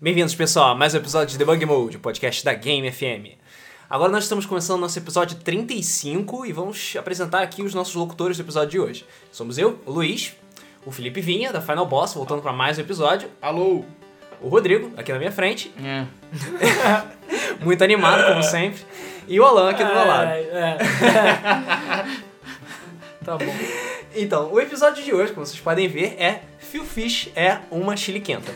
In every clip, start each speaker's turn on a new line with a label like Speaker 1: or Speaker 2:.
Speaker 1: Bem-vindos, pessoal, a mais um episódio de Debug Mode, o podcast da Game FM. Agora nós estamos começando nosso episódio 35 e vamos apresentar aqui os nossos locutores do episódio de hoje. Somos eu, o Luiz, o Felipe Vinha, da Final Boss, voltando para mais um episódio,
Speaker 2: Alô?
Speaker 1: o Rodrigo, aqui na minha frente,
Speaker 2: É.
Speaker 1: muito animado, como sempre, e o Alan, aqui do meu lado.
Speaker 3: É, é. tá bom.
Speaker 1: Então, o episódio de hoje, como vocês podem ver, é Phil Fish é uma chiliquenta.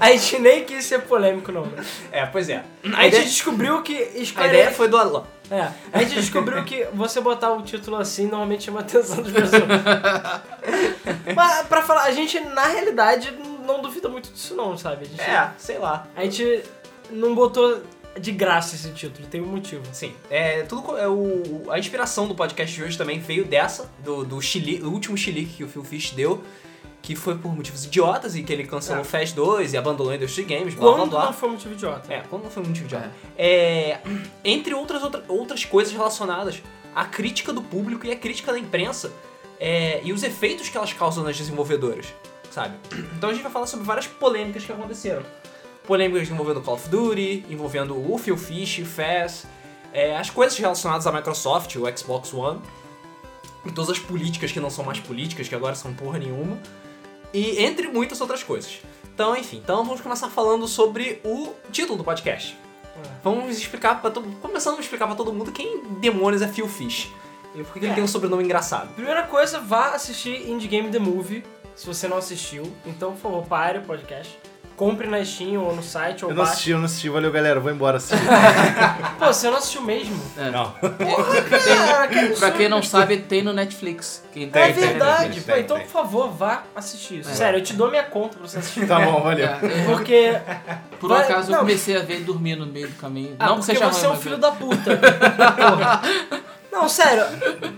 Speaker 3: A gente nem quis ser polêmico, não.
Speaker 1: É, pois é.
Speaker 3: A gente descobriu que
Speaker 1: a
Speaker 3: escolher.
Speaker 1: ideia foi do Alan.
Speaker 3: É, a gente descobriu que você botar o título assim normalmente chama a atenção das pessoas. Mas, pra falar, a gente, na realidade, não duvida muito disso, não, sabe? A gente,
Speaker 1: É, sei lá.
Speaker 3: a gente não botou de graça esse título, tem um motivo.
Speaker 1: Sim, é, tudo, co- é, o, a inspiração do podcast de hoje também veio dessa, do, do chili, o último chilique que o Phil Fish deu, que foi por motivos idiotas e que ele cancelou o Fast 2 e abandonou a Industry Games, blá blá
Speaker 3: Quando não
Speaker 1: blá.
Speaker 3: foi motivo idiota.
Speaker 1: É, quando não foi muito idiota. É, entre outras, outra- outras coisas relacionadas à crítica do público e à crítica da imprensa é, e os efeitos que elas causam nas desenvolvedoras, sabe? Então a gente vai falar sobre várias polêmicas que aconteceram. Polêmicas envolvendo Call of Duty, envolvendo o Phil Fish, o Fast, é, as coisas relacionadas à Microsoft, o Xbox One, e todas as políticas que não são mais políticas, que agora são porra nenhuma, e entre muitas outras coisas. Então, enfim, então vamos começar falando sobre o título do podcast.
Speaker 3: É.
Speaker 1: Vamos explicar para todo começando a explicar pra todo mundo quem demônios é Phil Fish. E por que que ele
Speaker 3: É.
Speaker 1: tem um sobrenome engraçado.
Speaker 3: Primeira coisa, vá assistir Indie Game The Movie, se você não assistiu. Então, por favor, pare o podcast. Compre na Steam ou no site ou
Speaker 2: Eu não
Speaker 3: baixe.
Speaker 2: assisti, eu não assisti. Valeu, galera. Vou embora assim.
Speaker 3: Pô, você não assistiu mesmo?
Speaker 2: Não.
Speaker 3: Cara, que absurdo.
Speaker 4: É. Pra quem não sabe, tem no Netflix. Quem
Speaker 2: Tem,
Speaker 3: É
Speaker 4: tem no
Speaker 3: verdade.
Speaker 2: tem,
Speaker 3: Pô,
Speaker 2: tem,
Speaker 3: então,
Speaker 2: tem.
Speaker 3: por favor, vá assistir isso.
Speaker 4: É.
Speaker 3: Sério, eu te dou minha conta pra você assistir.
Speaker 2: Tá bom, valeu.
Speaker 4: Netflix. É,
Speaker 3: Porque. ah,
Speaker 4: eu- Por um
Speaker 3: Vai-
Speaker 4: acaso
Speaker 3: não.
Speaker 4: eu comecei a ver e dormir no meio do caminho.
Speaker 3: Ah,
Speaker 4: não
Speaker 3: porque
Speaker 4: seja
Speaker 3: você é
Speaker 4: ruim,
Speaker 3: um
Speaker 4: mas
Speaker 3: filho
Speaker 4: eu-
Speaker 3: da puta. Porra. Não, sério,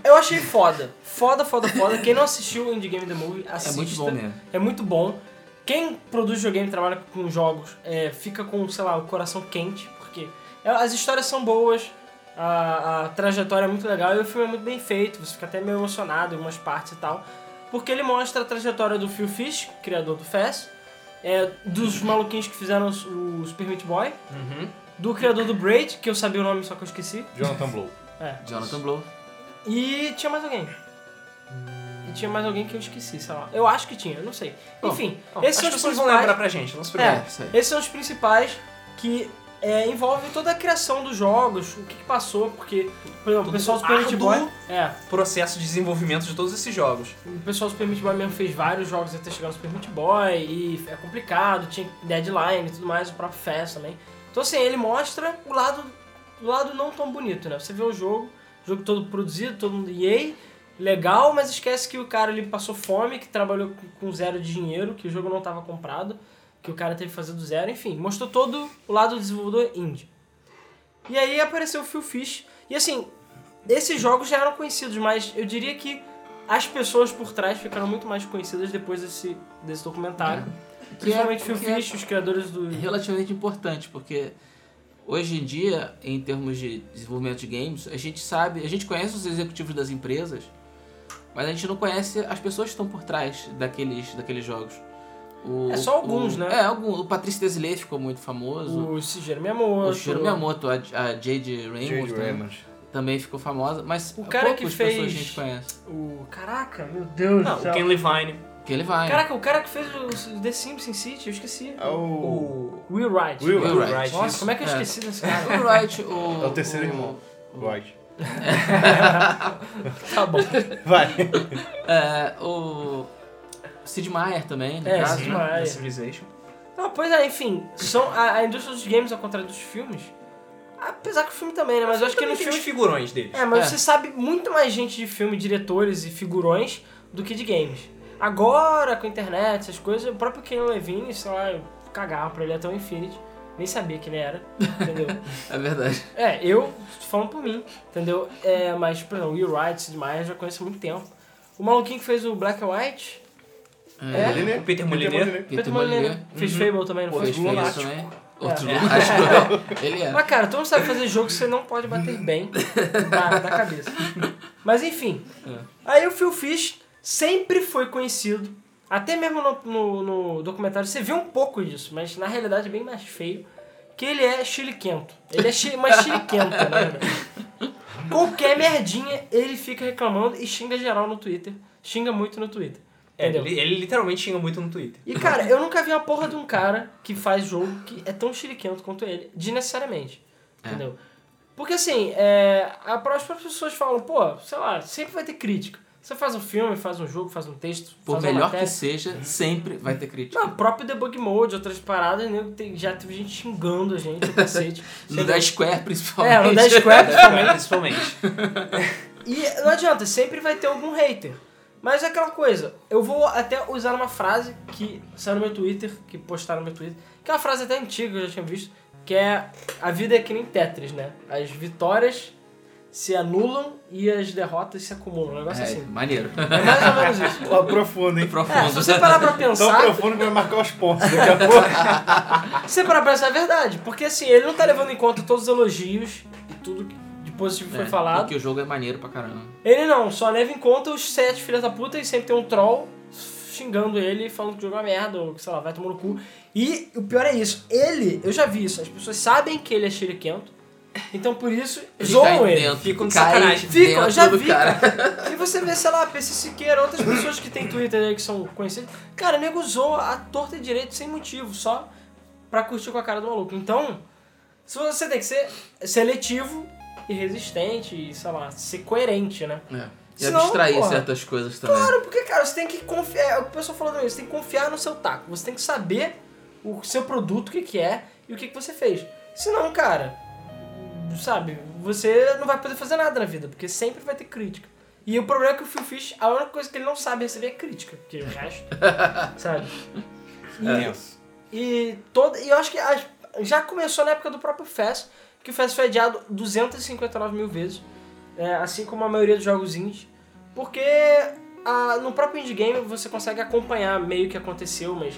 Speaker 3: eu achei foda. Foda, foda, foda. Quem não assistiu Indie Game The Movie,
Speaker 4: É
Speaker 3: assista.
Speaker 4: muito bom mesmo.
Speaker 3: É muito bom. Quem produz videogame, trabalha com jogos, é, fica com, sei lá, o coração quente, porque é- as histórias são boas, a, a trajetória é muito legal e o filme é muito bem feito, você fica até meio emocionado em algumas partes e tal, porque ele mostra a trajetória do Phil Fish, criador do Fast, é, dos maluquinhos que fizeram o Super Meat Boy,
Speaker 1: Uhum.
Speaker 3: do criador do Braid, que eu sabia o nome, só que eu esqueci.
Speaker 2: Jonathan Blow.
Speaker 3: É.
Speaker 4: Jonathan Blow.
Speaker 3: E tinha mais alguém. E tinha mais alguém que eu esqueci, sei lá. Eu acho que tinha, eu não sei.
Speaker 4: Bom,
Speaker 3: Enfim,
Speaker 1: Bom,
Speaker 3: esses
Speaker 1: as
Speaker 3: são os
Speaker 1: pessoas vão
Speaker 3: principais-
Speaker 1: lembrar pra gente, não se preocupe.
Speaker 3: É,
Speaker 4: isso aí.
Speaker 3: esses são os principais que é, envolvem toda a criação dos jogos, o que, que passou, porque, por exemplo, o
Speaker 1: Todo
Speaker 3: pessoal do Super Meat
Speaker 1: árduo.
Speaker 3: Boy. É,
Speaker 1: Processo de desenvolvimento de todos esses jogos.
Speaker 3: o pessoal do Super Meat Boy mesmo fez vários jogos até chegar no Super Meat Boy, e é complicado, tinha deadline e tudo mais, o próprio Fest também. Então assim, ele mostra o lado, o lado não tão bonito, né? Você vê o jogo, jogo todo produzido, todo mundo EA, legal, mas esquece que o cara ele passou fome, que trabalhou com zero de dinheiro, que o jogo não estava comprado, que o cara teve que fazer do zero, enfim, mostrou todo o lado do desenvolvedor indie. E aí apareceu o Phil Fish, e assim, esses jogos já eram conhecidos, mas eu diria que as pessoas por trás ficaram muito mais conhecidas depois desse, desse documentário. Principalmente Phil
Speaker 4: que é-
Speaker 3: Fish, os criadores do...
Speaker 4: relativamente importante, porque hoje em dia, em termos de desenvolvimento de games, a gente sabe, a gente conhece os executivos das empresas, mas a gente não conhece as pessoas que estão por trás daqueles, daqueles jogos. O-
Speaker 3: É só alguns,
Speaker 4: o-
Speaker 3: né?
Speaker 4: É, algum, o Patrício Desley ficou muito famoso.
Speaker 3: O Shigeru Miyamoto.
Speaker 4: O Shiro Miyamoto, a, a Jade Raymond também, também ficou famosa, mas
Speaker 3: O cara que
Speaker 4: poucas
Speaker 3: fez-
Speaker 4: pessoas a gente conhece.
Speaker 3: O- Caraca, meu Deus
Speaker 1: Não,
Speaker 3: do
Speaker 1: o
Speaker 3: céu.
Speaker 1: Ken Levine,
Speaker 4: Que ele vai.
Speaker 3: Caraca, o cara que fez o The Simpsons City, eu esqueci.
Speaker 2: É o...
Speaker 1: o
Speaker 3: Will Wright.
Speaker 2: Will
Speaker 4: Wright.
Speaker 1: Will
Speaker 4: Wright.
Speaker 1: Wright,
Speaker 3: Nossa,
Speaker 1: isso.
Speaker 3: como é que eu
Speaker 4: É.
Speaker 3: esqueci desse cara?
Speaker 4: O Wright, o...
Speaker 2: É o terceiro irmão. Lloyd.
Speaker 3: tá bom.
Speaker 2: Vai.
Speaker 4: É, o... Sid Meier também, no
Speaker 3: É,
Speaker 4: caso.
Speaker 3: Sid
Speaker 4: né?
Speaker 3: Meier.
Speaker 1: The Civilization.
Speaker 3: Não, pois é, enfim, são a, a indústria dos games, ao contrário dos filmes, apesar que o filme também, né? Mas eu acho que
Speaker 1: Também
Speaker 3: nos
Speaker 1: tem os
Speaker 3: filmes
Speaker 1: figurões deles.
Speaker 3: É, mas
Speaker 4: É.
Speaker 3: você sabe muito mais gente de filme, diretores e figurões do que de games. Agora, com a internet, essas coisas, o próprio Ken Levine, sei lá, eu cagava pra ele até o Infinity. Nem sabia que ele era, entendeu?
Speaker 4: É verdade.
Speaker 3: é, eu tô falando por mim, entendeu? É, mas, por exemplo, Will Wright, demais, eu já conheço há muito tempo. O maluquinho que fez o Black and White, É.
Speaker 2: Moliner.
Speaker 1: O Peter Molyneux.
Speaker 4: Peter Molyneux.
Speaker 3: fez Fable também, não
Speaker 4: Pô,
Speaker 3: foi?
Speaker 4: fez feio
Speaker 2: lunático.
Speaker 4: também. Outro
Speaker 3: É.
Speaker 4: lunático. Ele é.
Speaker 3: Mas, cara, tu não sabe fazer jogo que você não pode bater bem da, da cabeça. Mas, enfim. Aí o Phil Fish sempre foi conhecido Até mesmo no, no- no documentário você vê um pouco disso, mas na realidade é bem mais feio. Que ele é chiliquento. Ele é chi, mas chiliquento, né? velho? Qualquer merdinha ele fica reclamando e xinga geral no Twitter. Xinga muito no Twitter.
Speaker 1: É,
Speaker 3: Entendeu?
Speaker 1: ele, ele literalmente xinga muito no Twitter.
Speaker 3: E cara, eu nunca vi uma porra de um cara que faz jogo que é tão chiliquento quanto ele, desnecessariamente.
Speaker 4: É.
Speaker 3: Entendeu? Porque assim, é, a- as próprias pessoas falam, pô, sei lá, sempre vai ter crítica. Você faz um filme, faz um jogo, faz um texto,
Speaker 4: Por
Speaker 3: faz uma
Speaker 4: melhor
Speaker 3: matéria.
Speaker 4: que seja, sempre vai ter crítica.
Speaker 3: Não, próprio debug mode, outras paradas, né? Tem- já teve gente xingando a gente, o cacete.
Speaker 4: No
Speaker 3: Entendeu?
Speaker 4: da Square, principalmente.
Speaker 3: É, no Dead Square
Speaker 1: Principalmente.
Speaker 3: também.
Speaker 1: principalmente.
Speaker 3: E não adianta, sempre vai ter algum hater. Mas é aquela coisa, eu vou até usar uma frase que saiu no meu Twitter, que postaram no meu Twitter, que é uma frase até antiga que eu já tinha visto, que é a vida é que nem Tetris, né? As vitórias se anulam e as derrotas se acumulam. Um negócio
Speaker 4: É,
Speaker 3: assim.
Speaker 4: maneiro.
Speaker 3: É mais ou menos isso.
Speaker 2: Lá profundo, hein?
Speaker 3: É,
Speaker 4: Profundo.
Speaker 3: se você parar pra
Speaker 2: Tão
Speaker 3: pensar,
Speaker 2: profundo que vai marcar os pontos daqui a pouco.
Speaker 3: Você para pra pensar é verdade, porque assim, ele não tá levando em conta todos os elogios e tudo que de positivo foi
Speaker 4: É,
Speaker 3: falado.
Speaker 4: Porque o jogo é maneiro pra caramba.
Speaker 3: Ele não, só leva em conta os sete filhas da puta e sempre tem um troll xingando ele, falando que o jogo é uma merda, ou que sei lá, vai tomar no cu. E o pior é isso, ele, eu já vi isso, as pessoas sabem que ele é chiliquento, então por isso
Speaker 4: Ele
Speaker 3: zoam
Speaker 4: cai
Speaker 3: ele.
Speaker 4: dentro,
Speaker 1: Ficam de
Speaker 4: cai
Speaker 1: sacanagem.
Speaker 4: dentro
Speaker 3: Ficam, eu já
Speaker 4: do
Speaker 3: vi.
Speaker 4: cara.
Speaker 3: cara. E você vê, sei lá, PC Siqueira, outras pessoas que tem Twitter aí que são conhecidas. Cara, nego zoa a torta e direito sem motivo, só pra curtir com a cara do maluco. Então, se você tem que ser seletivo e resistente e, sei lá, ser coerente, né?
Speaker 4: É. E
Speaker 3: Senão,
Speaker 4: abstrair
Speaker 3: porra.
Speaker 4: certas coisas também.
Speaker 3: Claro, porque, cara, você tem que confiar. É o que o pessoal falou também, você tem que confiar no seu taco. Você tem que saber o seu produto, o que, que é e o que, que você fez. Senão, cara, sabe, você não vai poder fazer nada na vida, porque sempre vai ter crítica. E o problema é que o Phil Fish, a única coisa que ele não sabe receber é crítica, porque o resto, sabe?
Speaker 2: Tenso.
Speaker 3: E todo, e eu acho que as- já começou na época do próprio FES, que o FES foi adiado 259 mil vezes, é, assim como a maioria dos jogos indies, porque a- no próprio indie game você consegue acompanhar meio que aconteceu, mas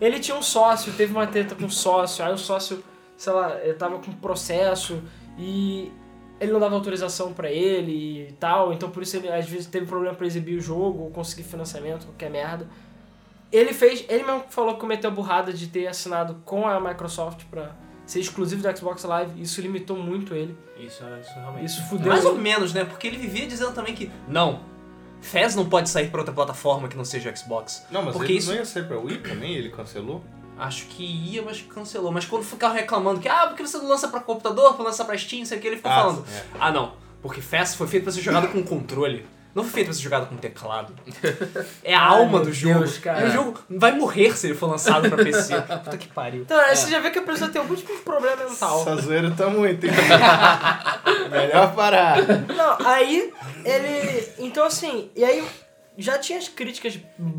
Speaker 3: ele tinha um sócio, teve uma treta com o sócio, aí o sócio, sei lá, ele tava com processo e ele não dava autorização pra ele e tal, então por isso ele às vezes teve problema pra exibir o jogo, ou conseguir financiamento, qualquer merda. Ele fez, ele mesmo falou que cometeu a burrada de ter assinado com a Microsoft pra ser exclusivo do Xbox Live, isso limitou muito ele.
Speaker 1: Isso, é, isso realmente.
Speaker 3: Isso fudeu.
Speaker 1: Mais
Speaker 3: ele.
Speaker 1: ou menos, né? Porque ele vivia dizendo também que não, Fez não pode sair pra outra plataforma que não seja Xbox.
Speaker 2: Não, mas
Speaker 1: Porque
Speaker 2: ele
Speaker 1: isso-
Speaker 2: não ia sair pra Wii também, ele cancelou.
Speaker 1: Acho que ia, mas cancelou. Mas quando ficaram reclamando que, ah, porque você não lança pra computador, pra lançar pra Steam, sei o que, ele ficou
Speaker 2: Ah,
Speaker 1: falando.
Speaker 2: é.
Speaker 1: Ah, não. Porque Fez foi feito pra ser jogado com controle. Não foi feito pra ser jogado com teclado. É a
Speaker 3: Ai,
Speaker 1: alma
Speaker 3: meu
Speaker 1: do jogo.
Speaker 3: Deus, cara.
Speaker 1: E O jogo vai morrer se ele for lançado pra PC. Puta que pariu.
Speaker 3: Então, aí você já vê que a pessoa tem algum tipo de problema mental.
Speaker 2: Essa zoeira tá muito, hein? Melhor parar.
Speaker 3: Não, aí ele. Então assim, e aí já tinha as críticas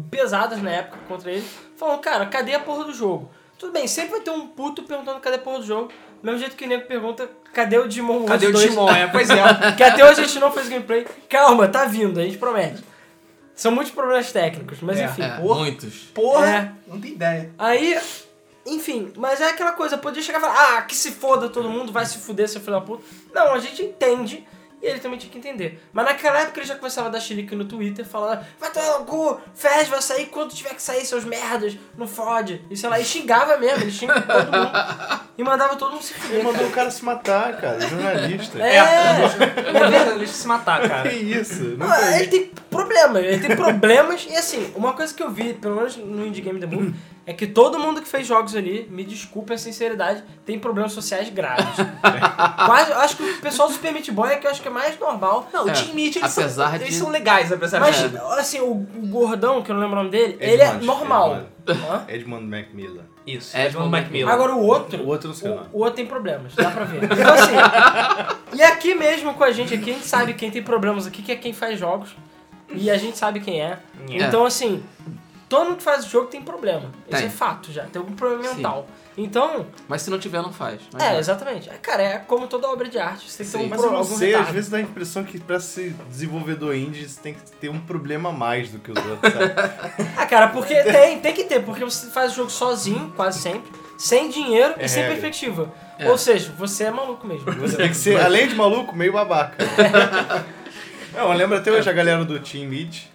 Speaker 3: pesadas na época contra ele, falando, cara, cadê a porra do jogo? Tudo bem, sempre vai ter um puto perguntando cadê a porra do jogo, do mesmo jeito que o nego pergunta cadê o Digimon World
Speaker 1: Cadê o
Speaker 3: 2?
Speaker 1: Digimon? É, pois é.
Speaker 3: Que até hoje a gente não fez gameplay. Calma, tá vindo, a gente promete. São muitos problemas técnicos, mas
Speaker 1: É,
Speaker 3: enfim.
Speaker 4: É,
Speaker 1: porra.
Speaker 4: muitos.
Speaker 1: Porra,
Speaker 3: É.
Speaker 1: não tem ideia.
Speaker 3: Aí, enfim, mas é aquela coisa, podia chegar e falar, ah, que se foda todo mundo, vai se fuder, seu filho da puta. Não, a gente entende. E ele também tinha que entender. Mas naquela época ele já começava a dar xilique no Twitter, falando: vai tomar no cu, Fez, vai sair quando tiver que sair, seus merdas, não fode. E sei lá, e xingava mesmo, ele xingava todo mundo. E mandava todo mundo se
Speaker 2: Ele
Speaker 3: fuder.
Speaker 2: mandou o cara se matar, cara. Jornalista.
Speaker 3: É,
Speaker 1: É. Deixa se matar,
Speaker 2: Que
Speaker 1: cara.
Speaker 2: isso? Não
Speaker 3: Não, é.
Speaker 2: foi.
Speaker 3: ele tem problemas, ele tem problemas. e assim, uma coisa que eu vi, pelo menos no Indie Game The Movie, é que todo mundo que fez jogos ali, me desculpe a sinceridade, tem problemas sociais graves. Quase, eu acho que o pessoal do Super Meat Boy é que eu acho que é mais normal.
Speaker 1: Não,
Speaker 4: É,
Speaker 1: o Team Meat, eles,
Speaker 4: apesar
Speaker 1: são, eles
Speaker 4: de-
Speaker 1: são legais, apesar
Speaker 3: Mas,
Speaker 1: de...
Speaker 3: assim, o, o gordão, que eu não lembro o nome dele, ele é
Speaker 2: Edmond,
Speaker 3: normal. Hã?
Speaker 2: Edmund Macmillan.
Speaker 1: Isso,
Speaker 4: É,
Speaker 1: Edmund Macmillan.
Speaker 3: Agora o outro,
Speaker 2: O outro não sei o nome.
Speaker 3: O, o outro tem problemas, dá pra ver. Então assim, e aqui mesmo com a gente aqui, a gente sabe quem tem problemas aqui, que é quem faz jogos. E a gente sabe quem é.
Speaker 1: É.
Speaker 3: Então assim, todo mundo que faz o jogo tem problema. Isso
Speaker 4: Tem.
Speaker 3: é fato já, tem algum problema
Speaker 4: Sim.
Speaker 3: mental. Então,
Speaker 4: Mas se não tiver, não faz. Não
Speaker 3: é,
Speaker 4: adianta.
Speaker 3: exatamente. É, Cara, é como toda obra de arte, você tem que ter
Speaker 4: Sim.
Speaker 3: um
Speaker 2: Mas eu
Speaker 3: pro-
Speaker 2: não
Speaker 3: algum
Speaker 2: sei, às
Speaker 3: retardo.
Speaker 2: vezes dá a impressão que pra ser desenvolvedor indie você tem que ter um problema a mais do que os outros, sabe?
Speaker 3: Ah, cara, porque tem, tem que ter, porque você faz o jogo sozinho, quase sempre, sem dinheiro e
Speaker 2: É
Speaker 3: sem
Speaker 2: regra.
Speaker 3: perspectiva.
Speaker 4: É.
Speaker 3: Ou seja, você é maluco mesmo.
Speaker 2: Você tem que ser, além de maluco, meio babaca. Não, eu lembro até hoje a galera do Team Meat.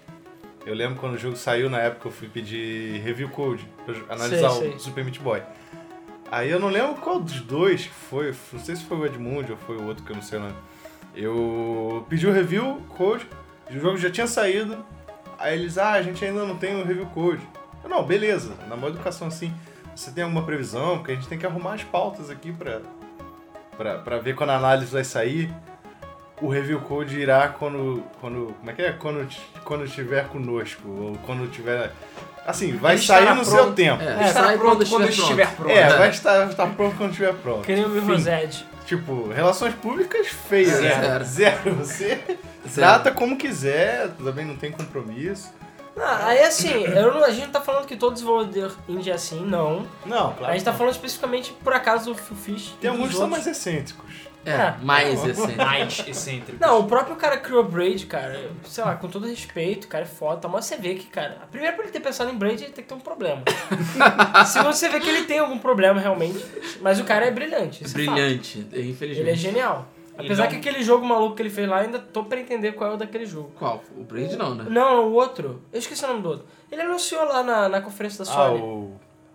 Speaker 2: Eu lembro quando o jogo saiu, na época eu fui pedir review code pra jo- analisar
Speaker 3: Sei,
Speaker 2: o
Speaker 3: sei.
Speaker 2: Super Meat Boy. Aí eu não lembro qual dos dois que foi, não sei se foi o Edmund ou foi o outro que eu não sei o nome. Eu pedi o review code, o jogo já tinha saído, aí eles, ah, a gente ainda não tem o review code. Eu, não, beleza, na maior educação assim, você tem alguma previsão? Porque a gente tem que arrumar as pautas aqui pra, pra, pra ver quando a análise vai sair. O review code irá quando. quando como é que é? Quando, ti- quando tiver conosco, ou quando tiver. Assim, vai
Speaker 1: Ele
Speaker 2: sair
Speaker 1: estará
Speaker 2: no
Speaker 1: pronto.
Speaker 2: seu tempo.
Speaker 4: É,
Speaker 2: É,
Speaker 1: Estará
Speaker 4: sai
Speaker 1: pronto quando
Speaker 4: quando estiver É,
Speaker 1: estiver pronto.
Speaker 2: vai estar, estar pronto quando tiver pronto.
Speaker 3: Que nem o meu Rosed.
Speaker 2: Tipo, relações públicas feias, né?
Speaker 4: Zero.
Speaker 2: Zero. Você trata como quiser, também não tem compromisso.
Speaker 3: Ah, aí assim, eu não- a gente não tá falando que todo desenvolvedor indie é assim, não.
Speaker 2: Não,
Speaker 3: A gente tá falando especificamente, por acaso, do Fish.
Speaker 2: Tem alguns que são mais excêntricos.
Speaker 4: É, mais assim.
Speaker 1: Mais excêntrico.
Speaker 3: Não, o próprio cara que criou Braid, cara, sei lá, com todo respeito, o cara é foda, tá? mas você vê que, cara, a primeira pra ele ter pensado em Braid, ele tem que ter um problema. Segundo, você vê que ele tem algum problema realmente, mas o cara é brilhante. isso é fato.
Speaker 4: Brilhante,
Speaker 3: Ele é
Speaker 4: infelizmente.
Speaker 3: genial.
Speaker 1: Ele
Speaker 3: Apesar
Speaker 1: não-
Speaker 2: um-
Speaker 3: que aquele jogo maluco que ele fez lá, ainda tô pra entender qual é o daquele jogo.
Speaker 4: Qual? O Braid não, né?
Speaker 3: Não, o outro. Eu esqueci o nome do outro. Ele anunciou lá na, na conferência da
Speaker 2: Ah,
Speaker 3: Sony.
Speaker 2: o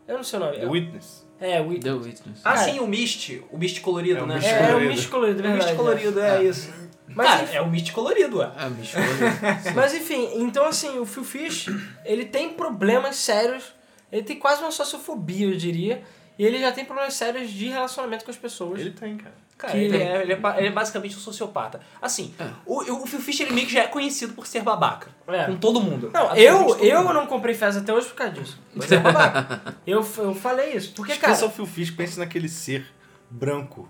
Speaker 3: Eu não sei o nome.
Speaker 2: The Witness.
Speaker 3: É, o It.
Speaker 4: The Witness.
Speaker 1: Ah,
Speaker 3: Cara.
Speaker 1: sim, o Mist. O Mist colorido,
Speaker 2: É, o
Speaker 1: né?
Speaker 2: Mist
Speaker 3: É, é o
Speaker 2: colorido.
Speaker 3: Mist colorido, é
Speaker 1: o
Speaker 3: verdade.
Speaker 1: Mist
Speaker 3: é.
Speaker 1: colorido, é, isso.
Speaker 3: Mas
Speaker 1: Cara,
Speaker 3: enfim-
Speaker 1: é o Mist colorido, é.
Speaker 4: Ah, bicho. olha.
Speaker 3: né? Mas enfim, então assim, o Phil Fish, ele tem problemas sérios, ele tem quase uma sociofobia, eu diria, e ele já tem problemas sérios de relacionamento com as pessoas.
Speaker 2: Ele tem, cara.
Speaker 1: Cara,
Speaker 3: Que
Speaker 1: ele
Speaker 3: ele-
Speaker 1: é, ele, é, ba- ele é basicamente um sociopata. Assim,
Speaker 4: É.
Speaker 1: o, o Phil Fish ele meio que já é conhecido por ser babaca.
Speaker 3: É.
Speaker 1: Com todo mundo.
Speaker 3: Não, eu,
Speaker 1: Absolutamente todo
Speaker 3: eu
Speaker 1: mundo.
Speaker 3: não comprei Fez até hoje por causa disso. Você é babaca. eu, f- eu falei isso. Porque, cara.
Speaker 2: Pensa o Phil Fish, pensa naquele ser branco.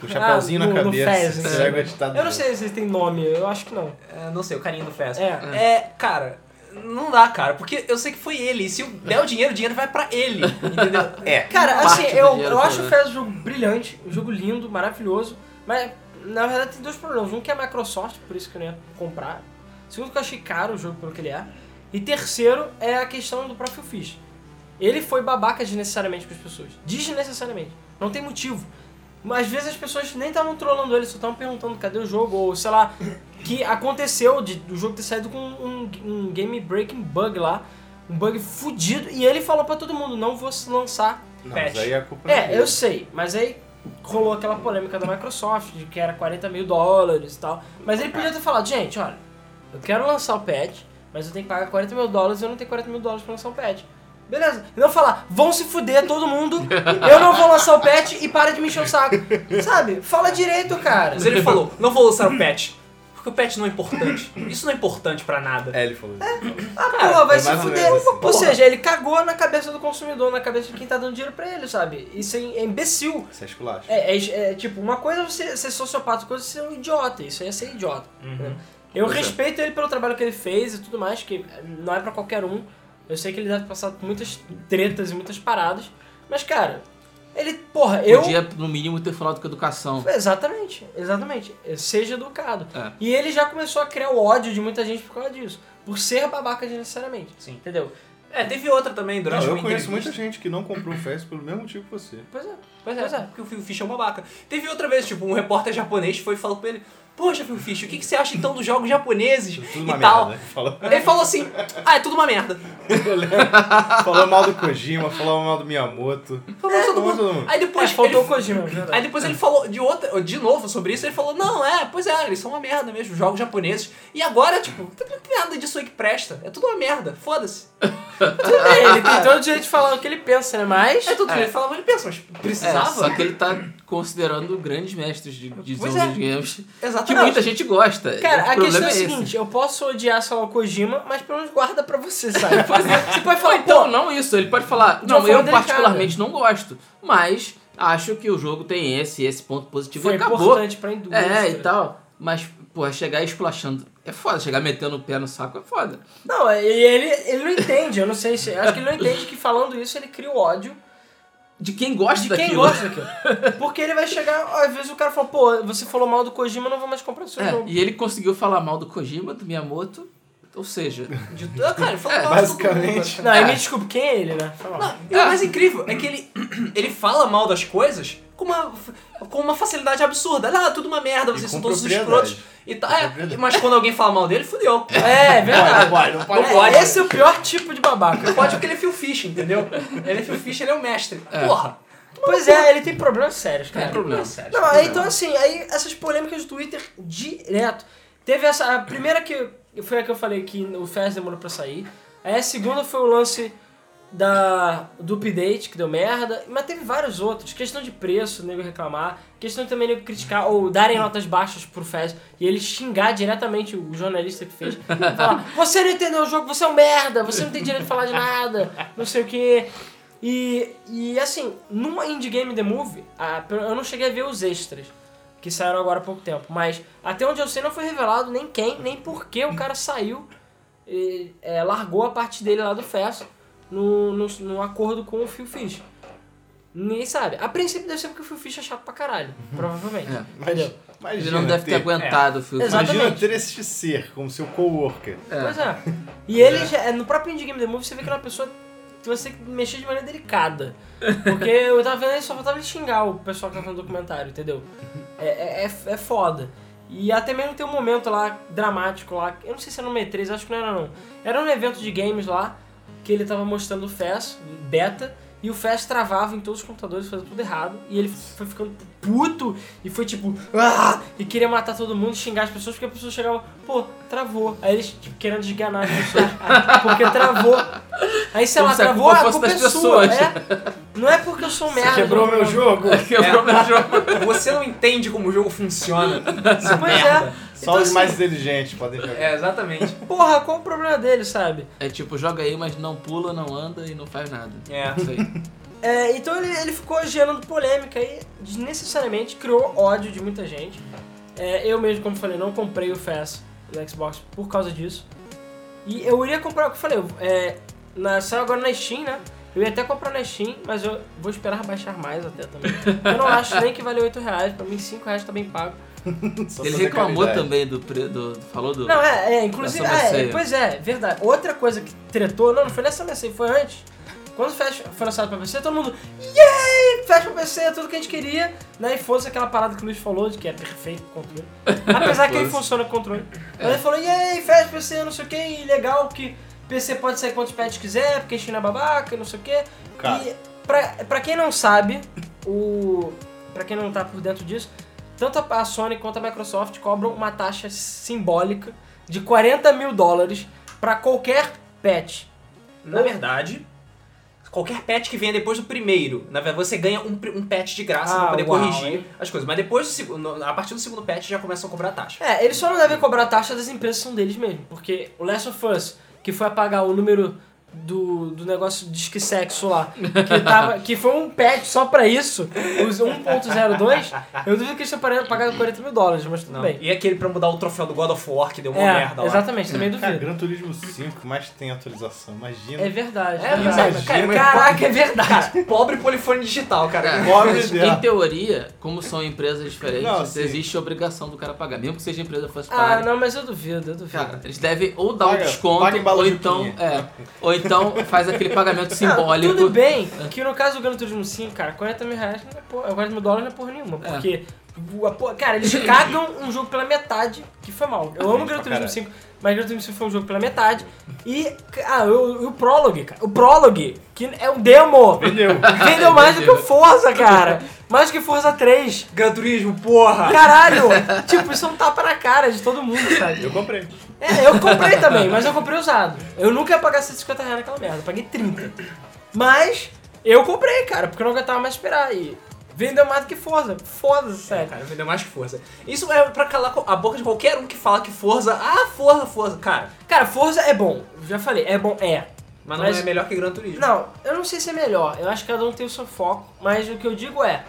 Speaker 2: Com o chapéuzinho
Speaker 3: no-
Speaker 2: na
Speaker 3: no
Speaker 2: cabeça. assim,
Speaker 3: Fez,
Speaker 2: você
Speaker 3: né?
Speaker 2: vai gostar do
Speaker 3: Eu não sei se ele tem nome, eu acho que não.
Speaker 1: É, não sei, o carinho do Fast.
Speaker 3: É.
Speaker 1: É, cara, não dá, cara, porque eu sei que foi ele. E se eu der o dinheiro, o dinheiro vai pra ele. Entendeu?
Speaker 2: É.
Speaker 3: Cara,
Speaker 4: Parte
Speaker 3: assim,
Speaker 4: do
Speaker 3: eu,
Speaker 4: dinheiro
Speaker 3: eu acho o
Speaker 4: todo,
Speaker 3: Fez um jogo brilhante, um jogo lindo, maravilhoso, mas na verdade tem dois problemas. Um que é a Microsoft, por isso que eu não ia comprar. Segundo que eu achei caro o jogo pelo que ele é. E terceiro é a questão do próprio Fish. Ele foi babaca desnecessariamente com as pessoas. Desnecessariamente. Não tem motivo. Às vezes as pessoas nem estavam trollando ele, só estavam perguntando cadê o jogo, ou sei lá, que aconteceu de, do jogo ter saído com um, um game breaking bug lá, um bug fudido, e ele falou pra todo mundo, não vou lançar
Speaker 2: Não, mas aí a culpa não
Speaker 3: é,
Speaker 2: dele.
Speaker 3: eu sei, mas aí rolou aquela polêmica da Microsoft de que era 40 mil dólares e tal. Mas ele podia ter falado, gente, olha, eu quero lançar o patch, mas eu tenho que pagar 40 mil dólares e eu não tenho 40 mil dólares pra lançar o patch. Beleza. E não falar, vão se fuder todo mundo, eu não vou lançar o patch e para de me encher o saco. Sabe? Fala direito, cara.
Speaker 1: Mas ele falou, não vou lançar o patch. Porque o patch não é importante. Isso não é importante pra nada.
Speaker 2: É, ele falou isso.
Speaker 3: Ah, porra, vai
Speaker 2: foi
Speaker 3: se
Speaker 2: mais ou
Speaker 3: fuder.
Speaker 2: menos assim.
Speaker 3: Ou seja, ele cagou na cabeça do consumidor, na cabeça de quem tá dando dinheiro pra ele, sabe? Isso é imbecil.
Speaker 2: Isso é esculacho.
Speaker 3: É, é- é, tipo, uma coisa é você ser sociopata, outra coisa é ser um idiota. Isso aí é ser idiota. né? Eu
Speaker 4: Pois é.
Speaker 3: respeito ele pelo trabalho que ele fez e tudo mais, que não é pra qualquer um. Eu sei que ele deve passar por muitas tretas e muitas paradas. Mas, cara, ele, porra, eu.
Speaker 4: Podia, no mínimo, ter falado com educação.
Speaker 3: Exatamente, exatamente. Seja educado.
Speaker 4: É.
Speaker 3: E ele já começou a criar o ódio de muita gente por causa disso. Por ser babaca desnecessariamente.
Speaker 1: Sim.
Speaker 3: Entendeu?
Speaker 1: É, teve outra também
Speaker 2: Não,
Speaker 1: durante
Speaker 2: eu
Speaker 1: uma
Speaker 2: conheço
Speaker 1: entrevista.
Speaker 2: muita gente que não comprou o Fez pelo mesmo motivo que você.
Speaker 3: Pois é,
Speaker 1: Pois é,
Speaker 3: pois é.
Speaker 1: porque o Phil Fish é um babaca. Teve outra vez, tipo, um repórter japonês foi e falou pra ele: Poxa, Phil Fish, o que, que você acha então dos jogos japoneses
Speaker 2: Tudo
Speaker 1: e
Speaker 2: uma
Speaker 1: tal?
Speaker 2: merda. né? Falou,
Speaker 1: Ele falou assim: Ah, é tudo uma merda.
Speaker 2: falou mal do Kojima, falou mal do Miyamoto.
Speaker 1: Falou todo
Speaker 2: Falou
Speaker 1: mundo.
Speaker 2: todo mundo.
Speaker 1: Aí
Speaker 3: Mas
Speaker 1: depois.
Speaker 3: faltou o
Speaker 1: ele...
Speaker 3: Kojima, é verdade.
Speaker 1: Aí depois ele falou de outra, de novo sobre isso, ele falou, não, é, pois é, eles são uma merda mesmo, jogos japoneses. E agora, tipo, não tem nada disso aí que presta, é tudo uma merda, foda-se.
Speaker 3: É, Tudo bem, ele tem todo o direito de falar o que ele pensa, né? Mas.
Speaker 1: É tudo que
Speaker 4: É.
Speaker 1: ele falava, ele pensa, mas
Speaker 4: É,
Speaker 1: precisava?
Speaker 4: só que ele tá considerando grandes mestres de, de
Speaker 1: Pois
Speaker 4: desenvolver
Speaker 1: é.
Speaker 4: games. Que
Speaker 1: Exatamente.
Speaker 4: muita gente gosta.
Speaker 3: Cara,
Speaker 4: o
Speaker 3: a
Speaker 4: problema
Speaker 3: questão é o
Speaker 4: esse.
Speaker 3: seguinte, eu posso odiar sei lá, o Kojima, mas pelo menos guarda pra você, sabe? Tipo, você pode
Speaker 4: Ou
Speaker 3: falar,
Speaker 4: então,
Speaker 3: pô,
Speaker 4: não isso. Ele pode falar,
Speaker 3: De
Speaker 4: não,
Speaker 3: uma
Speaker 4: eu
Speaker 3: forma delicada.
Speaker 4: particularmente não gosto, mas acho que o jogo tem esse esse ponto positivo
Speaker 3: foi
Speaker 4: e tipo, acabou.
Speaker 3: importante pra indústria.
Speaker 4: É, e tal. Mas, porra, chegar esculachando é foda. Chegar metendo o pé no saco é foda.
Speaker 3: Não, e ele, ele não entende, eu não sei se... Acho que ele não entende que falando isso ele cria o ódio
Speaker 4: De quem gosta
Speaker 3: de
Speaker 4: daquilo.
Speaker 3: quem gosta daquilo. Porque ele vai chegar, ó, às vezes o cara fala, pô, você falou mal do Kojima, eu não vou mais comprar seu
Speaker 4: É,
Speaker 3: jogo.
Speaker 4: e ele conseguiu falar mal do Kojima, do Miyamoto. Ou seja,
Speaker 1: De- Ah, cara, ele falou mal de todo mundo,
Speaker 2: É, Basicamente.
Speaker 3: Não,
Speaker 4: É.
Speaker 3: e me desculpe, quem é ele, né? Fala.
Speaker 1: Não, e o mais incrível é que ele, ele fala mal das coisas com uma, com uma facilidade absurda. Ah, tudo uma merda, vocês
Speaker 2: com
Speaker 1: são todos
Speaker 2: propriedade.
Speaker 1: escrotos. E tá, é,
Speaker 2: propriedade.
Speaker 1: mas quando alguém fala mal dele, fudeu.
Speaker 3: É, é verdade.
Speaker 2: pode, não pode,
Speaker 1: não
Speaker 3: É,
Speaker 1: pode.
Speaker 3: Esse é o pior tipo de babaca.
Speaker 1: Não pode porque ele é Phil Fish, entendeu? Ele é Phil Fish, ele é o mestre. Porra.
Speaker 3: Pois é, ele tem problemas sérios, cara.
Speaker 4: Tem problema.
Speaker 1: sério.
Speaker 3: Não, aí, então assim, aí essas polêmicas do Twitter direto. Teve essa. A primeira que foi a que eu falei que o Fez demorou pra sair. Aí a segunda foi o lance da, do update, que deu merda. Mas teve vários outros. Questão de preço, nego reclamar. Questão também nego criticar ou darem notas baixas pro Fez e ele xingar diretamente o jornalista que fez. Falar: Você não entendeu o jogo, você é um merda, você não tem direito de falar de nada, não sei o que. E, e assim, numa Indie Game The Movie, a- pelo- eu não cheguei a ver os extras, que saíram agora há pouco tempo, mas até onde eu sei não foi revelado nem quem, nem por que o cara saiu, e, é, largou a parte dele lá do Fest, no, no, no acordo com o Phil Fish. Ninguém sabe. A princípio deve ser porque o Phil Fish é chato pra caralho, provavelmente.
Speaker 4: É.
Speaker 3: Entendeu?
Speaker 2: Imagina
Speaker 4: Ele não deve
Speaker 2: É.
Speaker 4: ter aguentado o filme.
Speaker 3: Exato.
Speaker 2: Imagina
Speaker 3: Exatamente.
Speaker 2: ter esse ser como seu coworker.
Speaker 3: Pois é. E ele, já- é, no próprio Indie Game The Movie, você vê que ele é uma pessoa que você tem que mexer de maneira delicada. Porque eu tava vendo, ele só faltava ele xingar o pessoal que tava fazendo o documentário, entendeu? É, é, é, é foda. E até mesmo tem um momento lá, dramático lá, eu não sei se era no M3, acho que não era não. Era um evento de games lá, que ele tava mostrando o FES, beta, e o FES travava em todos os computadores, fazendo tudo errado, e ele foi ficando puto, e foi tipo, ah! e queria matar todo mundo, xingar as pessoas, porque a pessoa chegava, pô, travou. Aí eles tipo, querendo desganar as pessoas, porque travou. Aí, sei
Speaker 4: Como
Speaker 3: lá,
Speaker 4: se a
Speaker 3: travou
Speaker 4: culpa
Speaker 3: a
Speaker 4: fosse
Speaker 3: culpa
Speaker 4: das
Speaker 3: é sua,
Speaker 4: pessoas.
Speaker 3: é. Não é porque eu sou um merda.
Speaker 2: Quebrou
Speaker 3: não-
Speaker 2: meu jogo.
Speaker 4: Quebrou meu jogo.
Speaker 1: Você não entende como o jogo funciona. seu
Speaker 3: Pois
Speaker 1: merda.
Speaker 3: é.
Speaker 2: Só os mais inteligentes podem jogar.
Speaker 1: É, exatamente.
Speaker 3: Porra, qual o problema dele, sabe?
Speaker 4: É tipo, joga aí, mas não pula, não anda e não faz nada.
Speaker 1: É.
Speaker 4: Isso aí.
Speaker 3: É, então ele, ele ficou gerando polêmica e desnecessariamente criou ódio de muita gente. É, eu mesmo, como falei, não comprei o FES do Xbox por causa disso. E eu iria comprar, o que eu falei, é, na, saiu agora na Steam, né? Eu ia até comprar na Steam, mas eu vou esperar baixar mais até também. Eu não acho nem que vale 8 reais, pra mim 5 reais tá bem pago.
Speaker 2: Só
Speaker 4: Ele
Speaker 2: fazer
Speaker 4: reclamou
Speaker 2: caridade.
Speaker 4: também do, pre- do, do- Falou do.
Speaker 3: Não, é, é inclusive,
Speaker 4: Da sobrancelha.
Speaker 3: é, pois é, verdade. Outra coisa que tretou, não, não foi nessa mensagem, foi antes. Quando o Flash foi lançado pra PC, todo mundo, yay, Flash pra PC, é tudo que a gente queria, né, e fosse aquela parada que o Luiz falou, de que é perfeito o controle. Apesar que ele funciona com o controle. Mas ele falou, yay, Flash pra PC, não sei o que, e legal que PC pode sair quantos patches quiser, porque China é babaca, e não sei o que.
Speaker 2: Cara.
Speaker 3: E pra, pra quem não sabe, o. Pra quem não tá por dentro disso, tanto a a Sony quanto a Microsoft cobram uma taxa simbólica de 40 mil dólares pra qualquer patch.
Speaker 1: Na verdade, qualquer patch que venha depois do primeiro, na verdade, você ganha um, pri- um patch de graça
Speaker 3: Ah,
Speaker 1: pra poder
Speaker 3: uau,
Speaker 1: corrigir
Speaker 3: hein?
Speaker 1: as coisas. Mas depois, do segu- no- a partir do segundo patch, já começam a cobrar a taxa.
Speaker 3: É, eles só não devem cobrar a taxa das empresas que são deles mesmo, porque o Last of Us, que foi apagar o número do, do negócio disque sexo lá, que, tava, que foi um patch só pra isso, os 1.02, eu duvido que eles tenham pagado 40 mil dólares, mas tudo
Speaker 1: Não.
Speaker 3: bem.
Speaker 1: E aquele pra mudar o troféu do God of War, que deu uma
Speaker 3: é,
Speaker 1: merda lá. Tá
Speaker 3: exatamente, também
Speaker 2: Cara,
Speaker 3: duvido.
Speaker 2: Gran Turismo 5, mas tem atualização, imagina.
Speaker 3: É verdade.
Speaker 1: É,
Speaker 3: verdade.
Speaker 1: mas- cara,
Speaker 2: Imagina.
Speaker 1: caraca, é verdade. Cara, pobre polifone digital,
Speaker 4: É.
Speaker 1: cara.
Speaker 2: Pobre
Speaker 4: Mas,
Speaker 2: dela.
Speaker 4: em teoria, como são empresas diferentes,
Speaker 2: Não, sim.
Speaker 4: existe a obrigação do cara pagar. Mesmo que seja empresa first
Speaker 3: Ah,
Speaker 4: party.
Speaker 3: não, mas eu duvido, eu duvido.
Speaker 4: Cara, eles devem ou dar
Speaker 2: Paga-
Speaker 4: um desconto,
Speaker 2: paga em bala
Speaker 4: ou
Speaker 2: de
Speaker 4: então.
Speaker 2: juquinha.
Speaker 4: É, ou então faz aquele pagamento
Speaker 3: Não,
Speaker 4: simbólico.
Speaker 3: tudo bem que no caso do Gran Turismo 5, cara, 40 mil reais não é porra, 40 mil dólares não é porra nenhuma.
Speaker 4: É.
Speaker 3: Porque, o- a porra- cara, eles cagam um jogo pela metade, que foi mal. Eu amo
Speaker 2: Pra
Speaker 3: Gran Turismo
Speaker 2: caralho.
Speaker 3: 5, mas Gran Turismo 5 foi um jogo pela metade. E, ah, o, o Prologue, cara. O Prologue, que é um demo.
Speaker 2: Vendeu.
Speaker 3: Vendeu mais do que o
Speaker 4: Vendeu.
Speaker 3: Forza, cara. Mais do que Forza 3.
Speaker 1: Gran Turismo, porra!
Speaker 3: Caralho! tipo, isso é um tapa na cara de todo mundo, sabe?
Speaker 2: Eu comprei.
Speaker 3: É, eu comprei também, mas eu comprei usado. Eu nunca ia pagar 150 reais naquela merda, eu paguei 30. Mas eu comprei, cara, porque eu não aguentava mais esperar. E vendeu mais do que Forza. Foda, sério.
Speaker 1: É, Cara, vendeu mais que Forza. Isso é pra calar a boca de qualquer um que fala que Forza... Ah, Forza, Forza. Cara,
Speaker 3: Cara, Forza é bom, já falei, é bom, é.
Speaker 1: mas não
Speaker 3: Mas-
Speaker 1: é melhor que Gran Turismo.
Speaker 3: Não, eu não sei se é melhor, eu acho que cada um tem o seu foco, mas o que eu digo é,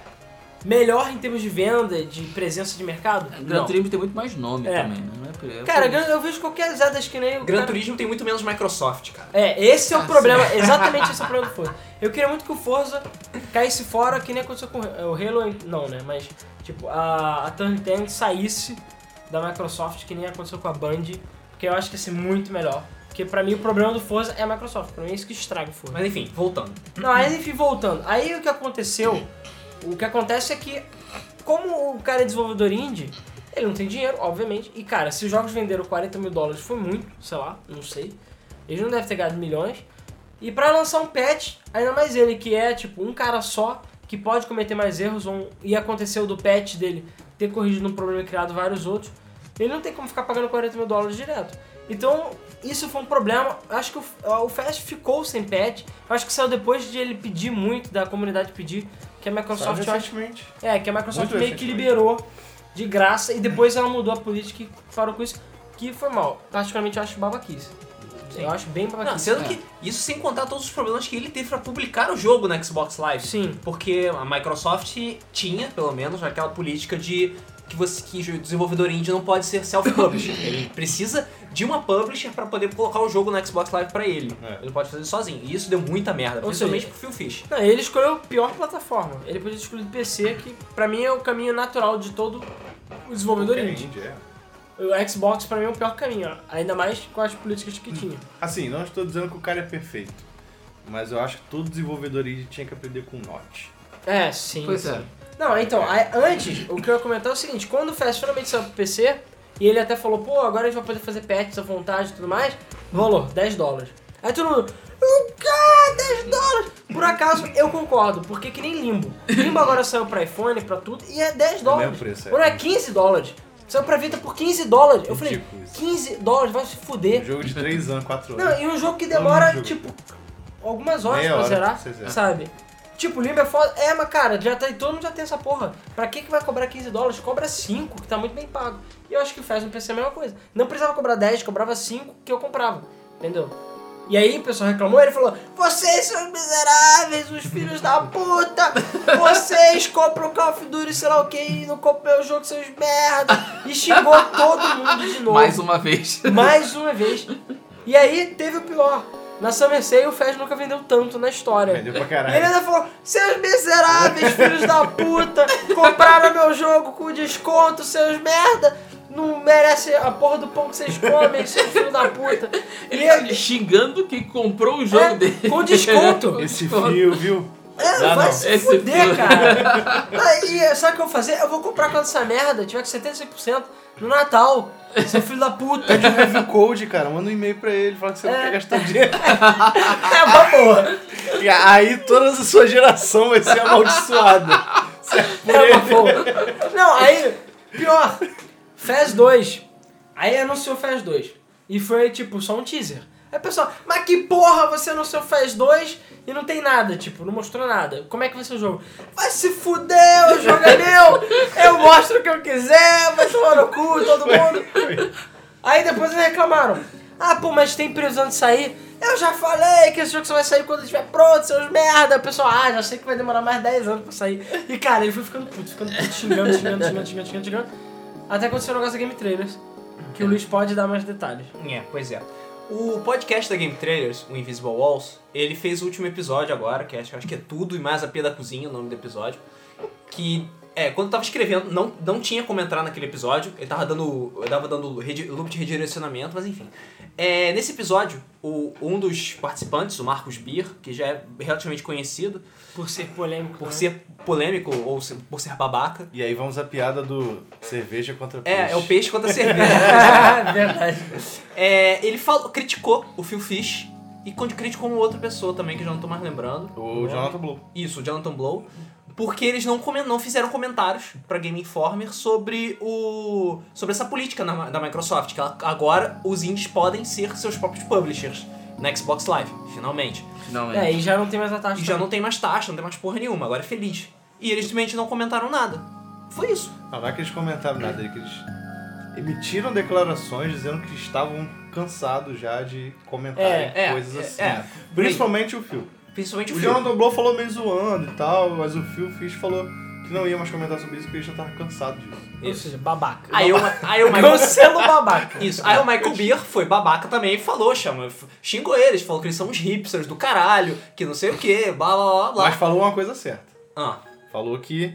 Speaker 3: melhor em termos de venda, de presença de mercado?
Speaker 4: Gran
Speaker 3: não.
Speaker 4: Turismo tem muito mais nome
Speaker 3: É.
Speaker 4: também, né? Não é empresa.
Speaker 3: Cara, Gran- eu vejo qualquer zada que nem o
Speaker 1: Gran
Speaker 3: cara-
Speaker 1: Turismo tem muito menos Microsoft, cara.
Speaker 3: É, esse é o
Speaker 4: Ah,
Speaker 3: problema, exatamente esse é o problema do Forza. Eu queria muito que o Forza caísse fora, que nem aconteceu com o Halo, não, né? Mas, tipo, a, a Turn 10 saísse da Microsoft, que nem aconteceu com a Band, porque eu acho que ia ser muito melhor. Porque pra mim o problema do Forza é a Microsoft, pra mim é isso que estraga o Forza.
Speaker 1: Mas enfim, voltando.
Speaker 3: Não, aí enfim, voltando. Aí o que aconteceu O que acontece é que, como o cara é desenvolvedor indie, ele não tem dinheiro, obviamente. E, cara, se os jogos venderam 40 mil dólares, foi muito, sei lá, não sei. Ele não deve ter ganhado milhões. E pra lançar um patch, ainda mais ele, que é, tipo, um cara só, que pode cometer mais erros, ou, um, e aconteceu do patch dele ter corrigido um problema e criado vários outros, ele não tem como ficar pagando 40 mil dólares direto. Então, isso foi um problema. Acho que o, o Fast ficou sem patch. Acho que saiu depois de ele pedir muito, da comunidade pedir, que a
Speaker 2: Saiu
Speaker 3: Microsoft... eu acho-
Speaker 2: recentemente.
Speaker 3: é, que a Microsoft
Speaker 2: Muito
Speaker 3: meio que
Speaker 2: recentemente.
Speaker 3: liberou de graça e depois ela mudou a política e parou com isso, que foi mal. Particularmente eu acho babaquice.
Speaker 1: Sim.
Speaker 3: Eu acho bem babaquice.
Speaker 1: Não, sendo
Speaker 4: é.
Speaker 1: que isso sem contar todos os problemas que ele teve pra publicar o jogo na Xbox Live.
Speaker 3: Sim.
Speaker 1: Porque a Microsoft tinha, pelo menos, aquela política de que você que o desenvolvedor indie não pode ser self-published. ele precisa de uma publisher pra poder colocar o jogo na Xbox Live pra ele.
Speaker 2: É.
Speaker 1: Ele pode fazer sozinho. E isso deu muita merda,
Speaker 3: Ou
Speaker 1: principalmente
Speaker 3: seja,
Speaker 1: pro Phil Fish.
Speaker 3: Não, ele escolheu a pior plataforma. Ele podia ter escolhido PC, que pra mim é o caminho natural de todo o desenvolvedor
Speaker 2: É,
Speaker 3: indie.
Speaker 2: é.
Speaker 3: O Xbox pra mim é o pior caminho, ó. ainda mais com as políticas
Speaker 1: Hum.
Speaker 3: que tinha.
Speaker 2: Assim, não estou dizendo que o cara é perfeito, mas eu acho que todo desenvolvedor indie tinha que aprender com Notch.
Speaker 3: É, sim.
Speaker 4: Pois é.
Speaker 3: Não, então, aí, antes, o que eu ia comentar é o seguinte, quando o Fast finalmente saiu pro PC, e ele até falou, pô, agora a gente vai poder fazer patches à vontade e tudo mais, valor, 10 dólares. Aí todo mundo, o quê? 10 dólares? Por acaso, eu concordo, porque é que nem Limbo. Limbo agora saiu pra iPhone, pra tudo, e é 10 dólares.
Speaker 2: mesmo preço, é.
Speaker 3: Ou não é 15 dólares. Saiu pra Vita por 15 dólares. Eu falei,
Speaker 2: Ridículo isso.
Speaker 3: 15 dólares, vai se
Speaker 2: Um
Speaker 3: fuder.
Speaker 2: jogo de 3 anos, 4 anos.
Speaker 3: Não, e um jogo que demora,
Speaker 2: jogo.
Speaker 3: tipo, algumas horas
Speaker 2: Meia
Speaker 3: pra
Speaker 2: hora
Speaker 3: zerar,
Speaker 2: pra você zerar.
Speaker 3: sabe? Tipo, Limbo é foda. É, mas cara, já tá, todo mundo já tem essa porra. Pra que que vai cobrar 15 dólares? Cobra 5, que tá muito bem pago. E eu acho que o Fast no PC é a mesma coisa. Não precisava cobrar 10, cobrava 5 que eu comprava. Entendeu? E aí o pessoal reclamou, ele falou: Vocês são miseráveis, os filhos da puta! Vocês compram Call of Duty, sei lá o que, e não compram o jogo, seus merda! E xingou todo mundo de novo.
Speaker 4: Mais uma vez.
Speaker 3: Mais uma vez. E aí teve o pior. Na Summer Sale o Fez nunca vendeu tanto na história.
Speaker 2: Vendeu pra
Speaker 3: E ele
Speaker 2: caralho.
Speaker 3: ainda falou, seus miseráveis, filhos da puta, compraram meu jogo com desconto, seus merda, não merece a porra do pão que vocês comem, seus filhos da puta. E
Speaker 4: Ele tá xingando quem comprou o jogo
Speaker 3: é,
Speaker 4: dele.
Speaker 3: com desconto.
Speaker 2: Esse fio, viu?
Speaker 3: É,
Speaker 2: Dá
Speaker 3: vai
Speaker 2: Ah, não.
Speaker 3: se
Speaker 4: Esse
Speaker 3: fuder,
Speaker 4: filme.
Speaker 3: cara. Aí, sabe o que eu vou fazer? Eu vou comprar quando essa merda tiver com 75% no Natal, seu filho da puta.
Speaker 2: Pede um review code, cara. Manda um e-mail pra ele, fala que você não quer gastar dinheiro.
Speaker 3: É uma boa.
Speaker 2: E aí toda a sua geração vai ser amaldiçoada. Você é por
Speaker 3: É uma
Speaker 2: ele.
Speaker 3: boa. Não, aí, pior, Fez 2. Aí anunciou Fez 2. E foi tipo só um teaser. Aí o pessoal, mas que porra, você anunciou Fez 2 e não tem nada, tipo, não mostrou nada. Como é que vai ser o jogo? Vai se fuder, o jogo é meu, eu mostro o que eu quiser, vai tomar no cu todo mundo. Aí depois eles reclamaram. Ah, pô, mas tem previsão de sair? Eu já falei que esse jogo só vai sair quando estiver pronto, seus merda. O pessoal, ah, já sei que vai demorar mais 10 anos pra sair. E cara, ele foi ficando puto, ficando puto, xingando, xingando, xingando, xingando, xingando, xingando. Até aconteceu o negócio da Game Trailers, que o Luiz pode dar mais detalhes.
Speaker 1: É, pois é. O podcast da Game Trailers, o Invisible Walls, ele fez o último episódio agora, que acho, acho que é tudo e mais a pia da cozinha, o nome do episódio. Que, é, quando eu tava escrevendo, não, não tinha como entrar naquele episódio, eu tava dando, eu tava dando redi- loop de redirecionamento, mas enfim. É, nesse episódio, o, um dos participantes, o Marcos Beer, que já é relativamente conhecido
Speaker 3: Por ser polêmico.
Speaker 1: por
Speaker 3: né?
Speaker 1: ser polêmico ou se- por ser babaca,
Speaker 2: E aí vamos à piada do cerveja contra peixe.
Speaker 1: é, é o peixe contra a cerveja.
Speaker 3: Verdade.
Speaker 1: É, ele falou, criticou o Phil Fish e con- criticou uma outra pessoa também, que eu já não tô mais lembrando.
Speaker 2: O Jonathan Blow.
Speaker 1: Isso, o Jonathan Blow. Porque eles não, comen- não fizeram comentários pra Game Informer sobre o. sobre essa política na- da Microsoft, que ela- agora os indies podem ser seus próprios publishers na Xbox Live, finalmente.
Speaker 4: Finalmente.
Speaker 3: É, e já não tem mais a taxa.
Speaker 1: E já não tem mais taxa, não tem mais porra nenhuma, agora é feliz. E eles simplesmente não comentaram nada. Foi isso.
Speaker 2: Não, não é que eles comentaram nada, é que eles emitiram declarações dizendo que estavam cansados já de comentarem
Speaker 1: É, é,
Speaker 2: coisas
Speaker 1: é,
Speaker 2: assim.
Speaker 1: é.
Speaker 2: Principalmente o Phil.
Speaker 1: Principalmente o,
Speaker 2: O
Speaker 1: Phil.
Speaker 2: Jonathan Blow falou meio zoando e tal, mas o Phil Fish falou que não ia mais comentar sobre isso porque ele já tava cansado disso.
Speaker 3: Ou seja, babaca.
Speaker 1: Aí eu, aí eu,
Speaker 3: Cancela o babaca.
Speaker 1: Isso. Aí o Michael Beer foi babaca também e falou, chama, xingou eles, falou que eles são uns hipsters do caralho, que não sei o que, blá blá blá
Speaker 2: Mas
Speaker 1: blá.
Speaker 2: falou uma coisa certa.
Speaker 1: Ah,
Speaker 2: Falou que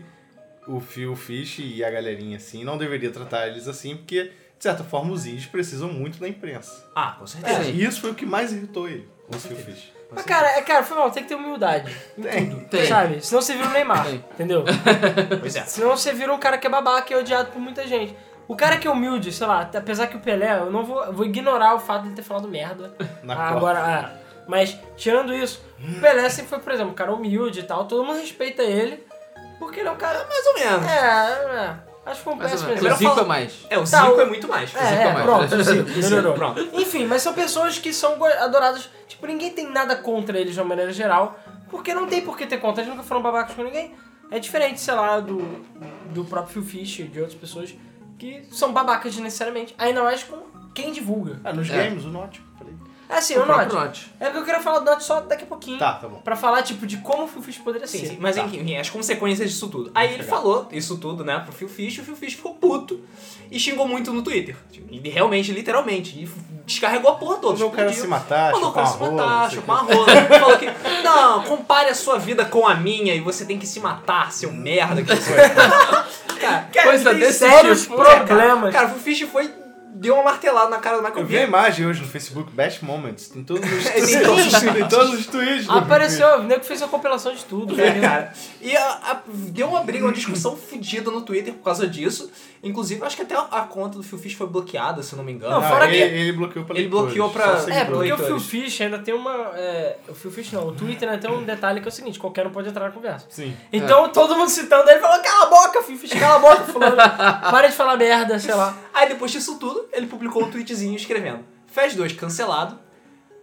Speaker 2: o Phil Fish e a galerinha assim não deveria tratar eles assim porque, de certa forma, os indies precisam muito da imprensa.
Speaker 1: ah, com certeza.
Speaker 4: É. Sim.
Speaker 2: E isso foi o que mais irritou ele, o Phil Fish.
Speaker 3: Mas, cara, é, cara, foi mal, tem que ter humildade. Em tudo.
Speaker 4: Tem.
Speaker 3: Sabe? Senão você vira o Neymar.
Speaker 4: Tem.
Speaker 3: Entendeu?
Speaker 1: Pois é.
Speaker 3: Senão você vira um cara que é babaca e é odiado por muita gente. O cara que é humilde, sei lá, apesar que o Pelé, eu não vou, eu vou ignorar o fato de ele ter falado merda.
Speaker 2: Na
Speaker 3: Ah,
Speaker 2: Copa.
Speaker 3: agora, ah, mas tirando isso, o Pelé sempre foi, por exemplo, um cara humilde e tal, todo mundo respeita ele, porque ele é um cara.
Speaker 1: Mais ou menos.
Speaker 3: É, é acho que foi um
Speaker 4: Mas,
Speaker 3: péssimo
Speaker 4: o
Speaker 1: melhor
Speaker 3: exemplo.
Speaker 4: Zico
Speaker 1: falar-
Speaker 4: é mais.
Speaker 1: É, o
Speaker 3: Tá,
Speaker 1: Zico
Speaker 3: o-
Speaker 1: é muito mais.
Speaker 3: É,
Speaker 4: Zico é
Speaker 3: é,
Speaker 4: mais.
Speaker 3: pronto, Zico,
Speaker 1: Isso,
Speaker 3: melhorou.
Speaker 1: pronto.
Speaker 3: Enfim, mas são pessoas que são go- adoradas. Tipo, ninguém tem nada contra eles de uma maneira geral, porque não tem por que ter contra. Eles nunca foram babacas com ninguém. É diferente, sei lá, do, do próprio Phil Fish e de outras pessoas que são babacas necessariamente, ainda mais com quem divulga.
Speaker 2: Ah, nos
Speaker 4: É.
Speaker 2: games, o Norte. Falei.
Speaker 3: Assim,
Speaker 4: O
Speaker 3: eu
Speaker 4: próprio
Speaker 3: noto.
Speaker 4: Note.
Speaker 3: É porque eu queria falar do Notch só daqui a pouquinho.
Speaker 2: Tá, tá bom.
Speaker 3: Pra falar, tipo, de como o Phil Fish poderia
Speaker 1: Sim,
Speaker 3: ser.
Speaker 1: sim, mas
Speaker 2: Tá.
Speaker 1: enfim, as consequências disso tudo. Aí ele
Speaker 2: chegar.
Speaker 1: falou isso tudo, né, pro Phil Fish, e o Phil Fish ficou puto e xingou muito no Twitter. Tipo, E realmente, literalmente, e f- descarregou a porra toda.
Speaker 2: Mandou o cara
Speaker 1: explodiu.
Speaker 2: se matar,
Speaker 1: Mandou um o cara
Speaker 2: chupar
Speaker 1: se
Speaker 2: uma rola,
Speaker 1: matar,
Speaker 2: não sei o
Speaker 1: chupar uma rola. Falou que, não, compare a sua vida com a minha e você tem que se matar, seu merda. Que você é." cara, cara,
Speaker 4: Coisa
Speaker 1: ele tem
Speaker 4: desse
Speaker 1: sérios
Speaker 4: tipo.
Speaker 1: problemas.
Speaker 3: Problemas.
Speaker 1: né, Cara, o Phil Fish foi, deu uma martelada na cara do Michael
Speaker 2: Eu vi a
Speaker 1: Vick.
Speaker 2: imagem hoje no Facebook, Best Moments. Tem todos os tweets.
Speaker 1: Tem todos os
Speaker 2: tem todos os tweets. do
Speaker 3: Apareceu, o nego fez a compilação de tudo.
Speaker 1: É,
Speaker 3: né?
Speaker 1: cara. E a- a- deu uma briga, uma discussão fodida no Twitter por causa disso. Inclusive, acho que até a, a conta do Phil Fish foi bloqueada, se eu não me engano.
Speaker 3: Não,
Speaker 2: Não,
Speaker 3: fora
Speaker 2: ele,
Speaker 3: que-
Speaker 2: Ah, ele bloqueou pra
Speaker 1: Ele
Speaker 2: leitores,
Speaker 1: bloqueou pra-
Speaker 2: só
Speaker 3: É,
Speaker 2: seguidores.
Speaker 3: porque o Phil
Speaker 1: Leitores.
Speaker 3: Fish ainda tem uma. é, o Phil Fish não, o Twitter ainda tem um detalhe que é o seguinte: qualquer um pode entrar na conversa.
Speaker 2: Sim.
Speaker 1: É.
Speaker 3: Então todo mundo citando ele falou: cala a boca, Phil Fish, cala a boca, fulano. Para de falar merda, sei lá.
Speaker 1: Aí depois disso tudo, ele publicou um tweetzinho escrevendo: Fez 2 cancelado.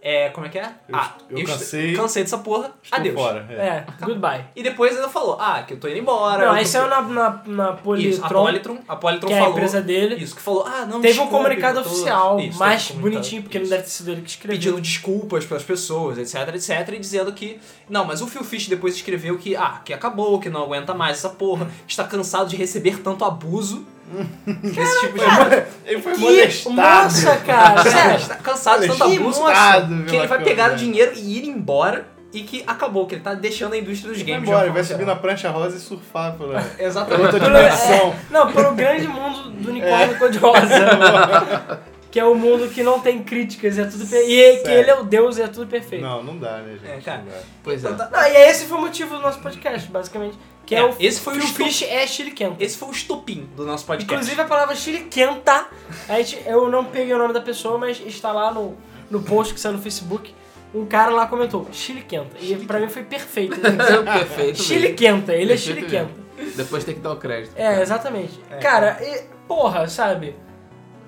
Speaker 1: É, como é que é?
Speaker 2: Eu- eu
Speaker 1: est-
Speaker 2: cansei.
Speaker 1: Cansei dessa porra.
Speaker 2: Estou
Speaker 1: adeus.
Speaker 2: fora. É.
Speaker 3: É, goodbye.
Speaker 1: E depois ainda falou: Ah, que eu tô indo embora.
Speaker 3: Não, é
Speaker 1: eu
Speaker 3: aí
Speaker 1: tô-
Speaker 3: saiu na, na, na
Speaker 1: Isso, a
Speaker 3: Polytron,
Speaker 1: Polytron, a Polytron
Speaker 3: que é a
Speaker 1: falou.
Speaker 3: empresa dele.
Speaker 1: Isso, que falou: Ah, não
Speaker 3: Teve um
Speaker 1: desculpe,
Speaker 3: comunicado
Speaker 1: tô-
Speaker 3: oficial,
Speaker 1: Isso,
Speaker 3: mais
Speaker 1: teve um comunicado.
Speaker 3: bonitinho, porque
Speaker 1: Isso.
Speaker 3: não deve ter sido ele que escreveu.
Speaker 1: pedindo desculpas pelas pessoas, etc, etc, e dizendo que não, mas o Phil Fish depois escreveu que ah, que acabou, que não aguenta mais essa porra, está cansado de receber tanto abuso. Esse tipo de coisa.
Speaker 2: Ele foi
Speaker 3: Que
Speaker 2: molestado.
Speaker 3: moça, cara!
Speaker 1: Sério,
Speaker 3: Sério,
Speaker 1: está cansado de tanto
Speaker 2: Que
Speaker 1: abuso
Speaker 2: moçado,
Speaker 1: que
Speaker 2: Vila
Speaker 1: ele vai
Speaker 2: Cobra.
Speaker 1: pegar o dinheiro e ir embora e que acabou, que ele tá deixando a indústria dos
Speaker 2: Ele vai
Speaker 1: games.
Speaker 2: embora,
Speaker 1: de
Speaker 2: ele
Speaker 1: uma
Speaker 2: vai
Speaker 1: forma
Speaker 2: subir na prancha rosa e surfar "É, pela
Speaker 1: geral.
Speaker 2: pela
Speaker 1: Exatamente.
Speaker 2: outra dimensão.
Speaker 3: Não, pelo grande mundo do
Speaker 1: É.
Speaker 3: unicórnio cor-de-rosa. que é o mundo que não tem críticas, é tudo per... E que
Speaker 2: Sério.
Speaker 3: ele é o deus e é tudo perfeito.
Speaker 2: Não, não dá, né, gente?
Speaker 1: É, cara.
Speaker 2: Não dá.
Speaker 4: Pois é.
Speaker 3: Não, e esse foi o motivo do nosso podcast, basicamente. Que é,
Speaker 1: Tá. É,
Speaker 3: o
Speaker 1: esse foi o
Speaker 3: que o
Speaker 1: estu-
Speaker 3: Fish é chiliquento.
Speaker 1: Esse foi o estupim do nosso podcast.
Speaker 3: Inclusive a palavra chiliquenta, a gente, eu não peguei o nome da pessoa, mas está lá no, no post que saiu no Facebook. Um cara lá comentou, chiliquenta. E pra mim foi perfeito.
Speaker 4: Perfeito. mesmo.
Speaker 3: Chiliquenta, ele é
Speaker 4: Perfeito
Speaker 3: chiliquenta.
Speaker 4: mesmo. Depois tem que dar o crédito.
Speaker 3: É, exatamente. Cara, e- porra, sabe?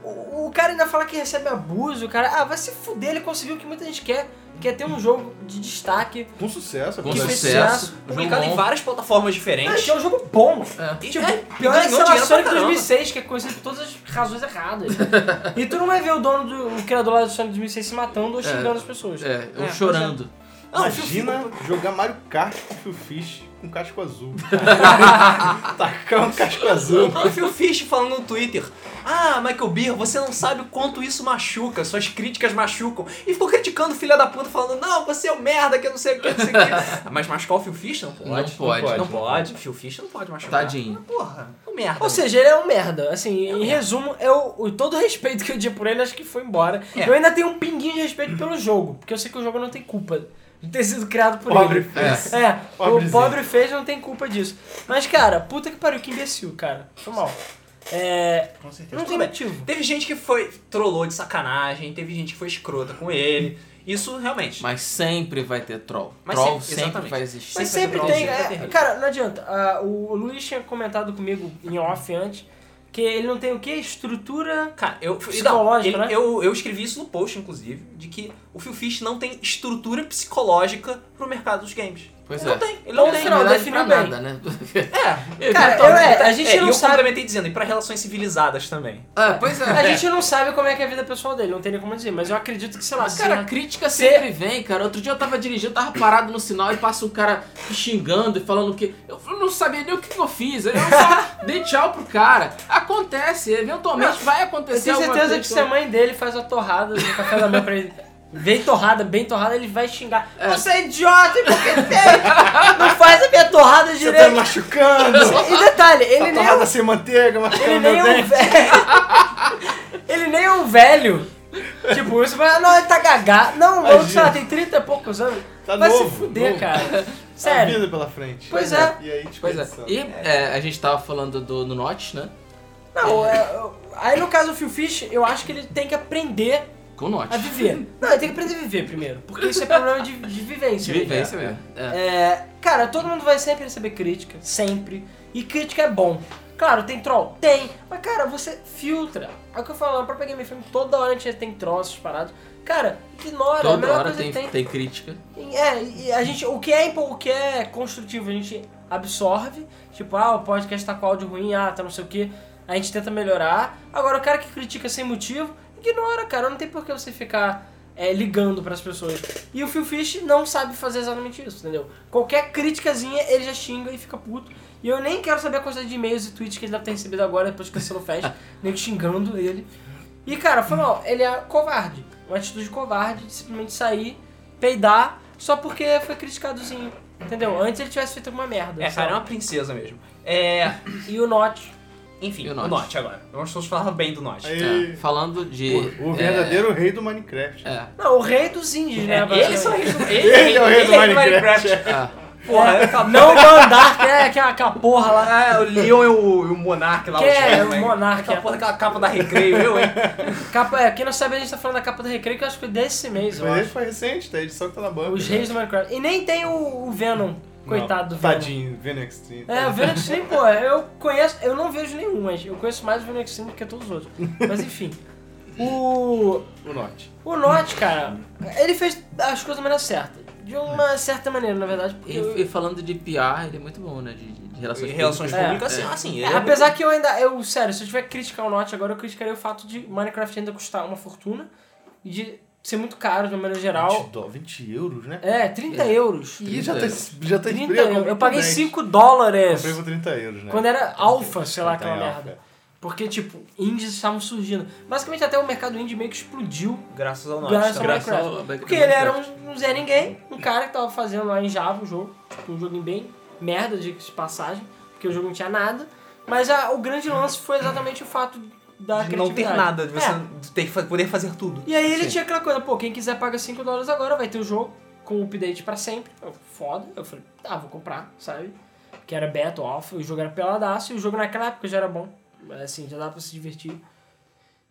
Speaker 3: O, o cara ainda fala que recebe abuso, o cara. Ah, vai se fuder, ele conseguiu o que muita gente quer. Quer ter um jogo de destaque.
Speaker 2: Com sucesso,
Speaker 4: Com
Speaker 3: Que
Speaker 2: apesar de-
Speaker 3: fez
Speaker 4: sucesso.
Speaker 1: publicado em
Speaker 4: jogo bom.
Speaker 1: várias plataformas
Speaker 3: Ah,
Speaker 1: diferentes.
Speaker 3: que é um jogo bom.
Speaker 4: É.
Speaker 1: E,
Speaker 3: Tipo,
Speaker 1: é,
Speaker 3: pior é que sei
Speaker 1: ganhou
Speaker 3: lá,
Speaker 1: dinheiro pra
Speaker 3: Sonic
Speaker 1: caramba.
Speaker 3: 2006, que é conhecido por todas as razões erradas. e tu não vai ver o dono do o criador lá do Sonic 2006 se matando ou xingando as pessoas.
Speaker 4: É, eu
Speaker 1: É,
Speaker 4: chorando.
Speaker 1: Não, o Phil Fish-
Speaker 2: Imagina jogar Mario Kart com Phil Fish com casco azul. Tacar um casco azul.
Speaker 1: O Phil Fish falando no Twitter. Ah, Michael Beer, você não sabe o quanto isso machuca, suas críticas machucam. E ficou criticando o filho da puta, falando, não, você é o merda, que eu não sei o que, não sei o que. Mas machucar o Phil Fish não pode.
Speaker 4: Não pode,
Speaker 1: Não,
Speaker 4: não
Speaker 1: pode. Phil Fish não pode machucar.
Speaker 4: Tadinho.
Speaker 1: Mas, porra, é um merda.
Speaker 3: Ou seja, ele é um merda. Assim, em resumo, eu, o- todo o respeito que eu tinha por ele, acho que foi embora.
Speaker 1: É.
Speaker 3: Eu ainda tenho um pinguinho de respeito pelo jogo, porque eu sei que o jogo não tem culpa de ter sido criado por
Speaker 2: Pobre
Speaker 3: ele.
Speaker 4: fez.
Speaker 3: É, o
Speaker 2: Pobrezinho.
Speaker 3: pobre fez não tem culpa disso. Mas, cara, puta que pariu, que imbecil, cara. Foi mal. É.
Speaker 2: Com certeza.
Speaker 3: Não tem
Speaker 1: tudo bem.
Speaker 3: motivo.
Speaker 1: teve gente que foi trollou de sacanagem, teve gente que foi escrota com ele. Isso realmente.
Speaker 4: Mas sempre vai ter troll.
Speaker 1: Mas
Speaker 4: troll
Speaker 1: sempre-
Speaker 4: sempre,
Speaker 1: exatamente.
Speaker 4: vai existir.
Speaker 3: Mas
Speaker 1: Sempre
Speaker 3: sempre
Speaker 1: tem
Speaker 3: tem.
Speaker 1: troll,
Speaker 3: é,
Speaker 1: sempre tem.
Speaker 3: cara, não adianta. Ah, o Luiz tinha comentado comigo em off antes que ele não tem o quê? Estrutura.
Speaker 1: Cara, eu,
Speaker 3: Psicológico,
Speaker 1: não, ele-
Speaker 3: né?
Speaker 1: eu, eu escrevi isso no post, inclusive, de que o Phil Fish não tem estrutura psicológica pro mercado dos games.
Speaker 4: Pois
Speaker 1: não
Speaker 4: é.
Speaker 1: tem, ele não
Speaker 3: Não tem.
Speaker 1: tem.
Speaker 3: Afinal,
Speaker 4: Verdade
Speaker 3: definiu
Speaker 4: pra
Speaker 3: bem.
Speaker 4: Nada, né?
Speaker 1: É,
Speaker 4: Eu
Speaker 3: Cara,
Speaker 4: tô-
Speaker 3: eu- é, a gente
Speaker 1: é,
Speaker 3: não
Speaker 1: e eu
Speaker 3: sabe.
Speaker 1: complementei dizendo, e pra relações civilizadas também.
Speaker 4: Ah, pois é.
Speaker 3: A gente não sabe como é que é a vida pessoal dele, não tem nem como dizer, mas eu acredito que, sei lá,
Speaker 4: Mas,
Speaker 3: se-
Speaker 4: cara, Assim, a crítica sempre vem, cara. Outro dia eu tava dirigindo, eu tava parado no sinal e passa um cara xingando e falando que. Eu não sabia nem o que, que eu fiz. Eu só dei tchau pro cara. Acontece, eventualmente vai
Speaker 3: Eu
Speaker 4: acontecer
Speaker 3: tenho
Speaker 4: alguma
Speaker 3: certeza
Speaker 4: coisa
Speaker 3: que se a mãe dele faz uma torrada no café da manhã pra ele. Bem torrada, bem torrada, ele vai xingar. Você é idiota, porque tem! Não faz a minha torrada
Speaker 2: Você tá me
Speaker 3: direito!
Speaker 2: machucando!
Speaker 3: E detalhe, ele
Speaker 2: Tá
Speaker 3: nem, é
Speaker 2: torrada
Speaker 3: um,
Speaker 2: sem manteiga,
Speaker 3: ele é um
Speaker 2: machucando
Speaker 3: nem
Speaker 2: meu
Speaker 3: é um
Speaker 2: dente.
Speaker 3: velho. Ele nem é um velho Tipo, você fala, não, ele tá gagá. Não, o maluco, sei lá, tem
Speaker 2: Imagina.
Speaker 3: 30 e poucos anos.
Speaker 2: Tá
Speaker 3: vai
Speaker 2: novo,
Speaker 3: se fuder,
Speaker 2: novo. Tá
Speaker 3: cara.
Speaker 2: A
Speaker 3: Sério.
Speaker 2: vida pela frente.
Speaker 3: Pois é.
Speaker 2: E aí, tipo,
Speaker 4: Pois
Speaker 2: edição.
Speaker 4: é. E é, a gente tava falando do, do Notch, né?
Speaker 3: Não, é, eu- aí no caso do Phil Fish, eu acho que ele tem que aprender
Speaker 4: Com o Notch.
Speaker 3: a viver. Não, ele tem que aprender a viver primeiro. Porque isso é problema de, de
Speaker 4: De
Speaker 3: vivência. né?
Speaker 4: vivência mesmo. É.
Speaker 3: É, cara, todo mundo vai sempre receber crítica, sempre. E crítica é bom. Claro, tem troll? Tem. Mas, cara, você filtra. É o que eu falo, na própria Game Film, toda hora a gente tem troll, essas paradas. Cara, ignora, é a
Speaker 4: Toda
Speaker 3: melhor
Speaker 4: hora
Speaker 3: coisa
Speaker 4: tem,
Speaker 3: que tem.
Speaker 4: tem crítica.
Speaker 3: É, e a gente, o que é, impo- o que é construtivo, a gente absorve. Tipo, ah, o podcast tá com áudio ruim, ah, tá não sei o que. A gente tenta melhorar. Agora, o cara que critica sem motivo, ignora, cara. Não tem por que você ficar é, ligando pras pessoas. E o Phil Fish não sabe fazer exatamente isso, entendeu? Qualquer criticazinha, ele já xinga e fica puto. E eu nem quero saber a quantidade de e-mails e tweets que ele deve ter recebido agora, depois que cancelou o Fest, nego xingando ele. E, cara, foi mal. Ele é covarde. Uma atitude covarde de simplesmente sair, peidar, só porque foi criticadozinho. Entendeu? Antes ele tivesse feito alguma merda.
Speaker 1: É,
Speaker 3: sei
Speaker 1: cara, é
Speaker 3: lá.
Speaker 1: uma princesa mesmo. É,
Speaker 3: E o Notch.
Speaker 1: enfim,
Speaker 4: E
Speaker 1: o
Speaker 4: o Notch?
Speaker 1: Notch agora. Nós todos falava bem do Notch.
Speaker 2: Aí,
Speaker 4: É, falando de.
Speaker 2: o, o verdadeiro rei do Minecraft.
Speaker 4: É. é.
Speaker 3: Não, o rei dos índios, né?
Speaker 1: É, eles são
Speaker 3: basicamente. É.
Speaker 1: ele, ele é o rei do Minecraft.
Speaker 4: Ah,
Speaker 1: Porra, é eu tava-
Speaker 3: Não mandar, que é aquela, aquela porra lá.
Speaker 1: Ah, é, o Leon e o, e o Monark lá.
Speaker 3: Que
Speaker 1: o
Speaker 3: é,
Speaker 1: Chapman.
Speaker 3: o Monark,
Speaker 1: Aquela
Speaker 3: é.
Speaker 1: porra daquela capa da Recreio, eu, hein?
Speaker 3: Capa, é, quem não sabe, a gente tá falando da capa do Recreio, que eu acho que foi desse mês, eu
Speaker 2: Mas ele
Speaker 3: acho.
Speaker 2: foi recente, tá? A edição que tá na banca.
Speaker 3: Os reis do Minecraft. E nem tem o, o Venom. Coitado do
Speaker 2: Não,
Speaker 3: Venom.
Speaker 2: Tadinho, Venom Extreme.
Speaker 3: É, o Venom Extreme, pô, eu conheço, eu não vejo nenhum, mas eu conheço mais o Venom Extreme do que todos os outros. Mas enfim. O.
Speaker 2: O Norte.
Speaker 3: O Notch, cara, ele fez as coisas da maneira certa. De uma certa maneira, na verdade. Porque eu-
Speaker 4: E, e falando de PR, ele é muito bom, né? De, de relações
Speaker 1: Em relações
Speaker 3: É,
Speaker 1: públicas, assim,
Speaker 4: é.
Speaker 1: assim, ele
Speaker 3: É,
Speaker 1: é
Speaker 3: apesar que eu ainda. Eu, sério, se eu tiver que criticar o Notch agora, eu criticaria o fato de Minecraft ainda custar uma fortuna e de ser muito caro de uma maneira geral.
Speaker 2: 20, dó- 20 euros, né?
Speaker 3: É, 30 euros.
Speaker 2: Ih, já tá,
Speaker 4: 30.
Speaker 2: já tá
Speaker 3: 30
Speaker 2: emprego,
Speaker 3: euros. Eu paguei
Speaker 2: 10.
Speaker 3: 5
Speaker 2: Eu
Speaker 3: dólares
Speaker 2: Comprei por 30 euros, né?
Speaker 3: quando é era alfa, sei lá,
Speaker 2: Tá em
Speaker 3: aquela
Speaker 2: alfa.
Speaker 3: merda. Porque, tipo, indies estavam surgindo. Basicamente, até o mercado indie meio que explodiu
Speaker 1: Graças ao Notch.
Speaker 3: Graças ao
Speaker 1: Graças-
Speaker 3: Minecraft.
Speaker 4: ao Minecraft.
Speaker 3: Porque ele era um, um Zé Ninguém, um cara que tava fazendo lá em Java o jogo, tipo, um joguinho bem merda de passagem, porque o jogo não tinha nada. Mas a- o grande lance foi exatamente o fato da
Speaker 1: de
Speaker 3: criatividade.
Speaker 1: não ter nada, de você
Speaker 3: É.
Speaker 1: ter que fa- poder fazer tudo.
Speaker 3: E aí ele
Speaker 4: Sim.
Speaker 3: tinha aquela coisa, pô, quem quiser paga 5 dólares agora, vai ter o jogo com update pra sempre. Eu, foda. Eu falei, tá, vou comprar, sabe? Que era beta, off, o jogo era peladaço, e o jogo naquela época já era bom. Assim, já dava pra se divertir.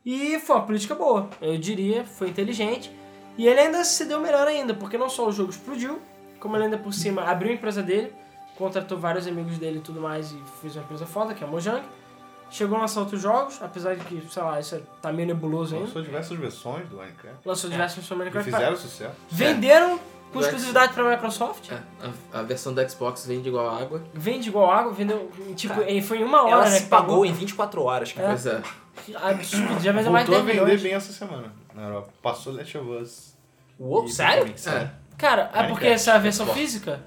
Speaker 3: E foi uma política boa, eu diria, foi inteligente. E ele ainda se deu melhor ainda, porque não só o jogo explodiu, como ele ainda por cima abriu a empresa dele, contratou vários amigos dele e tudo mais, e fez uma empresa foda, que é a Mojang. Chegou a lançar outros jogos, apesar de que, sei lá, isso tá meio nebuloso ainda
Speaker 2: Lançou diversas versões do Minecraft.
Speaker 3: lançou diversas versões do
Speaker 2: É. E
Speaker 3: Minecraft.
Speaker 2: fizeram É. sucesso.
Speaker 3: Venderam com
Speaker 4: Do
Speaker 3: exclusividade pra Microsoft.
Speaker 4: É, a, a versão do Xbox vende igual água.
Speaker 3: Vende igual água, vendeu. Tipo,
Speaker 1: Cara,
Speaker 3: eh, foi em uma hora,
Speaker 1: Ela
Speaker 3: né?
Speaker 1: se
Speaker 3: que
Speaker 1: pagou em 24 horas, cara.
Speaker 4: Pois é.
Speaker 3: Absurdo, já vendeu é mais de
Speaker 2: Voltou
Speaker 3: 10
Speaker 2: a vender
Speaker 3: milhões.
Speaker 2: bem essa semana na Europa. Passou Last of Us.
Speaker 1: Uou,
Speaker 2: E-
Speaker 1: sério?
Speaker 4: É.
Speaker 3: Cara, é porque
Speaker 2: Minecraft,
Speaker 3: essa é a versão
Speaker 2: Xbox.
Speaker 3: física?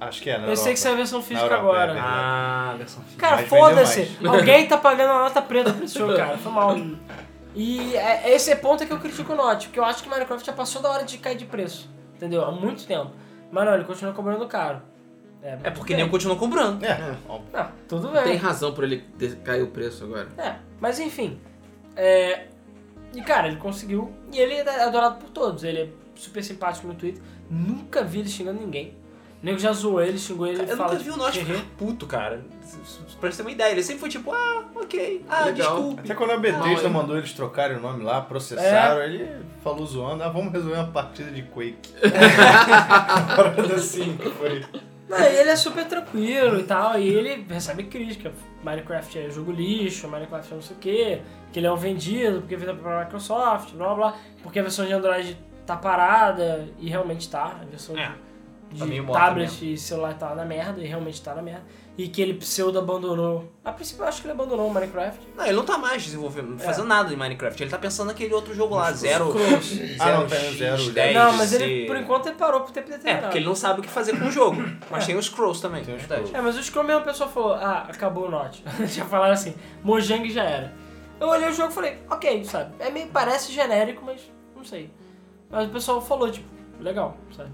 Speaker 2: Acho que é, na
Speaker 3: Eu sei que essa é a versão física
Speaker 2: Europa,
Speaker 3: agora.
Speaker 2: é.
Speaker 1: Ah, versão física.
Speaker 3: Cara,
Speaker 2: Mas
Speaker 3: foda-se.
Speaker 2: vendeu
Speaker 3: Alguém tá pagando uma nota preta pra esse jogo, cara. Foi mal. E é- esse é ponto que eu critico o Notch, porque eu acho que Minecraft já passou da hora de cair de preço. Entendeu? Há muito tempo. Mas não, ele continua cobrando caro.
Speaker 1: É porque nem eu continuo comprando.
Speaker 2: É, óbvio.
Speaker 3: Não, tudo bem.
Speaker 4: é. Tem razão por ele ter- cair o preço agora.
Speaker 3: É, mas enfim. É, e cara, ele conseguiu. E ele é adorado por todos. Ele é super simpático no Twitter. Nunca vi ele xingando ninguém. O nego já zoou ele, xingou ele.
Speaker 1: Eu
Speaker 3: fala,
Speaker 1: nunca vi o Notch
Speaker 3: "Hehe".
Speaker 1: ficar puto, cara. Pra você ter uma ideia, ele sempre foi tipo, ah, ok, ah,
Speaker 4: Legal.
Speaker 1: desculpe.
Speaker 2: Até quando a Bethesda
Speaker 4: Não, eu-
Speaker 2: mandou eles trocarem o nome lá, processaram,
Speaker 3: É.
Speaker 2: ele falou zoando, ah, vamos resolver uma partida de Quake. Uma Parada assim, foi.
Speaker 3: Não, e ele é super tranquilo e tal. E ele recebe crítica. Minecraft é jogo lixo, Minecraft é não sei o quê. Que ele é um vendido porque vendeu pra Microsoft, blá blá. blá, Porque a versão de Android tá parada. E realmente tá. A versão
Speaker 1: É.
Speaker 3: de
Speaker 1: Tá meio morta
Speaker 3: tablet e celular tá na merda, e realmente tá na merda. E que ele pseudo abandonou. A princípio eu acho que ele abandonou o Minecraft.
Speaker 1: Não, ele não tá mais desenvolvendo, fazendo nada em Minecraft. Ele tá pensando naquele outro jogo lá, Zero.
Speaker 3: Close.
Speaker 2: Ah,
Speaker 1: Zero
Speaker 2: não, tá,
Speaker 1: X,
Speaker 2: Zero,
Speaker 1: 10,
Speaker 2: Zero.
Speaker 3: não, mas
Speaker 1: C.
Speaker 3: ele por enquanto ele parou por tempo
Speaker 1: É,
Speaker 3: determinado.
Speaker 1: porque ele não sabe o que fazer com o jogo. Mas tem os Crows também,
Speaker 2: Tem os
Speaker 1: verdade.
Speaker 2: Crows.
Speaker 3: É, mas o Scrum mesmo, o pessoal falou, ah, acabou o Notch. já falaram assim, Mojang já era. Eu olhei o jogo e falei, ok, sabe? É meio, parece genérico, mas não sei. Mas o pessoal falou, tipo, legal, sabe?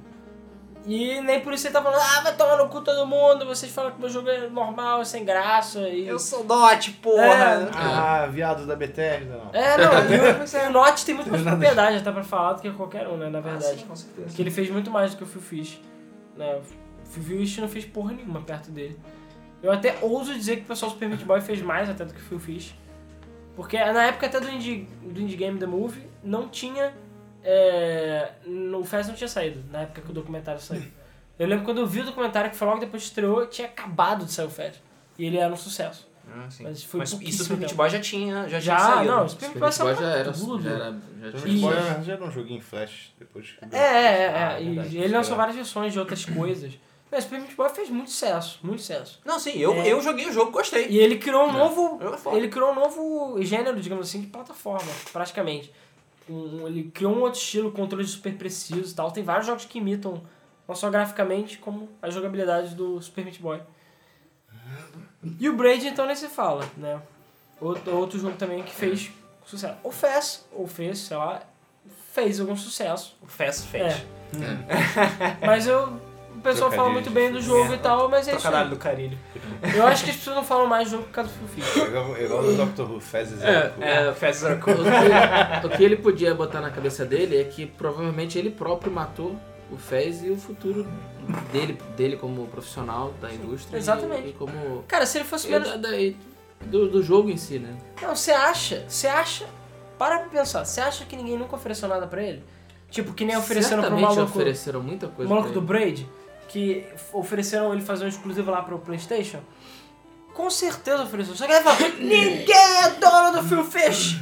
Speaker 3: E nem por isso ele tá falando, ah, vai tomar no cu todo mundo, vocês falam que meu jogo é normal, sem graça. E...
Speaker 1: Eu sou Dot, porra!
Speaker 2: Ah, viado da Bethesda, não.
Speaker 3: É, não, e o, o Notch tem muito mais propriedade até pra falar do que qualquer um, né, na
Speaker 1: Ah,
Speaker 3: verdade.
Speaker 1: sim, com certeza.
Speaker 3: Porque ele fez muito mais do que o Phil Fish. Né? O Phil Fish não fez porra nenhuma perto dele. Eu até ouso dizer que o pessoal Super Meat Boy fez mais até do que o Phil Fish. Porque na época até do Indie, do indie Game The Movie, não tinha... É, no- o Fez não tinha saído, na época que o documentário saiu. Eu lembro quando eu vi o documentário que foi logo depois que estreou, tinha acabado de sair o Fez. E ele era um sucesso.
Speaker 1: Ah, sim.
Speaker 3: Mas
Speaker 1: Mas,
Speaker 3: foi
Speaker 1: isso
Speaker 3: pouquíssimo,
Speaker 1: o Super Meat
Speaker 3: não.
Speaker 1: Boy já tinha, já,
Speaker 3: Já,
Speaker 1: tinha saído.
Speaker 3: não, o Super Meat Boy
Speaker 4: Esse boy
Speaker 3: saiu
Speaker 4: já
Speaker 3: pra
Speaker 4: era.
Speaker 3: tudo. né?
Speaker 4: Já era. Já
Speaker 2: Então,
Speaker 4: tinha-
Speaker 2: Meat Boy
Speaker 3: E-
Speaker 2: era- já era um joguinho em flash depois que...
Speaker 3: É, é, é.
Speaker 1: Ah, é
Speaker 3: E
Speaker 1: verdade,
Speaker 3: ele lançou
Speaker 2: é.
Speaker 3: várias versões de outras coisas. Mas Super Meat Boy fez muito sucesso, muito sucesso.
Speaker 1: Não, sim, eu,
Speaker 3: É.
Speaker 1: eu joguei o jogo, gostei.
Speaker 3: E ele criou um novo
Speaker 1: Eu, foda.
Speaker 3: Ele criou um novo gênero, digamos assim, de plataforma, praticamente. Um- um- ele criou um outro estilo, controle super preciso e tal. Tem vários jogos que imitam, não só graficamente, como a jogabilidade do Super Meat Boy. E o Braid, então, nem se fala, né? Outro, outro jogo também que fez sucesso. Ou fez, ou fez, sei lá, fez algum sucesso.
Speaker 1: O Fast fez.
Speaker 3: É. Mas eu... O pessoal fala
Speaker 2: Trocadilho
Speaker 3: muito
Speaker 2: de
Speaker 3: bem do jogo
Speaker 1: merda.
Speaker 3: e tal, mas é isso
Speaker 1: Trocadalho
Speaker 3: aí.
Speaker 1: do carilho.
Speaker 3: Eu acho que as pessoas não falam mais do jogo por causa do Fifi.
Speaker 2: Igual igual o Doctor Who, fezes era cool.
Speaker 1: É, o Fast era cool.
Speaker 4: O que, o que ele podia botar na cabeça dele é que provavelmente ele próprio matou o Fez e o futuro dele, dele como profissional da indústria. e-
Speaker 3: exatamente.
Speaker 4: E, como.
Speaker 3: Cara, se ele fosse
Speaker 4: e
Speaker 3: menos...
Speaker 4: da- da- e do, do jogo em si, né?
Speaker 3: Não, você acha, você acha, para pra pensar, você acha que ninguém nunca ofereceu nada pra ele? Tipo, que nem ofereceram pro
Speaker 4: Certamente
Speaker 3: maluco,
Speaker 4: ofereceram muita
Speaker 3: o
Speaker 4: coisa.
Speaker 3: maluco
Speaker 4: pra
Speaker 3: do
Speaker 4: ele.
Speaker 3: Braid, que f- ofereceram ele fazer um exclusivo lá pro Playstation? Com certeza ofereceu, só que ele falou, ninguém é dono do Phil Fish,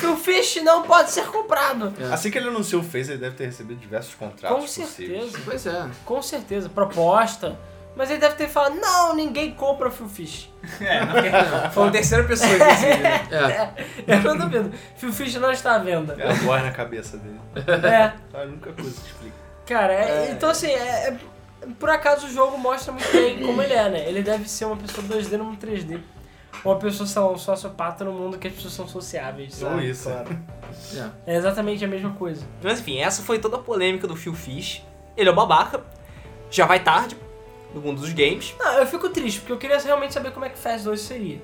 Speaker 3: Phil Fish não pode ser comprado.
Speaker 4: É.
Speaker 2: Assim que ele anunciou o Face, ele deve ter recebido diversos contratos
Speaker 3: Com
Speaker 2: possíveis.
Speaker 3: certeza,
Speaker 4: Pois é.
Speaker 3: com certeza, proposta, mas ele deve ter falado, não, ninguém compra Phil Fish.
Speaker 1: É, na verdade, Foi uma terceira pessoa, inclusive. né?
Speaker 4: É.
Speaker 3: Eu não duvido, Phil Fish não está à venda.
Speaker 2: É a voz na cabeça dele.
Speaker 3: É.
Speaker 2: Tá, a única coisa que explica.
Speaker 3: Cara, é- então assim, é, é- por acaso o jogo mostra muito bem como ele é, né? Ele deve ser uma pessoa 2D num 3D. Ou uma pessoa, sei lá, um sociopata no mundo que as pessoas são sociáveis.
Speaker 2: Ou
Speaker 3: sabe?
Speaker 2: isso.
Speaker 4: é.
Speaker 3: É exatamente a mesma coisa.
Speaker 1: Mas enfim, essa foi toda a polêmica do Phil Fish. Ele é o babaca. Já vai tarde no mundo dos games.
Speaker 3: Não, eu fico triste, porque eu queria realmente saber como é que Fast 2 seria.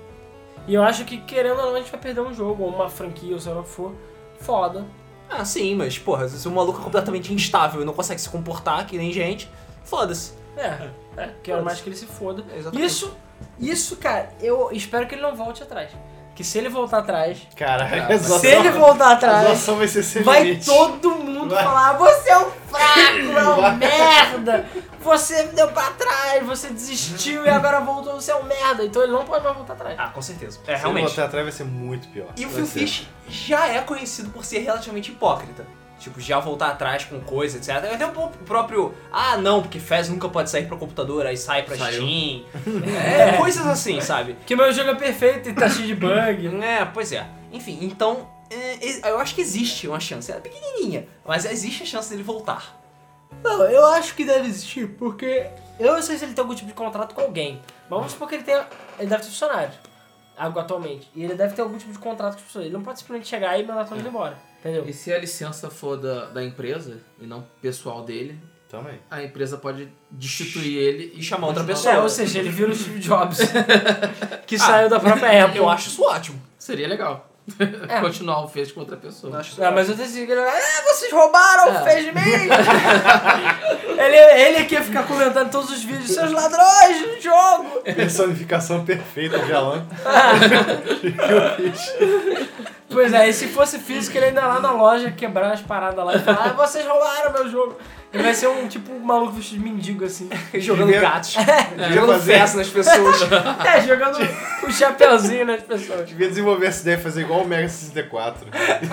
Speaker 3: E eu acho que, querendo ou não, a gente vai perder um jogo, ou uma franquia, ou sei lá o que for, foda.
Speaker 1: Ah, sim, mas porra, se o maluco é completamente instável e não consegue se comportar que nem gente, foda-se.
Speaker 3: É, é, quero mais que ele se foda.
Speaker 1: Exatamente.
Speaker 3: Isso, isso, cara, eu espero que ele não volte atrás. Que se ele voltar atrás.
Speaker 2: Caralho,
Speaker 4: Ah,
Speaker 2: a
Speaker 3: Se
Speaker 2: zoação-
Speaker 3: ele voltar
Speaker 2: a
Speaker 3: atrás.
Speaker 2: zoação vai ser sem
Speaker 3: Vai
Speaker 2: limite.
Speaker 3: todo mundo
Speaker 2: Vai.
Speaker 3: falar, você é um fraco, é um merda, você me deu pra trás, você desistiu e agora voltou, você é um merda. Então ele não pode mais voltar atrás.
Speaker 1: Ah, com certeza. É,
Speaker 2: Se ele
Speaker 1: realmente.
Speaker 2: voltar atrás vai ser muito pior.
Speaker 1: E o
Speaker 2: Vai
Speaker 1: Phil
Speaker 2: ser.
Speaker 1: Fish já é conhecido por ser relativamente hipócrita. Tipo, já voltar atrás com coisa, etc. Até o pô- próprio. Ah, não, porque Fez nunca pode sair pra computador, aí sai pra
Speaker 4: Saiu.
Speaker 1: Steam. É, coisas assim, sabe?
Speaker 3: Que meu jogo é perfeito e tá cheio de bug.
Speaker 1: É, pois é. Enfim, então. é, e- eu acho que existe uma chance. É pequenininha, mas existe a chance dele voltar.
Speaker 3: Não, eu acho que deve existir, porque eu não sei se ele tem algum tipo de contrato com alguém. Mas vamos supor que ele tenha. Ele deve ser funcionário. algo Atualmente. E ele deve ter algum tipo de contrato com as pessoas. Ele não pode simplesmente chegar e mandar todo mundo embora. Entendeu?
Speaker 4: E se a licença for da, da empresa e não pessoal dele,
Speaker 2: Também.
Speaker 4: a empresa pode destituir ele e
Speaker 1: E chamar outra
Speaker 4: continuar-
Speaker 1: pessoa.
Speaker 3: É, ou seja, ele vira o Steve Jobs. que saiu da própria Apple.
Speaker 1: Eu acho isso ótimo.
Speaker 4: Seria legal.
Speaker 3: É.
Speaker 4: Continuar o fez com outra pessoa.
Speaker 1: Eu acho isso
Speaker 3: Ah, mas eu decidi que ele ah, vocês roubaram,
Speaker 4: É.
Speaker 3: fez de mim! ele, ele aqui ia ficar comentando em todos os vídeos, seus ladrões do jogo!
Speaker 2: Personificação perfeita de Alan.
Speaker 3: Pois é, e se fosse físico, ele ainda ia lá na loja quebrar as paradas lá e falar, ah, vocês roubaram meu jogo! Ele vai ser um tipo um maluco vestido de mendigo assim.
Speaker 1: ótimo. Jogando
Speaker 2: Devia-
Speaker 1: gatos.
Speaker 2: Devia,
Speaker 1: Jogando
Speaker 2: fazer,
Speaker 1: festa nas pessoas.
Speaker 3: É, jogando o um chapeuzinho nas pessoas.
Speaker 2: devia desenvolver essa ideia e fazer igual o Mega 64.
Speaker 3: É,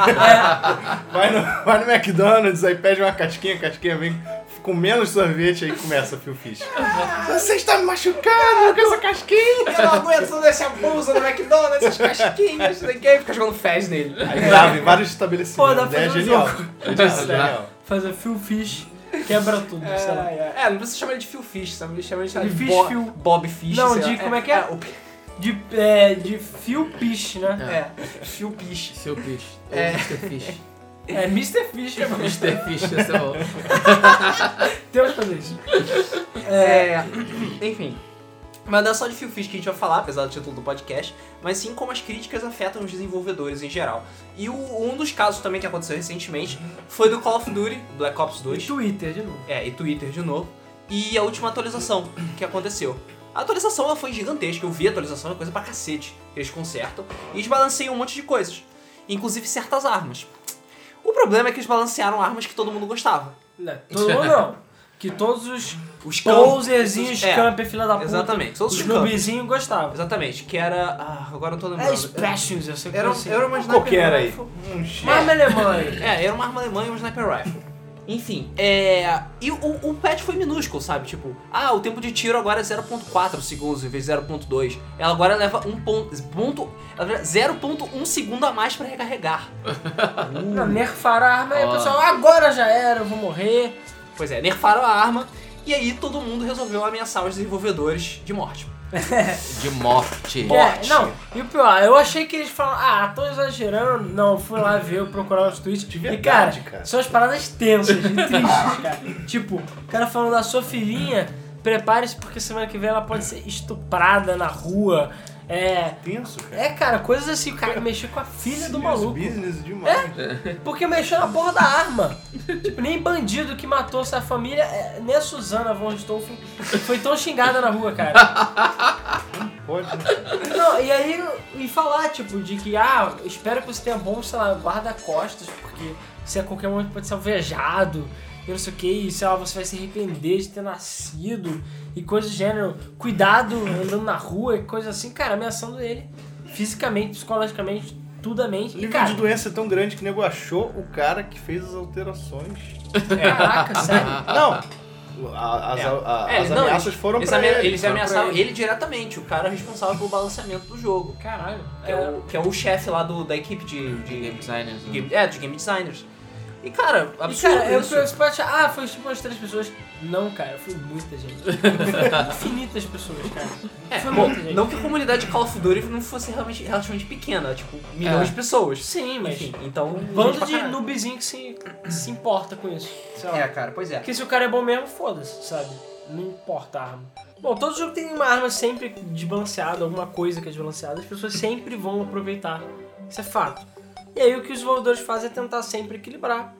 Speaker 2: vai, no, vai no McDonald's, aí pede uma casquinha, a casquinha vem com menos sorvete, aí começa a Phil Fish.
Speaker 3: Ah.
Speaker 2: Você está me machucando com essa casquinha!
Speaker 1: Eu não aguento toda essa blusa no McDonald's, essas casquinhas, isso daqui, fica jogando Fez nele.
Speaker 2: Aí grava em vários
Speaker 3: Pô,
Speaker 2: estabelecimentos.
Speaker 3: dá pra
Speaker 2: ideia é
Speaker 3: fazer um
Speaker 2: genial. Genial,
Speaker 4: Dá.
Speaker 2: genial.
Speaker 3: Fazer fio fish, quebra tudo,
Speaker 1: É,
Speaker 3: sei lá.
Speaker 1: é, é, não precisa chamar ele de Phil Fish, sabe? Chama ele sei lá, de
Speaker 3: De Fish
Speaker 1: Bo
Speaker 3: Phil.
Speaker 1: Bob Fish.
Speaker 3: Não,
Speaker 1: sei lá.
Speaker 3: de como é que é?
Speaker 1: o-
Speaker 3: De, é, de fio pish, né?
Speaker 1: É, Phil Fish.
Speaker 4: Seu bicho.
Speaker 1: É.
Speaker 4: Ou Mr. Fish.
Speaker 3: É Mr. Fish, é bom.
Speaker 4: Mr. Fish, essa é boa.
Speaker 3: Temos que fazer isso.
Speaker 1: É, enfim. Mas não é só de Phil Fish que a gente vai falar, apesar do título do podcast, mas sim como as críticas afetam os desenvolvedores em geral. E o- um dos casos também que aconteceu recentemente foi do Call of Duty, Black Ops 2.
Speaker 3: E Twitter, de novo.
Speaker 1: É, e Twitter de novo. E a última atualização que aconteceu. A atualização ela foi gigantesca, eu vi a atualização, é coisa pra cacete. Eles consertam e eles balanceiam um monte de coisas, inclusive certas armas. O problema é que eles balancearam armas que todo mundo gostava.
Speaker 3: Não, todo mundo não. Que todos os
Speaker 1: Os
Speaker 3: poserzinhos,
Speaker 1: é,
Speaker 3: camper, filha da puta,
Speaker 1: Exatamente, todos
Speaker 3: os
Speaker 1: os campos.
Speaker 3: noobizinhos gostavam.
Speaker 1: Exatamente, que era. Ah, agora eu tô
Speaker 3: É
Speaker 1: lembrando.
Speaker 3: Splashes, eu sei que
Speaker 1: Era,
Speaker 3: eu sei.
Speaker 1: era uma
Speaker 2: Qual que
Speaker 1: sniper
Speaker 2: era aí?
Speaker 1: rifle.
Speaker 2: Um X.
Speaker 3: Mas me lembrei.
Speaker 1: É, era uma arma alemã e um sniper rifle. Enfim, é. E o, o patch foi minúsculo, sabe? Tipo, ah, o tempo de tiro agora é 0.4 segundos em vez de 0.2. Ela agora leva um ponto. ponto ela leva 0.1 segundo a mais pra recarregar.
Speaker 3: Não, nerfaram a arma e o
Speaker 4: Ó.
Speaker 3: pessoal, agora já era, eu vou morrer.
Speaker 1: Pois é, nerfaram a arma e aí todo mundo resolveu ameaçar os desenvolvedores de morte.
Speaker 4: De morte.
Speaker 1: Morte.
Speaker 3: É, não, e o pior, eu achei que eles falaram, ah, tô exagerando. Não, fui lá ver, eu procurar os tweets.
Speaker 2: De
Speaker 3: e, cara,
Speaker 2: verdade, cara.
Speaker 3: são as paradas tensas e tristes, cara. Tipo, o cara falando da sua filhinha, prepare-se porque semana que vem ela pode ser estuprada na rua. É,
Speaker 2: Tenso, cara.
Speaker 3: é, cara, coisas assim, o cara mexeu com a filha do
Speaker 2: Serious
Speaker 3: maluco. É?
Speaker 2: Business demais.
Speaker 3: Porque mexeu na porra da arma. Tipo, nem bandido que matou essa família, é, nem a Suzana von Richthofen foi tão xingada na rua, cara.
Speaker 2: Pode. né?
Speaker 3: Não, e aí, e falar, tipo, de que, ah, espero que você tenha bom, sei lá, guarda-costas, porque você a qualquer momento pode ser alvejado, e não sei o que, e sei lá, você vai se arrepender de ter nascido, e coisas do gênero, cuidado andando na rua, e coisa assim, cara, ameaçando ele, fisicamente, psicologicamente,
Speaker 2: O
Speaker 3: tudamente. E,
Speaker 2: nível
Speaker 3: cara,
Speaker 2: de doença é tão grande que o nego achou o cara que fez as alterações.
Speaker 3: caraca, sério.
Speaker 2: Não! a- as
Speaker 1: É.
Speaker 2: a-
Speaker 1: É,
Speaker 2: as
Speaker 1: não,
Speaker 2: ameaças foram
Speaker 1: Eles,
Speaker 2: pra
Speaker 1: amea-
Speaker 2: ele.
Speaker 1: eles
Speaker 2: foram pra
Speaker 1: ameaçaram
Speaker 2: ele.
Speaker 1: ele. diretamente, o cara responsável pelo balanceamento do jogo.
Speaker 3: Caralho.
Speaker 1: Que é o, que é o chefe lá do, da equipe de-
Speaker 4: De game designers. né?
Speaker 1: Game- é, de game designers. E cara,
Speaker 3: E
Speaker 1: absurdo
Speaker 3: cara, eu
Speaker 1: isso.
Speaker 3: eu achar, ah, foi tipo umas três pessoas. Não, cara, foi muita gente. Foi infinitas pessoas, cara.
Speaker 1: É,
Speaker 3: Foi
Speaker 1: bom,
Speaker 3: muita gente.
Speaker 1: não que a comunidade de Call of Duty não fosse realmente relativamente pequena, tipo, milhões
Speaker 4: É.
Speaker 1: de pessoas.
Speaker 3: Sim, mas.
Speaker 1: Enfim, então. gente
Speaker 3: Bando
Speaker 1: pra
Speaker 3: de
Speaker 1: caralho.
Speaker 3: noobzinho que se, que se importa com isso. Sei lá.
Speaker 1: É, cara, pois é.
Speaker 3: Porque se o cara é bom mesmo, foda-se, sabe? Não importa a arma. Bom, todo jogo tem uma arma sempre desbalanceada, alguma coisa que é desbalanceada, as pessoas sempre vão aproveitar. Isso é fato. E aí o que os desenvolvedores fazem é tentar sempre equilibrar.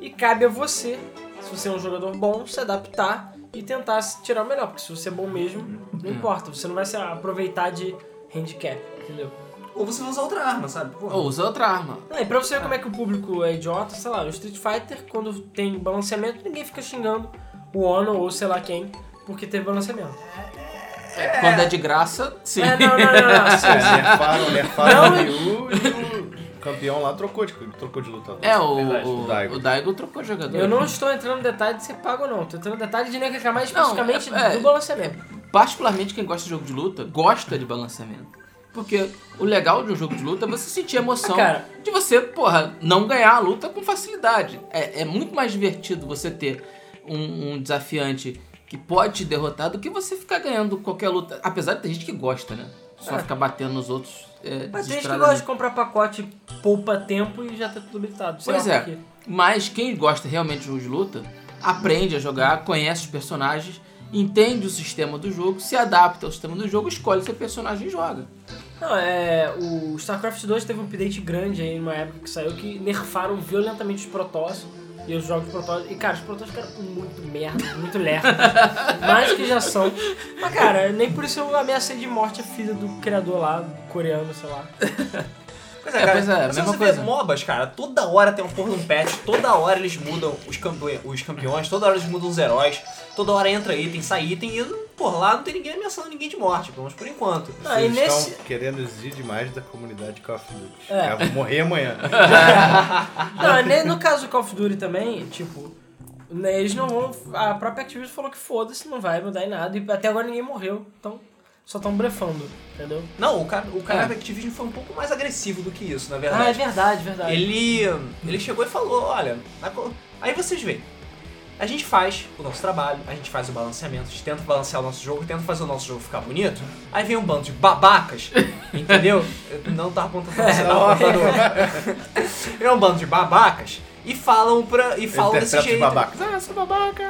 Speaker 3: E cabe a você, se você é um jogador bom, se adaptar e tentar se tirar o melhor. Porque se você é bom mesmo, não
Speaker 1: Uhum.
Speaker 3: importa. Você não vai se aproveitar de handicap, entendeu?
Speaker 1: Ou você usa outra arma, sabe? Pô,
Speaker 4: Ou usa outra arma.
Speaker 3: Não, e pra você ver como é que o público é idiota, sei lá, o Street Fighter, quando tem balanceamento, ninguém fica xingando o Ono ou sei lá quem, porque teve balanceamento.
Speaker 4: Quando é de graça, sim.
Speaker 3: É, não, não, não, não, não,
Speaker 2: É,
Speaker 3: sim, sim.
Speaker 2: nerfaram, nerfaram o
Speaker 3: Não.
Speaker 2: Ryu e o campeão lá trocou de, trocou de lutador.
Speaker 4: É, o,
Speaker 2: Verdade,
Speaker 4: o,
Speaker 2: o
Speaker 4: o
Speaker 2: Daigo.
Speaker 4: Daigo. trocou de jogador.
Speaker 3: Eu não estou entrando no detalhe de ser pago ou não, estou entrando no detalhe de nem reclamar especificamente
Speaker 4: é- é-
Speaker 3: do balanceamento.
Speaker 4: Particularmente quem gosta de jogo de luta, gosta de balanceamento. Porque o legal de um jogo de luta é você sentir a emoção
Speaker 3: Ah, cara.
Speaker 4: de você, porra, não ganhar a luta com facilidade. É, é muito mais divertido você ter um, um desafiante que pode te derrotar do que você ficar ganhando qualquer luta. Apesar de ter gente que gosta, né? Só
Speaker 3: É.
Speaker 4: ficar batendo nos outros. É,
Speaker 3: Mas tem gente que
Speaker 4: desesperadamente.
Speaker 3: gosta de comprar pacote, poupa tempo e já tá tudo habilitado. sei
Speaker 4: Pois
Speaker 3: lá
Speaker 4: é.
Speaker 3: por quê.
Speaker 4: Mas quem gosta realmente de jogo de luta, aprende a jogar, conhece os personagens, entende o sistema do jogo, se adapta ao sistema do jogo, escolhe seu personagem e joga.
Speaker 3: Não, é. O StarCraft 2 teve um update grande aí numa época que saiu que nerfaram violentamente os protoss e os jogos de protoss. E cara, os protoss ficaram muito merda, muito lerdos. mais que já são. Mas cara, nem por isso eu ameacei de morte a filha do criador lá, coreano, sei lá.
Speaker 1: Pois
Speaker 4: é, pois é,
Speaker 1: mas
Speaker 4: mesma
Speaker 1: você
Speaker 4: coisa.
Speaker 1: Vê MOBAs, cara, toda hora tem um porra de um patch, toda hora eles mudam os, campe- os campeões, toda hora eles mudam os heróis, toda hora entra item, sai item e, por lá, não tem ninguém ameaçando ninguém de morte, pelo menos por enquanto.
Speaker 3: Ah, e
Speaker 2: Vocês
Speaker 3: nesse-
Speaker 2: estão querendo exigir demais da comunidade Call of Duty.
Speaker 3: É.
Speaker 2: É. eu vou morrer amanhã.
Speaker 3: Não, nem no caso do Call of Duty também, tipo, né, eles não vão. A própria Activision falou que foda-se, não vai mudar em nada. E até agora ninguém morreu, então só estão blefando, entendeu?
Speaker 1: Não, o cara, o cara
Speaker 4: É.
Speaker 1: da Activision foi um pouco mais agressivo do que isso, na
Speaker 3: Ah, é
Speaker 1: verdade.
Speaker 3: verdade, verdade.
Speaker 1: ele, ele chegou e falou, olha, na co- aí vocês veem. A gente faz o nosso trabalho, a gente faz o balanceamento, a gente tenta balancear o nosso jogo, tenta fazer o nosso jogo ficar bonito. Aí vem um bando de babacas,
Speaker 3: é.
Speaker 1: entendeu? Eu não tava apontando pra você, tava apontando- É um bando de babacas e falam pra. e falam desse
Speaker 2: Interpreta os
Speaker 1: jeito.
Speaker 2: babacas. Ah, sou babaca!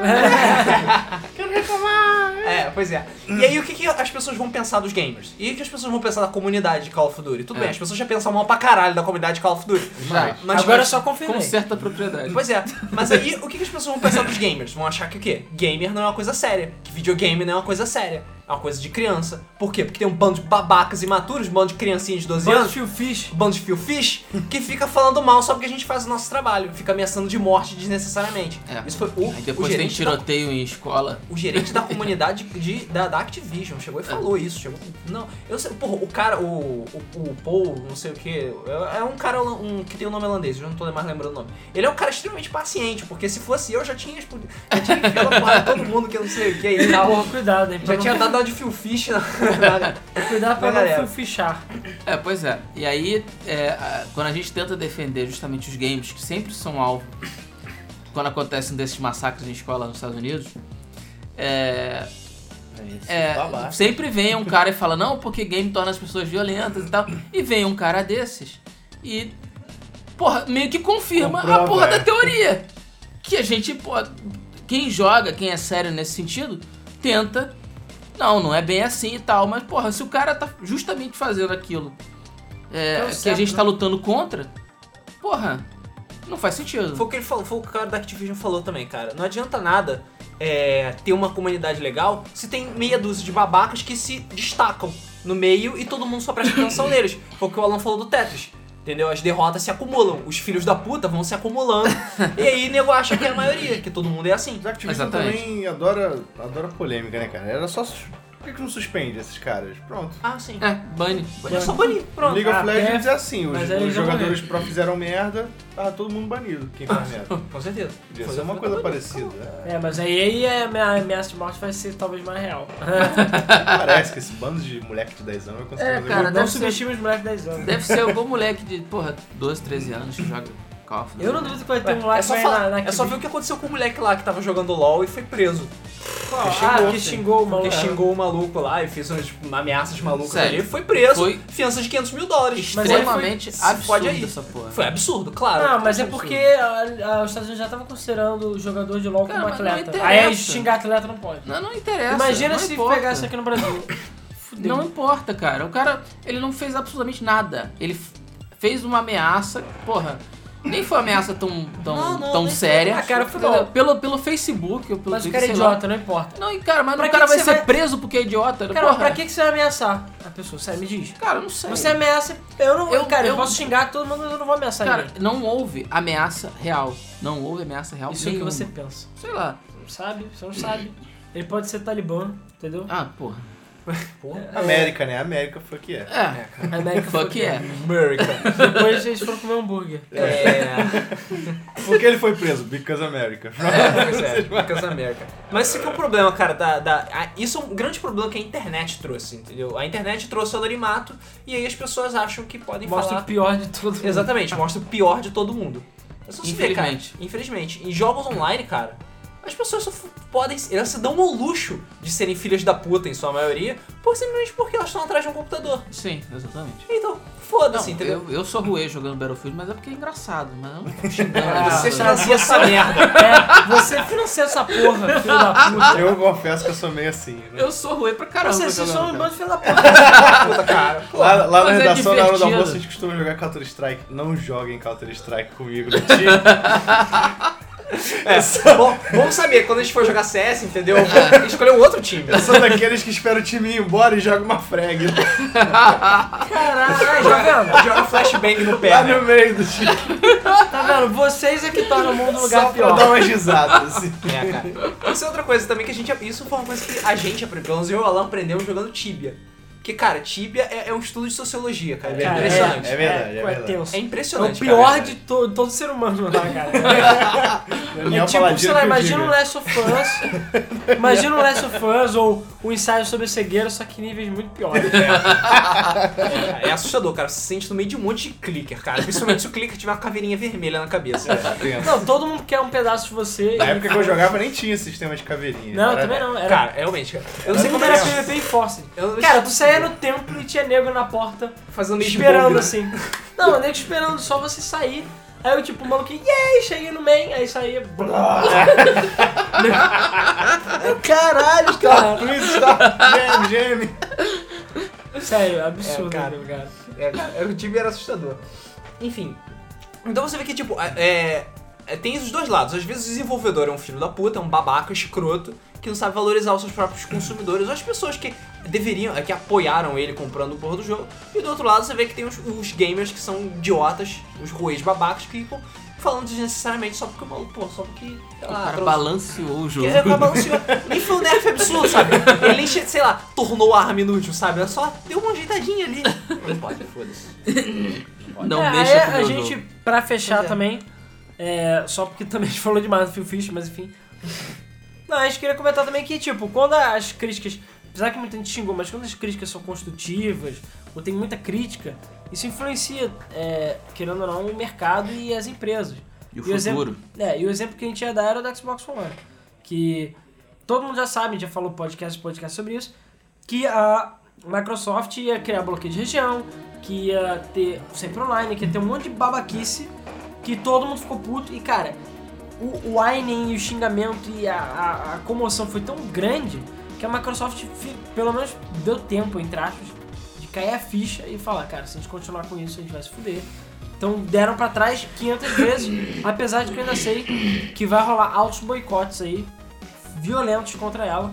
Speaker 2: Quero reclamar!
Speaker 1: É, pois é. E aí o que, que as pessoas vão pensar dos gamers? E o que as pessoas vão pensar da comunidade de Call of Duty? Tudo
Speaker 4: É.
Speaker 1: bem, as pessoas já pensam mal pra caralho da comunidade de Call of Duty.
Speaker 4: Já.
Speaker 1: Mas
Speaker 3: Agora é
Speaker 1: mas-
Speaker 3: só conferir.
Speaker 4: Com certa propriedade.
Speaker 1: Pois é, mas aí o que, que as pessoas vão pensar dos gamers? Vão achar que o quê? Gamer não é uma coisa séria, que videogame não é uma coisa séria, é uma coisa de criança. Por quê? Porque tem um bando de babacas imaturos, um bando de criancinhas de 12 anos,
Speaker 3: Fio Fish.
Speaker 1: um bando de fiofish, que fica falando mal só porque a gente faz o nosso trabalho, fica ameaçando de morte desnecessariamente.
Speaker 4: É.
Speaker 1: Isso foi o,
Speaker 4: Aí
Speaker 1: o
Speaker 4: depois tem
Speaker 1: gerente tá- da
Speaker 4: tiroteio em escola.
Speaker 1: o gerente da comunidade de, da, da Activision chegou e falou isso. Chegou, não, eu sei, porra, o cara, o, o, o Paul, não sei o que, é um cara holan- um, que tem o nome holandês, eu não tô mais lembrando o nome. Ele é um cara extremamente paciente, porque se fosse eu já tinha explodido, já tinha enfiado a porrada em todo mundo que eu não sei o que e tal.
Speaker 3: Tá, Porra, cuidado, hein? pra
Speaker 1: Já
Speaker 3: não-
Speaker 1: tinha dado uma de fio fish na, na-
Speaker 3: Cuidado pra
Speaker 1: Né,
Speaker 3: não
Speaker 1: galera?
Speaker 3: fio fichar.
Speaker 4: É, pois é. E aí, é, a- quando a gente tenta defender justamente os games que sempre são alvo, quando acontecem desses massacres em escola nos Estados Unidos, é, é,
Speaker 2: babaca.
Speaker 4: sempre vem um cara e fala, não, porque game torna as pessoas violentas e tal. E vem um cara desses e, porra, meio que confirma
Speaker 2: Comprova,
Speaker 4: a porra
Speaker 2: é.
Speaker 4: da teoria. Que a gente pode... Quem joga, quem é sério nesse sentido, tenta... Não, não é bem assim e tal, mas porra, se o cara tá justamente fazendo aquilo é,
Speaker 3: Tá
Speaker 4: que
Speaker 3: certo,
Speaker 4: a gente
Speaker 3: né?
Speaker 4: tá lutando contra, porra, não faz sentido.
Speaker 1: Foi o que ele falou, foi o que o cara da Activision falou também, cara. Não adianta nada é, ter uma comunidade legal se tem meia dúzia de babacas que se destacam no meio e todo mundo só presta atenção neles. Foi o que o Alan falou do Tetris. Entendeu? As derrotas se acumulam, os filhos da puta vão se acumulando, e aí nego acha que é a maioria, que todo mundo é assim.
Speaker 2: Mas a Activision
Speaker 4: Exatamente.
Speaker 2: também adora, adora polêmica, né, cara? Era só. sus- Por que, que não suspende esses caras? Pronto.
Speaker 1: Ah, sim.
Speaker 4: É, bane.
Speaker 1: É só banir, pronto.
Speaker 2: League of
Speaker 3: Ah,
Speaker 2: Legends é assim, os,
Speaker 3: mas aí
Speaker 2: os
Speaker 3: já
Speaker 2: jogadores pro fizeram merda, tava todo mundo banido. Quem faz merda?
Speaker 1: Com certeza.
Speaker 2: Podia
Speaker 1: Foi
Speaker 2: ser é uma
Speaker 1: foi-
Speaker 2: coisa
Speaker 1: foi-
Speaker 2: parecida.
Speaker 3: É, mas aí, aí a minha a ameaça de morte vai ser talvez mais real.
Speaker 2: Parece que esse bando de moleque de 10 anos vai conseguir
Speaker 4: É,
Speaker 2: fazer
Speaker 4: cara,
Speaker 3: não
Speaker 4: deve ser,
Speaker 3: subestime os moleques 10 anos.
Speaker 4: deve ser algum moleque de, porra, 12, 13 anos que joga Call of Duty.
Speaker 3: Eu não duvido que vai ter um
Speaker 1: É
Speaker 3: moleque
Speaker 1: só,
Speaker 3: que vai
Speaker 1: falar-
Speaker 3: na, na
Speaker 1: é só ver o que aconteceu com o moleque lá que tava jogando LOL e foi preso.
Speaker 3: Qual?
Speaker 1: que xingou, sim.
Speaker 3: ah, que xingou o
Speaker 1: Porque
Speaker 3: maluco.
Speaker 1: xingou o maluco lá e fez umas tipo, ameaças malucas
Speaker 4: Sério.
Speaker 1: ali. Foi preso.
Speaker 4: Foi-
Speaker 1: Fiança de 500 mil dólares.
Speaker 3: Mas
Speaker 1: foi,
Speaker 3: ele
Speaker 1: foi-
Speaker 4: extremamente
Speaker 1: se fode
Speaker 4: absurdo
Speaker 1: aí.
Speaker 4: essa porra.
Speaker 1: Foi absurdo, claro.
Speaker 3: Não, mas é
Speaker 1: Absurdo.
Speaker 3: porque a- a- os Estados Unidos já estavam considerando o jogador de LOL
Speaker 4: Cara,
Speaker 3: como
Speaker 4: mas não
Speaker 3: atleta.
Speaker 4: interessa.
Speaker 3: Aí é xingar atleta não pode.
Speaker 4: Não, não interessa.
Speaker 3: Imagina
Speaker 4: não
Speaker 3: se
Speaker 4: importa.
Speaker 3: pegar isso aqui no Brasil. Fudeu.
Speaker 4: Não importa, cara. O cara, ele não fez absolutamente nada. Ele f- fez uma ameaça, porra. Nem foi uma ameaça tão, tão,
Speaker 1: Não, não,
Speaker 4: tão
Speaker 1: nem-
Speaker 4: séria.
Speaker 3: Ah, cara, foi
Speaker 4: Entendeu?
Speaker 3: bom.
Speaker 4: pelo, pelo Facebook ou pelo
Speaker 3: Mas o
Speaker 4: Twitter,
Speaker 3: cara é
Speaker 4: sei lá.
Speaker 3: idiota, não importa.
Speaker 4: Não, e cara, mas
Speaker 3: Pra
Speaker 4: o
Speaker 3: que
Speaker 4: cara
Speaker 3: que
Speaker 4: vai
Speaker 3: você
Speaker 4: ser
Speaker 3: vai-
Speaker 4: preso porque é idiota.
Speaker 3: Cara,
Speaker 4: porra.
Speaker 3: pra que, que você vai ameaçar a pessoa? Sério, me diz.
Speaker 4: Cara, eu não sei.
Speaker 3: Você é ameaça. Tá Eu não.
Speaker 4: Eu-
Speaker 3: cara, eu,
Speaker 4: eu-
Speaker 3: posso xingar todo mundo, mas eu não vou ameaçar
Speaker 4: Cara,
Speaker 3: ninguém.
Speaker 4: não houve ameaça real. Não houve ameaça real
Speaker 3: Isso é o que
Speaker 4: nenhuma.
Speaker 3: você pensa.
Speaker 4: Sei lá.
Speaker 3: Você não sabe, você não sabe. Ele pode ser talibã, entendeu?
Speaker 4: Ah, porra.
Speaker 1: Porra.
Speaker 2: América, né? América foi que é.
Speaker 4: É,
Speaker 3: A América
Speaker 4: foi que é.
Speaker 1: America.
Speaker 3: Depois eles foram comer hambúrguer.
Speaker 1: É.
Speaker 2: Por que ele foi preso? Because America.
Speaker 1: Pois é, America, America. Mas esse que é o problema, cara, da, da- a- isso é um grande problema que a internet trouxe, entendeu? A internet trouxe o anonimato e aí as pessoas acham que podem
Speaker 3: Mostra
Speaker 1: falar.
Speaker 3: o pior de tudo.
Speaker 1: Exatamente, mostra o pior de todo mundo. É só se ver, cara.
Speaker 4: Infelizmente.
Speaker 1: Infelizmente. Em jogos online, cara, as pessoas só f- podem. Elas se dão o luxo de serem filhas da puta, em sua maioria, por simplesmente porque elas estão atrás de um computador.
Speaker 4: Sim, exatamente.
Speaker 1: Então,
Speaker 3: assim,
Speaker 1: foda-se,
Speaker 4: Não,
Speaker 1: entendeu?
Speaker 4: eu, eu sou ruê jogando Battlefield, mas é porque é engraçado, mas eu não tô xingando.
Speaker 3: Ah,
Speaker 4: as
Speaker 1: Você
Speaker 4: pessoas.
Speaker 1: financia essa merda.
Speaker 3: É, você financia essa porra, filho da puta.
Speaker 2: Eu confesso que eu sou meio assim. Né?
Speaker 4: Eu sou ruê pra caramba.
Speaker 3: Você, você
Speaker 4: jogando,
Speaker 3: só um
Speaker 4: cara.
Speaker 3: bando de filho da puta.
Speaker 1: puta, cara.
Speaker 2: Lá, lá na
Speaker 4: mas é
Speaker 2: redação, na hora do
Speaker 4: divertido.
Speaker 2: almoço, a gente costuma jogar Counter-Strike. Não joguem Counter-Strike comigo no time.
Speaker 1: É, bom, vamos saber, quando a gente for jogar CS, entendeu?
Speaker 4: Ah.
Speaker 1: A gente escolheu outro time.
Speaker 2: Eu sou daqueles que espera o time ir embora e joga uma frag
Speaker 3: Caralho, aí, tá vendo?
Speaker 1: Joga flashbang no pé.
Speaker 2: lá
Speaker 1: né?
Speaker 2: Tá no meio do time.
Speaker 3: Tá vendo? Vocês é que tornam o mundo um
Speaker 2: Só
Speaker 3: lugar
Speaker 2: pra dar
Speaker 3: pior.
Speaker 2: umas risadas. Assim.
Speaker 1: É, cara. Isso é outra coisa também que a gente. Isso foi uma coisa que a gente aprendeu, pelo menos eu e o Alan aprendemos jogando Tibia. Porque, cara, Tibia é, é um estudo de sociologia, cara. É,
Speaker 2: Cara,
Speaker 1: impressionante.
Speaker 2: é verdade, é
Speaker 3: pô,
Speaker 2: verdade.
Speaker 3: tenso.
Speaker 1: É
Speaker 3: É o
Speaker 1: impressionante.
Speaker 3: pior
Speaker 1: cara.
Speaker 3: de to- todo ser humano lá, cara. É
Speaker 2: Daniel
Speaker 3: tipo, sei
Speaker 2: Paladino
Speaker 3: lá,
Speaker 2: que eu
Speaker 3: imagina um
Speaker 2: diga.
Speaker 3: Last of Us. imagina um Last of Us ou um ensaio sobre cegueira, só que em níveis muito piores.
Speaker 1: É assustador, cara. Você se sente no meio de um monte de clicker, cara. Principalmente se o clicker tiver uma caveirinha vermelha na cabeça.
Speaker 2: É, tenso.
Speaker 3: Não, todo mundo quer um pedaço de você.
Speaker 2: Na
Speaker 3: e-
Speaker 2: época que eu jogava nem tinha sistema de caveirinha.
Speaker 3: Não,
Speaker 2: Era-
Speaker 3: também não. Era,
Speaker 1: Cara, é realmente, cara. Eu não sei como
Speaker 3: era
Speaker 1: era
Speaker 3: PVP e Force.
Speaker 1: Eu-
Speaker 3: Cara, tu saía no templo e tinha nego na porta
Speaker 1: fazendo isso de
Speaker 3: esperando
Speaker 1: bobeira.
Speaker 3: assim. Não, o nego esperando só você sair. Aí eu, tipo, o maluquinho, yay, cheguei no main, aí saía. brá. Caralho, cara.
Speaker 2: Please stop!
Speaker 1: Tá,
Speaker 2: Geme, geme!
Speaker 3: Sério, absurdo,
Speaker 1: É, cara.
Speaker 3: cara. cara.
Speaker 1: É, cara, o time era assustador. Enfim. Então você vê que, tipo, é, é, tem os dois lados. Às vezes o desenvolvedor é um filho da puta, é um babaca escroto, que não sabe valorizar os seus próprios consumidores, ou as pessoas que deveriam, é, que apoiaram ele comprando o porra do jogo. E do outro lado você vê que tem os, os gamers que são idiotas, os ruês babacas, que ficam falando desnecessariamente só porque o maluco, pô, só porque, sei
Speaker 4: O
Speaker 1: lá,
Speaker 4: cara
Speaker 1: trouxe-
Speaker 4: balanceou o jogo.
Speaker 1: que era uma balancinha. Nem foi um nerf absurdo, sabe? Ele nem, che- sei lá, tornou a arma inútil, sabe? Ela só deu uma ajeitadinha ali. Não pode, foda-se.
Speaker 4: Não
Speaker 3: É,
Speaker 4: mexa
Speaker 3: aí
Speaker 4: com o
Speaker 3: a
Speaker 4: meu
Speaker 3: gente,
Speaker 4: jogo.
Speaker 3: pra fechar
Speaker 1: Pois é.
Speaker 3: também, é, só porque também a gente falou demais do Phil Fish, mas enfim. Não, a gente queria comentar também que, tipo, quando as críticas, apesar que muita gente xingou, mas quando as críticas são construtivas, ou tem muita crítica, isso influencia, é, querendo ou não, o mercado e as empresas.
Speaker 4: E o
Speaker 3: E o exemplo-
Speaker 4: futuro.
Speaker 3: É, e o exemplo que a gente ia dar era o do Xbox One. Que todo mundo já sabe, a gente já falou podcast, podcast sobre isso, que a Microsoft ia criar bloqueio de região, que ia ter sempre online, que ia ter um monte de babaquice, que todo mundo ficou puto. E cara, o whining e o xingamento e a, a- a comoção foi tão grande que a Microsoft fi- pelo menos deu tempo, entre aspas, de cair a ficha e falar, cara, se a gente continuar com isso, a gente vai se fuder. Então deram pra trás 500 vezes, apesar de que eu ainda sei que vai rolar altos boicotes aí, violentos contra ela.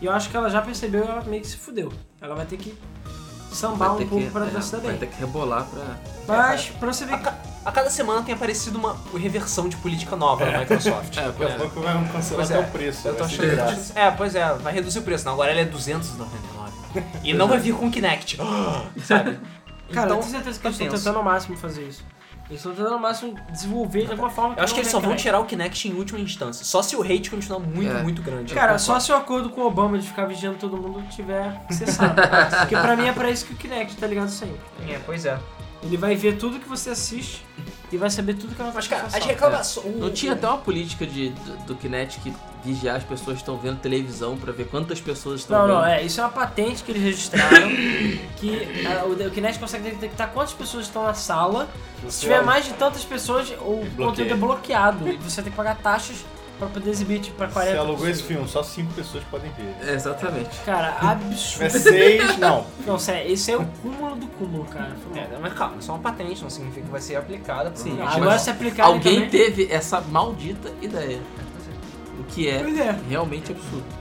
Speaker 3: E eu acho que ela já percebeu e ela meio que se fudeu. Ela vai ter que sambar
Speaker 4: Vai ter
Speaker 3: um pouco
Speaker 4: que-
Speaker 3: pra
Speaker 4: é,
Speaker 3: dar se dar
Speaker 4: Vai
Speaker 3: bem.
Speaker 4: ter que rebolar pra.
Speaker 3: Mas, pra você ver
Speaker 1: A, ca- a cada semana tem aparecido uma reversão de política nova da Microsoft.
Speaker 4: É,
Speaker 2: Daqui a
Speaker 4: pois é.
Speaker 2: pouco vai um cancelar
Speaker 1: Pois
Speaker 2: até
Speaker 1: é,
Speaker 2: o preço. né?
Speaker 1: Eu tô
Speaker 2: vai ser
Speaker 1: achando
Speaker 2: grátis.
Speaker 1: que... É, pois é, vai reduzir o preço. Não, agora ele é 299. E não vai vir com Kinect. Sabe? então,
Speaker 3: Cara, eu tenho certeza que
Speaker 1: tá
Speaker 3: eles estão
Speaker 1: tenso.
Speaker 3: tentando ao máximo fazer isso. Eles estão tentando ao máximo desenvolver de alguma forma.
Speaker 1: Eu acho que
Speaker 3: não
Speaker 1: eles só vão
Speaker 3: recai.
Speaker 1: tirar o Kinect em última instância. Só se o hate continuar muito,
Speaker 4: É.
Speaker 1: muito grande.
Speaker 3: Cara, só se o acordo com o Obama de ficar vigiando todo mundo tiver cessado. Porque pra mim é pra isso que o Kinect tá ligado sempre.
Speaker 1: É, pois é.
Speaker 3: Ele vai ver tudo que você assiste e vai saber tudo que é ela
Speaker 1: Mas, cara, as
Speaker 3: sabe.
Speaker 1: reclamações...
Speaker 4: Não
Speaker 3: Uhum.
Speaker 1: o-
Speaker 4: tinha até uma política de, do, do Kinect que vigiar as pessoas que estão vendo televisão pra ver quantas pessoas estão
Speaker 3: Não,
Speaker 4: vendo.
Speaker 3: não, é. Isso é uma patente que eles registraram. que ah, o, o Kinect consegue detectar quantas pessoas estão na sala. Se tiver mais de tantas pessoas, o
Speaker 2: Bloqueia.
Speaker 3: conteúdo é bloqueado. E você tem que pagar taxas pra poder exibir tipo, pra 40
Speaker 2: Você alugou
Speaker 3: pessoas.
Speaker 2: esse filme, só 5 pessoas podem ver.
Speaker 4: É, Exatamente.
Speaker 3: Cara,
Speaker 2: Se tiver
Speaker 3: absurdo.
Speaker 2: 6, não.
Speaker 3: Não, sério, esse é o cúmulo do cúmulo, cara. Foi mal.
Speaker 1: É, mas calma, é só uma patente, não significa que vai ser aplicada. um
Speaker 4: Sim,
Speaker 1: provavelmente.
Speaker 4: mas
Speaker 3: Agora se aplicar
Speaker 4: Alguém
Speaker 3: também...
Speaker 4: teve essa maldita ideia. O que é
Speaker 3: Pois é.
Speaker 4: realmente absurdo.